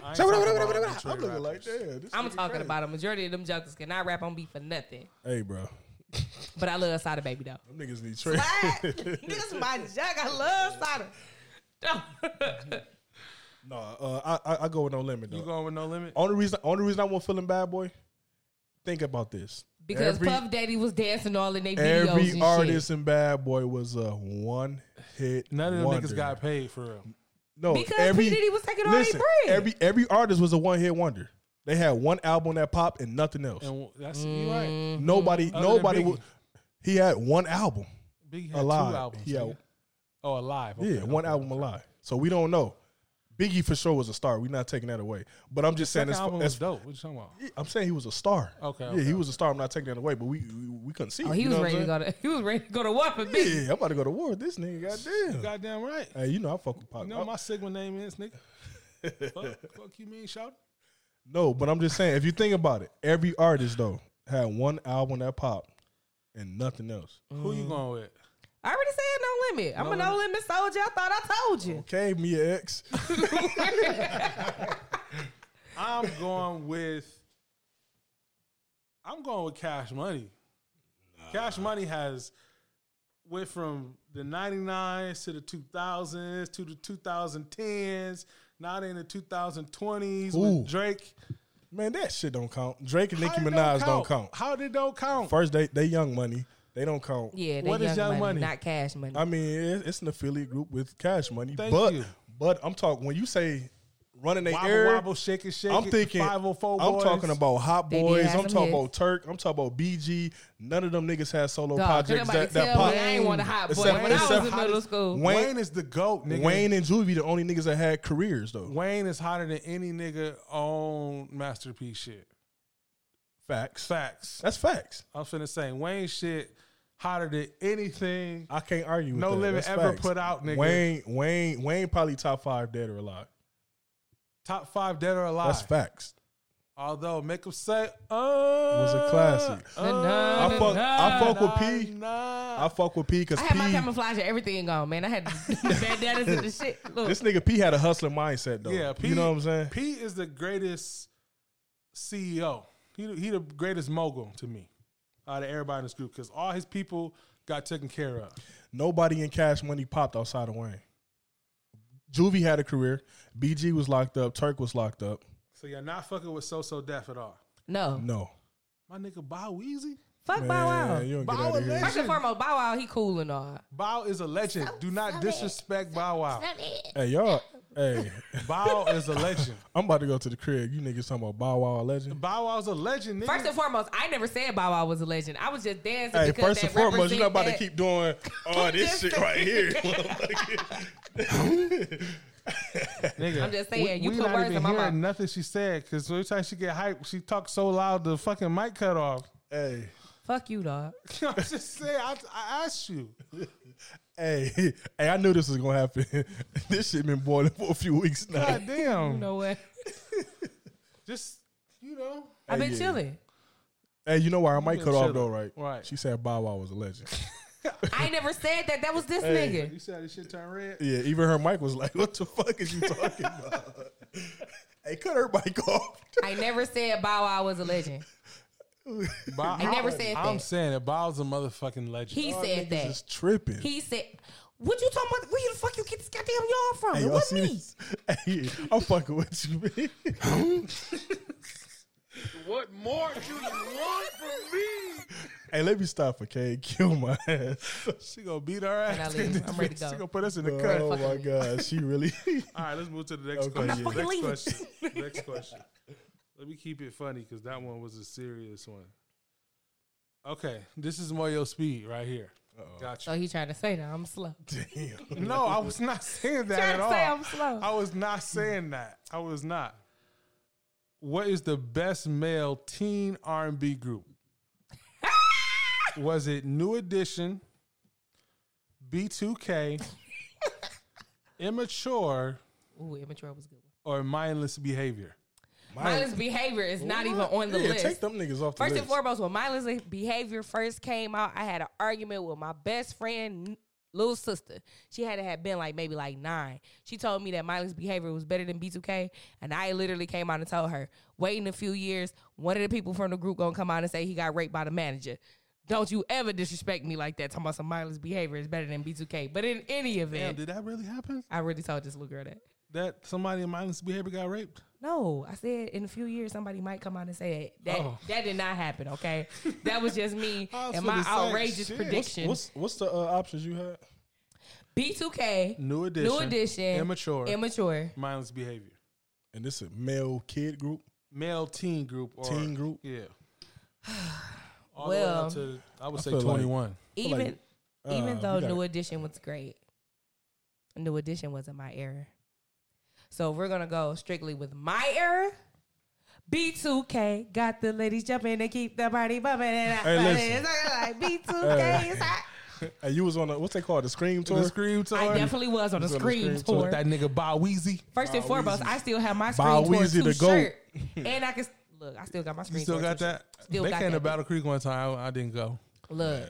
[SPEAKER 7] I'm
[SPEAKER 5] talking
[SPEAKER 7] looking
[SPEAKER 5] about Detroit rappers.
[SPEAKER 7] like, damn. this
[SPEAKER 6] I'm
[SPEAKER 7] nigga
[SPEAKER 6] talking
[SPEAKER 7] crazy.
[SPEAKER 6] about a majority of them jokers cannot rap on beat for nothing.
[SPEAKER 7] Hey, bro.
[SPEAKER 6] But I love Sada Baby though.
[SPEAKER 7] Them niggas need trade.
[SPEAKER 6] Niggas my jug. I love Sada.
[SPEAKER 7] no, uh, I, I I go with no limit. Though.
[SPEAKER 5] You going with No Limit?
[SPEAKER 7] Only reason, only reason I wasn't feeling bad, boy. Think about this.
[SPEAKER 6] because
[SPEAKER 7] every,
[SPEAKER 6] Puff Daddy was dancing all in their videos.
[SPEAKER 7] every
[SPEAKER 6] and
[SPEAKER 7] artist
[SPEAKER 6] shit.
[SPEAKER 7] in Bad Boy was a one hit.
[SPEAKER 5] None of them
[SPEAKER 7] wonder.
[SPEAKER 5] niggas got paid for real.
[SPEAKER 7] no.
[SPEAKER 6] Because
[SPEAKER 7] every,
[SPEAKER 6] P. Diddy was taking all their
[SPEAKER 7] listen,
[SPEAKER 6] bread.
[SPEAKER 7] every every artist was a one hit wonder. They had one album that popped and nothing else.
[SPEAKER 5] And that's you
[SPEAKER 7] Mm.
[SPEAKER 5] right.
[SPEAKER 6] Mm-hmm.
[SPEAKER 7] nobody,
[SPEAKER 5] Other than
[SPEAKER 7] nobody.
[SPEAKER 5] Biggie.
[SPEAKER 7] Was, he had one album.
[SPEAKER 5] Biggie had
[SPEAKER 7] Alive.
[SPEAKER 5] two albums.
[SPEAKER 7] Yeah.
[SPEAKER 5] nigga. Oh, alive. Okay,
[SPEAKER 7] yeah, one
[SPEAKER 5] okay.
[SPEAKER 7] album alive. So we don't know. Biggie for sure was a star. We're not taking that away. But I'm just saying,
[SPEAKER 5] Second
[SPEAKER 7] as,
[SPEAKER 5] album
[SPEAKER 7] far-
[SPEAKER 5] was
[SPEAKER 7] as,
[SPEAKER 5] dope. What you talking about?
[SPEAKER 7] I'm saying he was a star.
[SPEAKER 5] Okay,
[SPEAKER 7] Yeah,
[SPEAKER 5] okay,
[SPEAKER 7] he was a star. I'm not taking that away, but we we, we couldn't see.
[SPEAKER 6] Oh,
[SPEAKER 7] it,
[SPEAKER 6] he
[SPEAKER 7] you
[SPEAKER 6] was
[SPEAKER 7] know what
[SPEAKER 6] ready
[SPEAKER 7] I'm
[SPEAKER 6] to go to he was ready to go to war for me.
[SPEAKER 7] saying? Yeah, I'm about to go to war with this nigga. Goddamn. Uh,
[SPEAKER 5] Goddamn right.
[SPEAKER 7] hey, you know I fuck with Pac.
[SPEAKER 5] You know what my sigma name is, nigga. fuck, fuck you mean, shout?
[SPEAKER 7] no, but I'm just saying, if you think about it, every artist though had one album that popped and nothing else.
[SPEAKER 5] Who you going with?
[SPEAKER 6] I already said no limit. I'm a no limit soldier. I thought I told you.
[SPEAKER 7] Okay, Mia X.
[SPEAKER 5] I'm going with. I'm going with Cash Money. Cash Money has went from the 99s to the 2000s to the 2010s. Now they in the 2020s
[SPEAKER 7] Ooh.
[SPEAKER 5] with Drake.
[SPEAKER 7] Man, that shit don't count. Drake and
[SPEAKER 5] How
[SPEAKER 7] Nicki
[SPEAKER 5] they
[SPEAKER 7] Minaj don't count.
[SPEAKER 5] How they don't count?
[SPEAKER 7] First, they they Young Money. They don't count.
[SPEAKER 6] Yeah, they
[SPEAKER 5] What is
[SPEAKER 6] young,
[SPEAKER 5] Young Money?
[SPEAKER 6] money, not cash money.
[SPEAKER 7] I mean, it- it's an affiliate group with Cash Money,
[SPEAKER 5] Thank
[SPEAKER 7] but
[SPEAKER 5] you.
[SPEAKER 7] but I'm talking when you say running the
[SPEAKER 5] Wobble,
[SPEAKER 7] air,
[SPEAKER 5] wobble, shake it, shake
[SPEAKER 7] I'm
[SPEAKER 5] it,
[SPEAKER 7] thinking
[SPEAKER 5] 504
[SPEAKER 7] I'm
[SPEAKER 5] boys.
[SPEAKER 7] talking about Hot
[SPEAKER 6] They did
[SPEAKER 7] Boys.
[SPEAKER 6] have
[SPEAKER 7] I'm
[SPEAKER 6] some
[SPEAKER 7] talking
[SPEAKER 6] hits.
[SPEAKER 7] about Turk. I'm talking about BG. None of them niggas had solo
[SPEAKER 6] Dog, could
[SPEAKER 7] projects
[SPEAKER 6] nobody
[SPEAKER 7] that, that
[SPEAKER 6] tell
[SPEAKER 7] pop.
[SPEAKER 6] me I ain't want a hot boy
[SPEAKER 7] Except-
[SPEAKER 6] when I was
[SPEAKER 7] except-
[SPEAKER 6] in middle school.
[SPEAKER 7] Wayne-
[SPEAKER 5] Wayne is the goat, nigga.
[SPEAKER 7] Wayne and Juvie the only niggas that had careers though.
[SPEAKER 5] Wayne is hotter than any nigga on masterpiece shit.
[SPEAKER 7] Facts.
[SPEAKER 5] Facts.
[SPEAKER 7] That's facts.
[SPEAKER 5] I'm finna say Wayne shit hotter than anything.
[SPEAKER 7] I can't argue. with
[SPEAKER 5] No
[SPEAKER 7] that.
[SPEAKER 5] limit
[SPEAKER 7] That's
[SPEAKER 5] ever
[SPEAKER 7] facts.
[SPEAKER 5] put out, nigga.
[SPEAKER 7] Wayne, Wayne, Wayne, probably top five dead or alive.
[SPEAKER 5] Top five dead or alive.
[SPEAKER 7] That's facts.
[SPEAKER 5] Although make them say, uh, "Oh,
[SPEAKER 7] It was a classic.
[SPEAKER 6] na,
[SPEAKER 7] I fuck, I
[SPEAKER 6] na,
[SPEAKER 7] fuck with
[SPEAKER 6] na,
[SPEAKER 7] P. I fuck with P because
[SPEAKER 6] I had my
[SPEAKER 7] P.
[SPEAKER 6] camouflage and everything on, man. I had bandanas and the shit. Look,
[SPEAKER 7] This nigga P had a hustler mindset though.
[SPEAKER 5] Yeah,
[SPEAKER 7] you know what I'm saying.
[SPEAKER 5] P is the greatest CEO. He the- he the greatest mogul to me out of everybody in this group because all his people got taken care of.
[SPEAKER 7] Nobody in Cash Money popped outside of Wayne. Juvie had a career. BG was locked up. Turk was locked up.
[SPEAKER 5] So you're not fucking with So So Def at all.
[SPEAKER 6] No,
[SPEAKER 7] no.
[SPEAKER 5] My nigga Bow Weezy.
[SPEAKER 6] fuck Bow Wow.
[SPEAKER 7] you don't get
[SPEAKER 5] Bow
[SPEAKER 7] outta
[SPEAKER 5] a
[SPEAKER 7] here.
[SPEAKER 6] First and
[SPEAKER 5] legend.
[SPEAKER 6] foremost, Bow Wow, he cool and all.
[SPEAKER 5] Bow is a legend. Do not disrespect Bow Wow.
[SPEAKER 7] Hey y'all. Hey,
[SPEAKER 5] Bow is a legend.
[SPEAKER 7] I'm about to go to the crib. You niggas talking about Bow Wow a legend?
[SPEAKER 5] Bow Wow's a legend. Nigga.
[SPEAKER 6] First and foremost, I never said Bow Wow was a legend. I was just dancing.
[SPEAKER 7] Hey,
[SPEAKER 6] because
[SPEAKER 7] first
[SPEAKER 6] that
[SPEAKER 7] and foremost, you're not about to
[SPEAKER 6] represent
[SPEAKER 7] keep doing all this
[SPEAKER 6] Just
[SPEAKER 7] shit right here.
[SPEAKER 5] Nigga,
[SPEAKER 6] I'm just saying, you
[SPEAKER 5] we
[SPEAKER 6] put
[SPEAKER 5] not
[SPEAKER 6] words
[SPEAKER 5] even
[SPEAKER 6] in my
[SPEAKER 5] hearing
[SPEAKER 6] mouth.
[SPEAKER 5] Nothing she said because every time she get hyped, she talks so loud the fucking mic cut off.
[SPEAKER 7] Hey,
[SPEAKER 6] that- Fuck you, dog.
[SPEAKER 5] I'm just saying. I, I asked you.
[SPEAKER 7] hey, hey, I knew this was gonna happen. this shit been boiling for a few weeks now.
[SPEAKER 5] God damn.
[SPEAKER 6] You know what?
[SPEAKER 5] Just you know.
[SPEAKER 6] I've
[SPEAKER 7] Hey,
[SPEAKER 6] been
[SPEAKER 7] yeah.
[SPEAKER 6] chilling.
[SPEAKER 7] Hey, you know why I
[SPEAKER 5] You
[SPEAKER 7] might
[SPEAKER 5] been
[SPEAKER 7] cut off
[SPEAKER 5] chilling.
[SPEAKER 7] though, right?
[SPEAKER 5] Right.
[SPEAKER 7] She said Bow Wow was a legend.
[SPEAKER 6] I ain't never said that. That was this
[SPEAKER 7] Hey.
[SPEAKER 6] nigga.
[SPEAKER 5] You see how this shit turn red?
[SPEAKER 7] yeah, even her mic was like, "What the fuck is you talking about?" hey, cut her mic off.
[SPEAKER 6] I never said Bow Wow was a legend.
[SPEAKER 5] Bow-
[SPEAKER 6] I never said
[SPEAKER 5] I'm
[SPEAKER 6] that.
[SPEAKER 5] saying that Bow's a motherfucking legend.
[SPEAKER 6] He said that.
[SPEAKER 7] Just tripping.
[SPEAKER 6] He said, "What you talking about? Where the fuck you get this goddamn yarn from?
[SPEAKER 7] Hey, oh,
[SPEAKER 6] it
[SPEAKER 7] y'all see
[SPEAKER 6] wasn't me."
[SPEAKER 7] this? Hey, I'm fucking with you, man.
[SPEAKER 14] What more do you want from me?
[SPEAKER 7] hey, let me stop for K. Kill my ass.
[SPEAKER 5] She gonna beat her ass.
[SPEAKER 6] I leave, I'm ready to
[SPEAKER 5] She
[SPEAKER 6] go.
[SPEAKER 5] gonna put us in the cut.
[SPEAKER 7] Oh my god, she really.
[SPEAKER 5] All right, let's move to the next
[SPEAKER 7] Okay, yeah.
[SPEAKER 5] question.
[SPEAKER 7] I'm not
[SPEAKER 5] Next
[SPEAKER 7] fucking
[SPEAKER 5] question. next question. Let me keep it funny because that one was a serious one. Okay, this is more your speed right here. Gotcha.
[SPEAKER 6] So he trying to say that I'm slow.
[SPEAKER 5] No, I was not saying that
[SPEAKER 6] Trying
[SPEAKER 5] at
[SPEAKER 6] to
[SPEAKER 5] all.
[SPEAKER 6] say I'm slow.
[SPEAKER 5] I was not saying that. I was not. What is the best male teen R and B group? was it New Edition, B2K, Immature,
[SPEAKER 6] Ooh, immature was a good. one.
[SPEAKER 5] or Mindless Behavior?
[SPEAKER 6] Mindless behavior is not even
[SPEAKER 7] What?
[SPEAKER 6] on the
[SPEAKER 7] yeah,
[SPEAKER 6] list.
[SPEAKER 7] take them niggas off the
[SPEAKER 6] First
[SPEAKER 7] list.
[SPEAKER 6] and foremost, when mindless behavior first came out, I had an argument with my best friend, little sister. She had to have been like maybe like nine. She told me that mindless behavior was better than B2K, and I literally came out and told her, waiting a few years, one of the people from the group gonna come out and say he got raped by the manager. Don't you ever disrespect me like that? Talking about some mindless behavior is better than B2K. But in any
[SPEAKER 5] Damn,
[SPEAKER 6] event,
[SPEAKER 5] did that really happen?
[SPEAKER 6] I really told this little girl that.
[SPEAKER 5] That somebody in Mindless Behavior got raped?
[SPEAKER 6] No, I said in a few years somebody might come out and say it. that
[SPEAKER 5] Oh.
[SPEAKER 6] that did not happen. Okay, that was just me
[SPEAKER 5] I was
[SPEAKER 6] and
[SPEAKER 5] finna
[SPEAKER 6] my
[SPEAKER 5] say,
[SPEAKER 6] outrageous
[SPEAKER 5] shit.
[SPEAKER 6] prediction.
[SPEAKER 7] What's what's the uh, options you had?
[SPEAKER 6] B two K,
[SPEAKER 5] New Edition,
[SPEAKER 6] new edition,
[SPEAKER 5] Immature,
[SPEAKER 6] immature.
[SPEAKER 5] Mindless Behavior,
[SPEAKER 7] And this is a male kid group.
[SPEAKER 5] male teen group, or,
[SPEAKER 7] Teen group?
[SPEAKER 5] Yeah. All the way
[SPEAKER 6] Well-
[SPEAKER 5] up to, I would say
[SPEAKER 7] feel like-
[SPEAKER 5] twenty one.
[SPEAKER 7] I feel
[SPEAKER 6] Even
[SPEAKER 7] like, uh,
[SPEAKER 6] even
[SPEAKER 7] we
[SPEAKER 6] though
[SPEAKER 7] gotta-
[SPEAKER 6] new edition was great, new edition wasn't my error. So we're gonna go strictly with my error. B two K got the ladies jumping to keep the party bumping, and
[SPEAKER 7] Hey,
[SPEAKER 6] I
[SPEAKER 7] listen.
[SPEAKER 6] like B two K
[SPEAKER 7] Hey.
[SPEAKER 6] is hot.
[SPEAKER 7] Hey, you was on a what's they called the scream tour.
[SPEAKER 5] The Scream Tour.
[SPEAKER 6] I definitely was on a
[SPEAKER 7] He's on the
[SPEAKER 6] scream
[SPEAKER 7] Scream Tour.
[SPEAKER 6] tour.
[SPEAKER 5] With that nigga Bow Weezy.
[SPEAKER 6] First and
[SPEAKER 7] Bow
[SPEAKER 6] foremost,
[SPEAKER 7] Weezy.
[SPEAKER 6] I still have my
[SPEAKER 7] Bow
[SPEAKER 6] screen tour
[SPEAKER 7] Weezy
[SPEAKER 6] two
[SPEAKER 7] the GOAT.
[SPEAKER 6] shirt, and I can look. I still got my
[SPEAKER 5] You
[SPEAKER 6] screen.
[SPEAKER 5] still
[SPEAKER 6] Tour
[SPEAKER 5] got
[SPEAKER 6] 2
[SPEAKER 5] that?
[SPEAKER 6] shirt. Still
[SPEAKER 5] they
[SPEAKER 6] got
[SPEAKER 5] came to
[SPEAKER 6] that.
[SPEAKER 5] Battle Creek one time. I, I didn't go.
[SPEAKER 6] Look,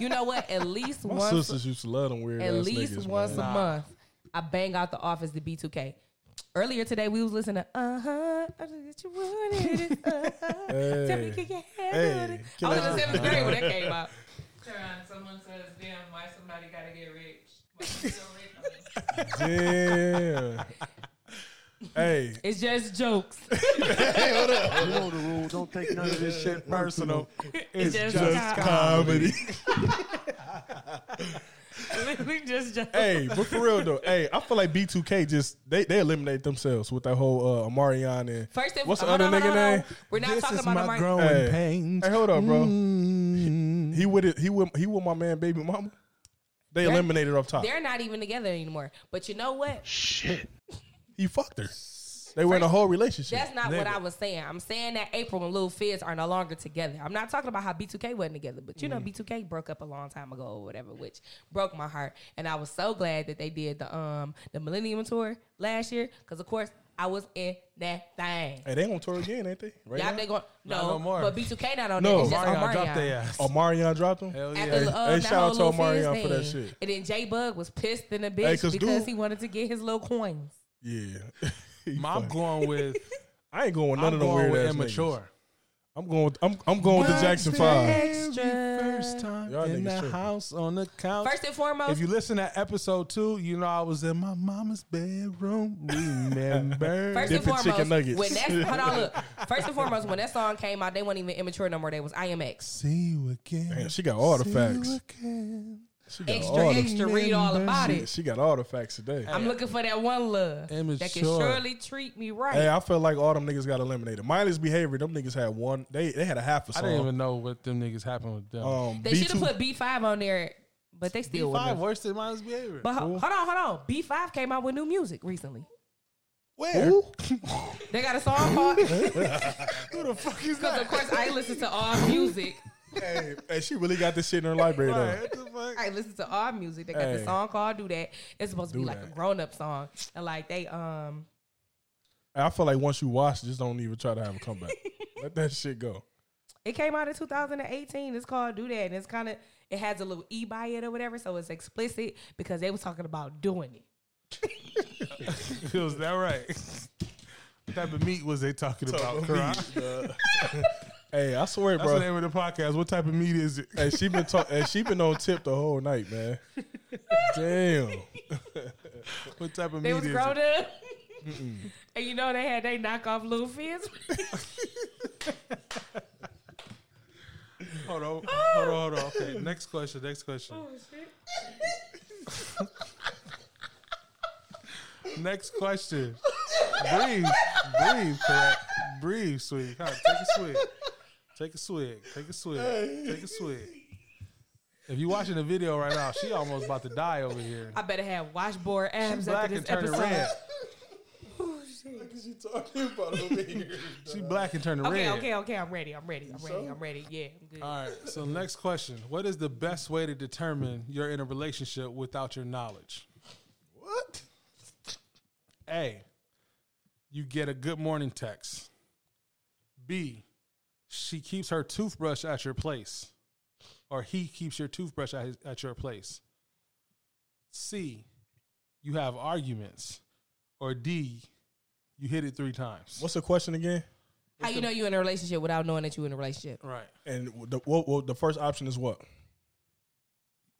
[SPEAKER 6] you know what? At least
[SPEAKER 7] My
[SPEAKER 6] once,
[SPEAKER 7] sisters used to love them weird.
[SPEAKER 6] at
[SPEAKER 7] ass
[SPEAKER 6] least
[SPEAKER 7] niggas,
[SPEAKER 6] once
[SPEAKER 7] man.
[SPEAKER 6] a month, I bang out the office to B2K. Earlier today, we was listening to Uh Huh. I just get you wanted it. Uh huh. Tell me,
[SPEAKER 7] Hey.
[SPEAKER 6] can you
[SPEAKER 7] Hey.
[SPEAKER 6] handle it? I
[SPEAKER 7] Can
[SPEAKER 6] was
[SPEAKER 7] I-
[SPEAKER 6] in the seventh grade when that came out.
[SPEAKER 15] someone says, damn, why somebody gotta get raped?
[SPEAKER 7] Yeah. hey,
[SPEAKER 6] It's just jokes.
[SPEAKER 9] You know the rule. Don't take none of this shit personal.
[SPEAKER 6] It's just,
[SPEAKER 7] just
[SPEAKER 6] jokes.
[SPEAKER 7] comedy.
[SPEAKER 6] Literally just jokes.
[SPEAKER 7] hey, but for real though, hey, I feel like B2K just they, they eliminate themselves with that whole uh, Amarion and
[SPEAKER 6] First and
[SPEAKER 7] what's the
[SPEAKER 6] hold
[SPEAKER 7] other
[SPEAKER 6] on, hold
[SPEAKER 7] nigga
[SPEAKER 6] on, hold on.
[SPEAKER 7] name?
[SPEAKER 6] We're not talking about Amari-
[SPEAKER 7] Hey.
[SPEAKER 5] pains. Mm.
[SPEAKER 7] Hey, hold up, bro.
[SPEAKER 5] Mm-hmm.
[SPEAKER 7] He with it. He with he with my man, baby mama. They
[SPEAKER 6] They're-
[SPEAKER 7] eliminated off top.
[SPEAKER 6] They're not even together anymore. But you know what?
[SPEAKER 7] Shit. He fucked her.
[SPEAKER 16] Yes.
[SPEAKER 7] They were in a whole relationship.
[SPEAKER 6] That's not what
[SPEAKER 7] Nigga.
[SPEAKER 6] I was saying. I'm saying that April and Lil Fizz are no longer together. I'm not talking about how B2K wasn't together, but you know,
[SPEAKER 17] Mm.
[SPEAKER 6] B2K broke up a long time ago or whatever, which broke my heart. And I was so glad that they did the um the Millennium Tour last year because of course I was in that thing.
[SPEAKER 7] Hey, they on tour again, ain't they? Right
[SPEAKER 6] Y'all
[SPEAKER 7] now?
[SPEAKER 6] they going no, but B2K not on that. It's just
[SPEAKER 7] Omarion
[SPEAKER 6] Omarion.
[SPEAKER 7] Omarion dropped him. Hell
[SPEAKER 6] After, uh,
[SPEAKER 7] Oh, hey,
[SPEAKER 6] that
[SPEAKER 7] shout out to
[SPEAKER 6] whole Lil Fizz
[SPEAKER 7] Omarion for that
[SPEAKER 6] thing.
[SPEAKER 7] shit.
[SPEAKER 6] And then J Bug was pissed in a bitch
[SPEAKER 7] Hey, 'cause
[SPEAKER 6] because
[SPEAKER 7] dude-
[SPEAKER 6] he wanted to get his little coins.
[SPEAKER 7] Yeah,
[SPEAKER 5] I'm going with.
[SPEAKER 7] I ain't going with none
[SPEAKER 5] I'm
[SPEAKER 7] of them
[SPEAKER 5] going
[SPEAKER 7] weird
[SPEAKER 5] with
[SPEAKER 7] ass
[SPEAKER 5] immature.
[SPEAKER 7] Niggas. I'm going. With, I'm I'm going with the Jackson Five.
[SPEAKER 5] First time
[SPEAKER 7] Y'all
[SPEAKER 5] in
[SPEAKER 7] niggas
[SPEAKER 5] the
[SPEAKER 7] tripping.
[SPEAKER 5] house on the couch.
[SPEAKER 6] First and foremost-
[SPEAKER 5] if you listen to episode two, you know I was in my mama's bedroom. Remember,
[SPEAKER 6] First and foremost, when that hold on, look. First and foremost, when that song came out, they weren't even immature no more. They was IMX.
[SPEAKER 5] See you again.
[SPEAKER 7] Damn, she got all the
[SPEAKER 5] See
[SPEAKER 7] facts.
[SPEAKER 5] you again.
[SPEAKER 7] She got
[SPEAKER 6] Extra,
[SPEAKER 7] all the-
[SPEAKER 6] extra, read all about
[SPEAKER 7] She-
[SPEAKER 6] it.
[SPEAKER 7] She got all the facts today.
[SPEAKER 6] I'm looking for that one love that can
[SPEAKER 7] Immature.
[SPEAKER 6] surely treat me right.
[SPEAKER 7] Hey, I feel like all them niggas got eliminated. Mindless behavior. Them niggas had one. They they had a half a
[SPEAKER 5] I
[SPEAKER 7] song.
[SPEAKER 5] didn't even know what them niggas happened with them.
[SPEAKER 7] Um,
[SPEAKER 6] they should have put B5 on there, but they still
[SPEAKER 5] B5
[SPEAKER 6] wouldn't.
[SPEAKER 5] worse than Miles Behavior.
[SPEAKER 6] But ho- hold on, hold on. B5 came out with new music recently.
[SPEAKER 5] Where?
[SPEAKER 6] They got a song called.
[SPEAKER 7] Who the fuck is
[SPEAKER 6] Because of course I listen to all music.
[SPEAKER 7] hey, hey, she really got this shit in her library though.
[SPEAKER 6] I listen to all music. They got the
[SPEAKER 7] Hey.
[SPEAKER 6] song called "Do That." It's supposed to be
[SPEAKER 7] Do
[SPEAKER 6] like
[SPEAKER 7] That.
[SPEAKER 6] a grown up song, and like they um
[SPEAKER 7] I feel like once you watch, just don't even try to have a comeback. Let that shit go.
[SPEAKER 6] It came out in 2018. It's called Do That. And it's kind of, it has a little E by it or whatever. So it's explicit because they was talking about doing it.
[SPEAKER 5] Was that right? what type of meat was they talking
[SPEAKER 7] Type
[SPEAKER 5] about?
[SPEAKER 7] of
[SPEAKER 5] Karan?
[SPEAKER 7] Hey, I swear,
[SPEAKER 5] That's
[SPEAKER 7] bro.
[SPEAKER 5] the name of the podcast. What type of meat is it?
[SPEAKER 7] Hey, she been talk- hey, she been on tip the whole night, man. Damn.
[SPEAKER 5] what type of
[SPEAKER 6] They
[SPEAKER 5] meat
[SPEAKER 6] was
[SPEAKER 5] is
[SPEAKER 6] grown
[SPEAKER 5] it?
[SPEAKER 6] up. and you know they had they knock off Lil Fizz.
[SPEAKER 5] Hold on, hold on, hold on. Okay, next question. Next question. Next question. breathe, breathe, correct. Breathe, sweet. Huh, take a swig. Take a swig. Take a swig. Take a swig. If you're watching the video right now, she almost about to die over here.
[SPEAKER 6] I better have washboard abs
[SPEAKER 5] black
[SPEAKER 6] after this
[SPEAKER 5] and turning
[SPEAKER 6] episode. Oh,
[SPEAKER 5] red.
[SPEAKER 7] What is she talking about over here?
[SPEAKER 5] She black and turning
[SPEAKER 6] Okay,
[SPEAKER 5] red.
[SPEAKER 6] okay, okay. I'm ready. I'm ready. I'm ready.
[SPEAKER 5] sure?
[SPEAKER 6] I'm ready. Yeah, I'm good.
[SPEAKER 5] All right. So next question: What is the best way to determine you're in a relationship without your knowledge?
[SPEAKER 7] What?
[SPEAKER 5] A. You get a good morning text. B. She keeps her toothbrush at your place, or he keeps your toothbrush at, his, at your place. C. You have arguments, or D. You hit it three times.
[SPEAKER 7] What's the question again?
[SPEAKER 6] How you know you in a relationship without knowing that you in a relationship?
[SPEAKER 5] Right.
[SPEAKER 7] And the, what, what the first option is what?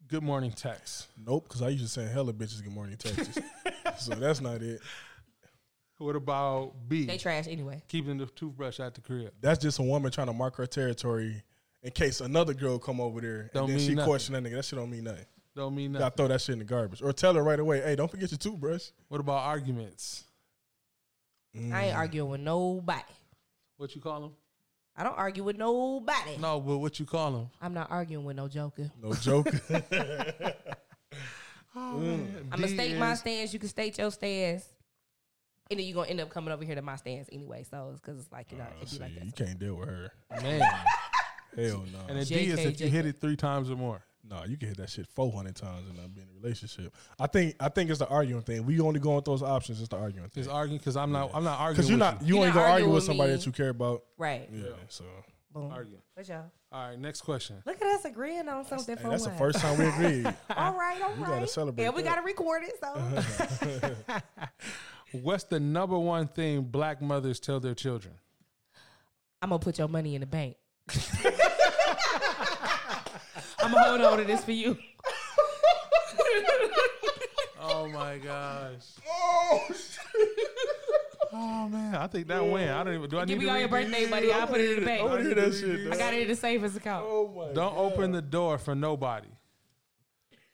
[SPEAKER 5] Good morning text.
[SPEAKER 7] Nope, because I used to send hella bitches good morning texts. so that's not it.
[SPEAKER 5] What about B?
[SPEAKER 6] They trash anyway.
[SPEAKER 5] Keeping the toothbrush at the crib.
[SPEAKER 7] That's just a woman trying to mark her territory in case another girl come over there
[SPEAKER 5] Don't
[SPEAKER 7] and then
[SPEAKER 5] mean
[SPEAKER 7] she
[SPEAKER 5] nothing.
[SPEAKER 7] question that nigga. That shit don't mean nothing.
[SPEAKER 5] Don't mean
[SPEAKER 7] Gotta
[SPEAKER 5] nothing.
[SPEAKER 7] throw that shit in the garbage or tell her right away. Hey, don't forget your toothbrush. Mm,
[SPEAKER 5] What about arguments?
[SPEAKER 6] I ain't arguing with nobody.
[SPEAKER 5] What you call them?
[SPEAKER 6] I don't argue with nobody.
[SPEAKER 5] No, but what you call them?
[SPEAKER 6] I'm not arguing with no joker.
[SPEAKER 7] No joke.
[SPEAKER 5] Oh,
[SPEAKER 6] I'm gonna
[SPEAKER 5] Mm. D
[SPEAKER 6] state my
[SPEAKER 5] is-
[SPEAKER 6] stance. You can state your stance, and then you're gonna end up coming over here to my stance anyway. So it's because it's like you know, it'd be like that.
[SPEAKER 7] you can't deal with her.
[SPEAKER 5] Man.
[SPEAKER 7] Hell no.
[SPEAKER 5] And the D is if you hit it three times or more.
[SPEAKER 7] No, you can hit that shit four hundred times and not be in a relationship. I think I think it's the arguing thing. We only go with those options. It's the arguing thing.
[SPEAKER 5] Just arguing because I'm not. I'm not arguing.
[SPEAKER 7] Because you're
[SPEAKER 5] with
[SPEAKER 7] not you,
[SPEAKER 5] You
[SPEAKER 7] only
[SPEAKER 5] not
[SPEAKER 7] gonna
[SPEAKER 5] arguing
[SPEAKER 7] argue with
[SPEAKER 5] with
[SPEAKER 7] somebody
[SPEAKER 5] me.
[SPEAKER 7] that you care about.
[SPEAKER 6] Right.
[SPEAKER 7] Yeah. So
[SPEAKER 6] Boom.
[SPEAKER 5] Arguing.
[SPEAKER 6] What y'all?
[SPEAKER 5] All right. Next question.
[SPEAKER 6] Look at us agreeing on something
[SPEAKER 7] Hey,
[SPEAKER 6] for
[SPEAKER 7] that's the
[SPEAKER 6] once.
[SPEAKER 7] first time we agreed.
[SPEAKER 6] all right, all right.
[SPEAKER 7] We gotta celebrate
[SPEAKER 6] And we
[SPEAKER 7] that. Uh-huh.
[SPEAKER 6] gotta record it. So
[SPEAKER 5] What's the number one thing black mothers tell their children?
[SPEAKER 6] I'm gonna put your money in the bank. I'm gonna hold on to this for you.
[SPEAKER 5] Oh my gosh.
[SPEAKER 7] Oh,
[SPEAKER 5] Oh man, I think that went. I don't even. Do I
[SPEAKER 6] Give
[SPEAKER 5] need
[SPEAKER 6] me
[SPEAKER 5] to
[SPEAKER 6] all your
[SPEAKER 5] read
[SPEAKER 6] birthday
[SPEAKER 5] these?
[SPEAKER 6] money. I'll put it in the bank.
[SPEAKER 5] I need to read these.
[SPEAKER 6] I got it in the savings account.
[SPEAKER 7] Oh my
[SPEAKER 5] Don't open the door for nobody.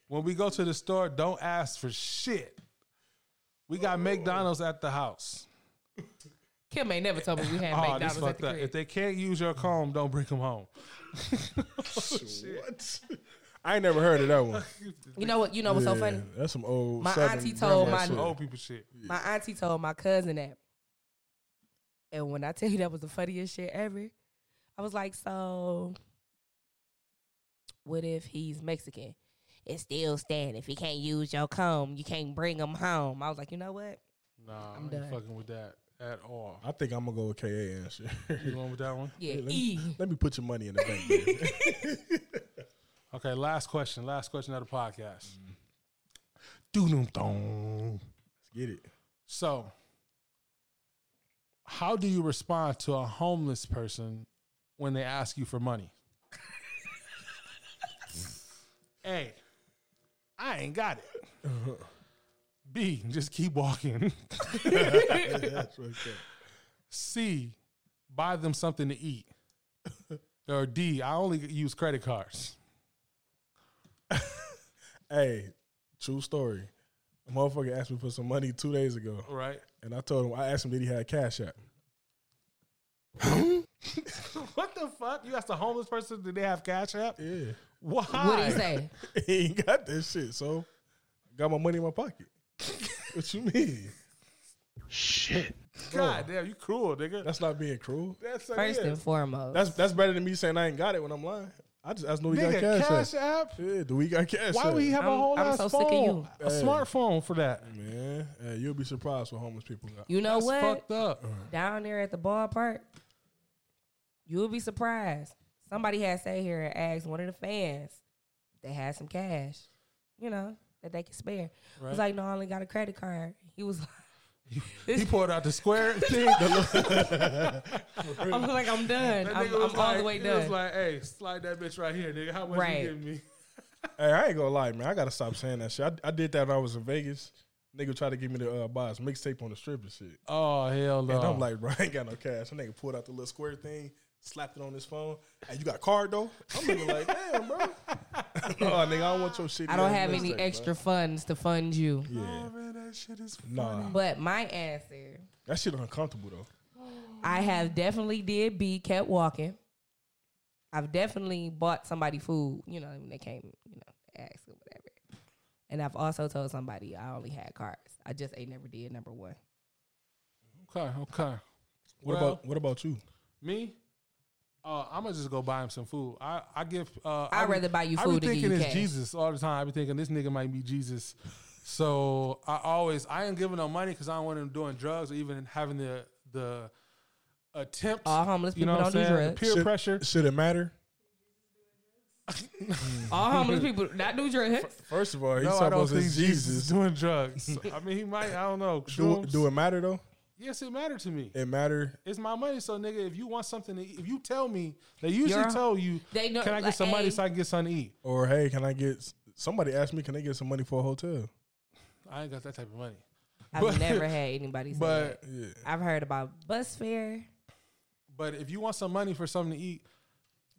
[SPEAKER 5] When we go to the store, don't ask for shit. We got McDonald's at the house.
[SPEAKER 6] Kim ain't never told me we had
[SPEAKER 5] Aw, Oh, this
[SPEAKER 6] McDonald's at
[SPEAKER 5] fucked
[SPEAKER 6] the
[SPEAKER 5] up.
[SPEAKER 6] crib.
[SPEAKER 5] If they can't use your comb, don't bring them home.
[SPEAKER 7] what? I ain't never heard of that one.
[SPEAKER 6] You know what? You know what's so
[SPEAKER 7] Yeah,
[SPEAKER 6] funny?
[SPEAKER 7] That's some old.
[SPEAKER 6] My
[SPEAKER 5] Oh,
[SPEAKER 7] Southern
[SPEAKER 6] auntie told
[SPEAKER 7] grandma
[SPEAKER 6] my
[SPEAKER 7] shit.
[SPEAKER 5] Old people shit.
[SPEAKER 6] My auntie told my cousin that. And when I tell you that was the funniest shit ever, I was like, so what if he's Mexican? It still stand. If he can't use your comb, you can't bring him home. I was like, you know what?
[SPEAKER 5] Nah, I'm
[SPEAKER 6] I'm
[SPEAKER 5] I ain't
[SPEAKER 6] done.
[SPEAKER 5] fucking with that at all.
[SPEAKER 7] I think I'm gonna go with KA answer.
[SPEAKER 5] You going with that one?
[SPEAKER 6] Yeah,
[SPEAKER 7] let,
[SPEAKER 6] E.
[SPEAKER 7] me, let me put your money in the bank. baby.
[SPEAKER 5] Okay, last question. Last question of the podcast.
[SPEAKER 7] Mm.
[SPEAKER 18] Doom thong.
[SPEAKER 7] Let's get it.
[SPEAKER 5] So, how do you respond to a homeless person when they ask you for money? A, I ain't got it. B, just keep walking.
[SPEAKER 7] That's okay.
[SPEAKER 5] C, buy them something to eat. Or D, I only use credit cards.
[SPEAKER 7] Hey, true story. A motherfucker asked me for some money two days ago.
[SPEAKER 5] Right.
[SPEAKER 7] And I told him, I asked him, did he have cash app?
[SPEAKER 5] what the fuck? You asked a homeless person, did they have cash app?
[SPEAKER 7] Yeah.
[SPEAKER 5] Why?
[SPEAKER 6] What'd he say?
[SPEAKER 7] he ain't got that shit. So I got my money in my pocket. what you mean? Shit.
[SPEAKER 5] God damn, you cruel, nigga.
[SPEAKER 7] That's not being cruel.
[SPEAKER 5] That's
[SPEAKER 6] First and foremost.
[SPEAKER 7] That's that's better than me saying I ain't got it when I'm lying. I just I just know we got
[SPEAKER 5] Nigga,
[SPEAKER 7] cash,
[SPEAKER 5] Cash
[SPEAKER 7] app. Yeah, do we got cash
[SPEAKER 5] Why
[SPEAKER 7] app?
[SPEAKER 5] would he have a
[SPEAKER 6] I'm-
[SPEAKER 5] whole
[SPEAKER 6] I'm
[SPEAKER 5] ass
[SPEAKER 6] so
[SPEAKER 5] phone?
[SPEAKER 6] sick of you.
[SPEAKER 5] A
[SPEAKER 7] Hey.
[SPEAKER 5] smartphone for that.
[SPEAKER 7] man? Hey, you'll be surprised what homeless people got.
[SPEAKER 6] You know
[SPEAKER 5] That's
[SPEAKER 6] what?
[SPEAKER 5] fucked up.
[SPEAKER 6] Down there at the ballpark, you'll be surprised. Somebody had sat here and asked one of the fans if they had some cash, you know, that they could spare. I
[SPEAKER 5] Right.
[SPEAKER 6] was like, no, I only got a credit card. He was
[SPEAKER 5] He pulled out the square thing.
[SPEAKER 6] like, I'm like, I'm done.
[SPEAKER 5] That
[SPEAKER 6] I'm,
[SPEAKER 5] nigga
[SPEAKER 6] I'm
[SPEAKER 5] was
[SPEAKER 6] all
[SPEAKER 5] like-
[SPEAKER 6] the way
[SPEAKER 5] He was
[SPEAKER 6] done.
[SPEAKER 5] like, "Hey, slide that bitch right here, nigga. How much
[SPEAKER 6] Right.
[SPEAKER 5] you giving me?"
[SPEAKER 7] Hey, I ain't gonna lie, man. I gotta stop saying that shit. I, I did that when I was in Vegas. Nigga tried to give me the uh, buy his mixtape on the strip and shit.
[SPEAKER 5] Oh hell no!
[SPEAKER 7] And I'm like, bro, I ain't got no cash. That nigga pulled out the little square thing, slapped it on his phone. Hey, you got a card though? I'm looking like, damn, bro. oh, nigga, I don't want your shit.
[SPEAKER 6] I don't have any extra funds to fund you.
[SPEAKER 7] Yeah,
[SPEAKER 5] man, that shit is
[SPEAKER 7] nah,
[SPEAKER 6] But my answer,
[SPEAKER 7] that shit uncomfortable though.
[SPEAKER 6] I have definitely did be kept walking. I've definitely bought somebody food, you know, when they came, you know, asked or whatever. And I've also told somebody I only had cards. I just ain't never did number one.
[SPEAKER 5] okay, okay.
[SPEAKER 7] What
[SPEAKER 5] Well,
[SPEAKER 7] about what about you?
[SPEAKER 5] me? Uh, I'm gonna just go buy him some food. I I give. Uh,
[SPEAKER 6] I'd
[SPEAKER 5] I be-
[SPEAKER 6] rather buy you
[SPEAKER 5] I
[SPEAKER 6] food
[SPEAKER 5] be
[SPEAKER 6] than give
[SPEAKER 5] thinking
[SPEAKER 6] you
[SPEAKER 5] it's
[SPEAKER 6] cash.
[SPEAKER 5] Jesus all the time. I be thinking this nigga might be Jesus. So I always I ain't giving no money because I don't want him doing drugs or even having the the attempt.
[SPEAKER 6] All homeless
[SPEAKER 5] you know
[SPEAKER 6] people
[SPEAKER 5] what I'm
[SPEAKER 6] don't do
[SPEAKER 5] saying? The
[SPEAKER 6] drugs.
[SPEAKER 5] Peer
[SPEAKER 7] Should-
[SPEAKER 5] pressure.
[SPEAKER 7] Should it matter?
[SPEAKER 6] All homeless people not do drugs.
[SPEAKER 7] First of all, he's
[SPEAKER 5] No, I don't
[SPEAKER 7] supposed to
[SPEAKER 5] think
[SPEAKER 7] be
[SPEAKER 5] Jesus is
[SPEAKER 7] Jesus.
[SPEAKER 5] doing drugs. So, I mean, he might. I don't know.
[SPEAKER 7] Do,
[SPEAKER 5] shrooms.
[SPEAKER 7] do it matter though?
[SPEAKER 5] Yes, it mattered to me.
[SPEAKER 7] It matter.
[SPEAKER 5] It's my money, so nigga, if you want something to eat, if you tell me, they usually
[SPEAKER 6] You're-
[SPEAKER 5] tell you,
[SPEAKER 6] they know-
[SPEAKER 5] can I
[SPEAKER 6] like,
[SPEAKER 5] get some money
[SPEAKER 6] hey.
[SPEAKER 5] so I can get something to eat?
[SPEAKER 7] Or hey, can I get somebody asked me, can they get some money for a hotel?
[SPEAKER 5] I ain't got that type of money.
[SPEAKER 6] I've
[SPEAKER 5] But-
[SPEAKER 6] never had anybody say
[SPEAKER 5] but-
[SPEAKER 6] that.
[SPEAKER 7] Yeah.
[SPEAKER 6] I've heard about bus fare.
[SPEAKER 5] But if you want some money for something to eat,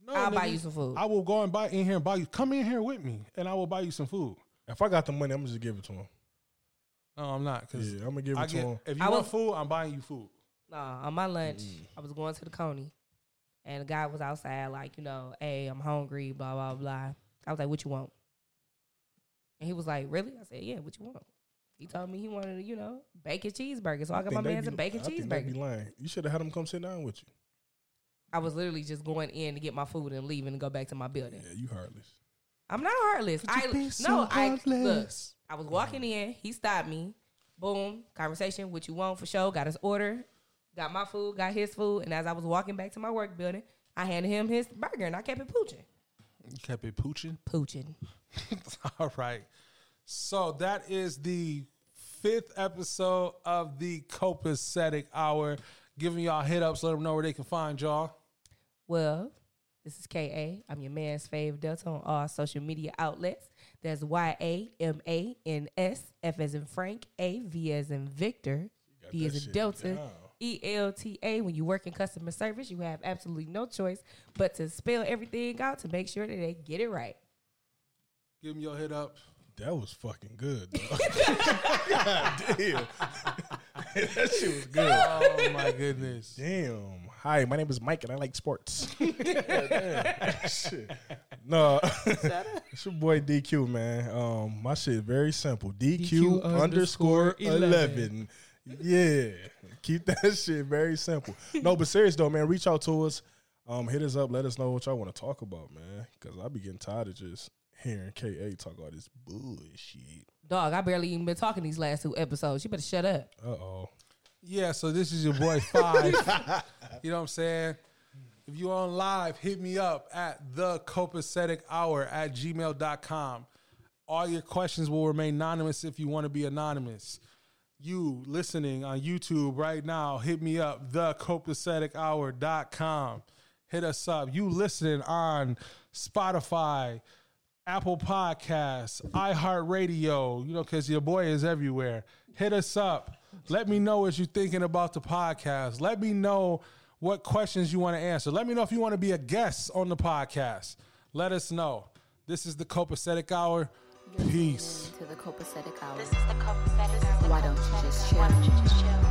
[SPEAKER 5] no,
[SPEAKER 6] I'll buy
[SPEAKER 5] nigga.
[SPEAKER 6] you some food.
[SPEAKER 5] I will go and buy in here and buy you. Come in here with me, and I will buy you some food.
[SPEAKER 7] If I got the money, I'm gonna just give it to him.
[SPEAKER 5] No, I'm not because
[SPEAKER 7] Yeah, I'm gonna give it
[SPEAKER 5] I
[SPEAKER 7] to
[SPEAKER 5] get,
[SPEAKER 7] him.
[SPEAKER 5] if you
[SPEAKER 6] I
[SPEAKER 5] want
[SPEAKER 6] was-
[SPEAKER 5] food, I'm buying you food.
[SPEAKER 6] Nah, on my lunch,
[SPEAKER 7] Mm.
[SPEAKER 6] I was going to the Coney, and the guy was outside, like, you know, hey, I'm hungry, blah, blah, blah. I was like, what you want? And he was like, really? I said, yeah, what you want? He told me he wanted, you know, bacon cheeseburger. So I got my
[SPEAKER 7] think they
[SPEAKER 6] man's a
[SPEAKER 7] be-
[SPEAKER 6] bacon
[SPEAKER 7] I think they be
[SPEAKER 6] cheeseburger.
[SPEAKER 7] lying. You should have had them come sit down with you.
[SPEAKER 6] I was literally just going in to get my food and leaving and go back to my building.
[SPEAKER 7] Yeah, you heartless.
[SPEAKER 6] I'm not heartless.
[SPEAKER 5] you
[SPEAKER 6] I
[SPEAKER 5] be
[SPEAKER 6] no,
[SPEAKER 5] so
[SPEAKER 6] I look.
[SPEAKER 5] heartless?
[SPEAKER 6] I was walking in. He stopped me. Boom, conversation. What you want for show? Got his order. Got my food. Got his food. And as I was walking back to my work building, I handed him his burger, and I kept it pooching,
[SPEAKER 5] You kept it pooching.
[SPEAKER 6] pooching.
[SPEAKER 5] All right. So that is the fifth episode of the Copacetic Hour. Giving y'all hit ups, let them know where they can find y'all.
[SPEAKER 6] Well, this is Ka. I'm your man's fave Delta on all social media outlets. That's Y A M A N S F as in Frank, A V as in Victor, D as in Delta, E L T A. When you work in customer service, you have absolutely no choice but to spell everything out to make sure that they get it right.
[SPEAKER 5] Give them your hit up.
[SPEAKER 7] That was fucking good. dog. God damn. that shit was good.
[SPEAKER 5] Oh my goodness.
[SPEAKER 7] Damn. Hi, my name is Mike and I like sports. Damn. Shit. No. it's your boy DQ, man. Um, my shit very simple. DQ,
[SPEAKER 5] DQ
[SPEAKER 7] underscore
[SPEAKER 5] underscore
[SPEAKER 7] 11. yeah, keep that shit very simple. No, but serious though, man. Reach out to us. Um, hit us up. Let us know what y'all want to talk about, man. Because I be getting tired of just hearing Ka talk all this bullshit.
[SPEAKER 6] Dog, I barely even been talking these last two episodes. You better shut up.
[SPEAKER 7] Uh oh.
[SPEAKER 5] Yeah, so this is your boy Five. you know what I'm saying? If you on live, hit me up at the copacetic hour at gmail.com. All your questions will remain anonymous if you want to be anonymous. You listening on YouTube right now, hit me up, thecopacetichour.com. Hit us up. You listening on Spotify, Apple Podcasts, iHeartRadio, you know, because your boy is everywhere. Hit us up. Let me know what you're thinking about the podcast. Let me know what questions you want to answer. Let me know if you want to be a guest on the podcast. Let us know. This is the Copacetic Hour. Peace.
[SPEAKER 8] To the copacetic hour. This is the copacetic hour. Why don't you just chill? Why don't you just chill?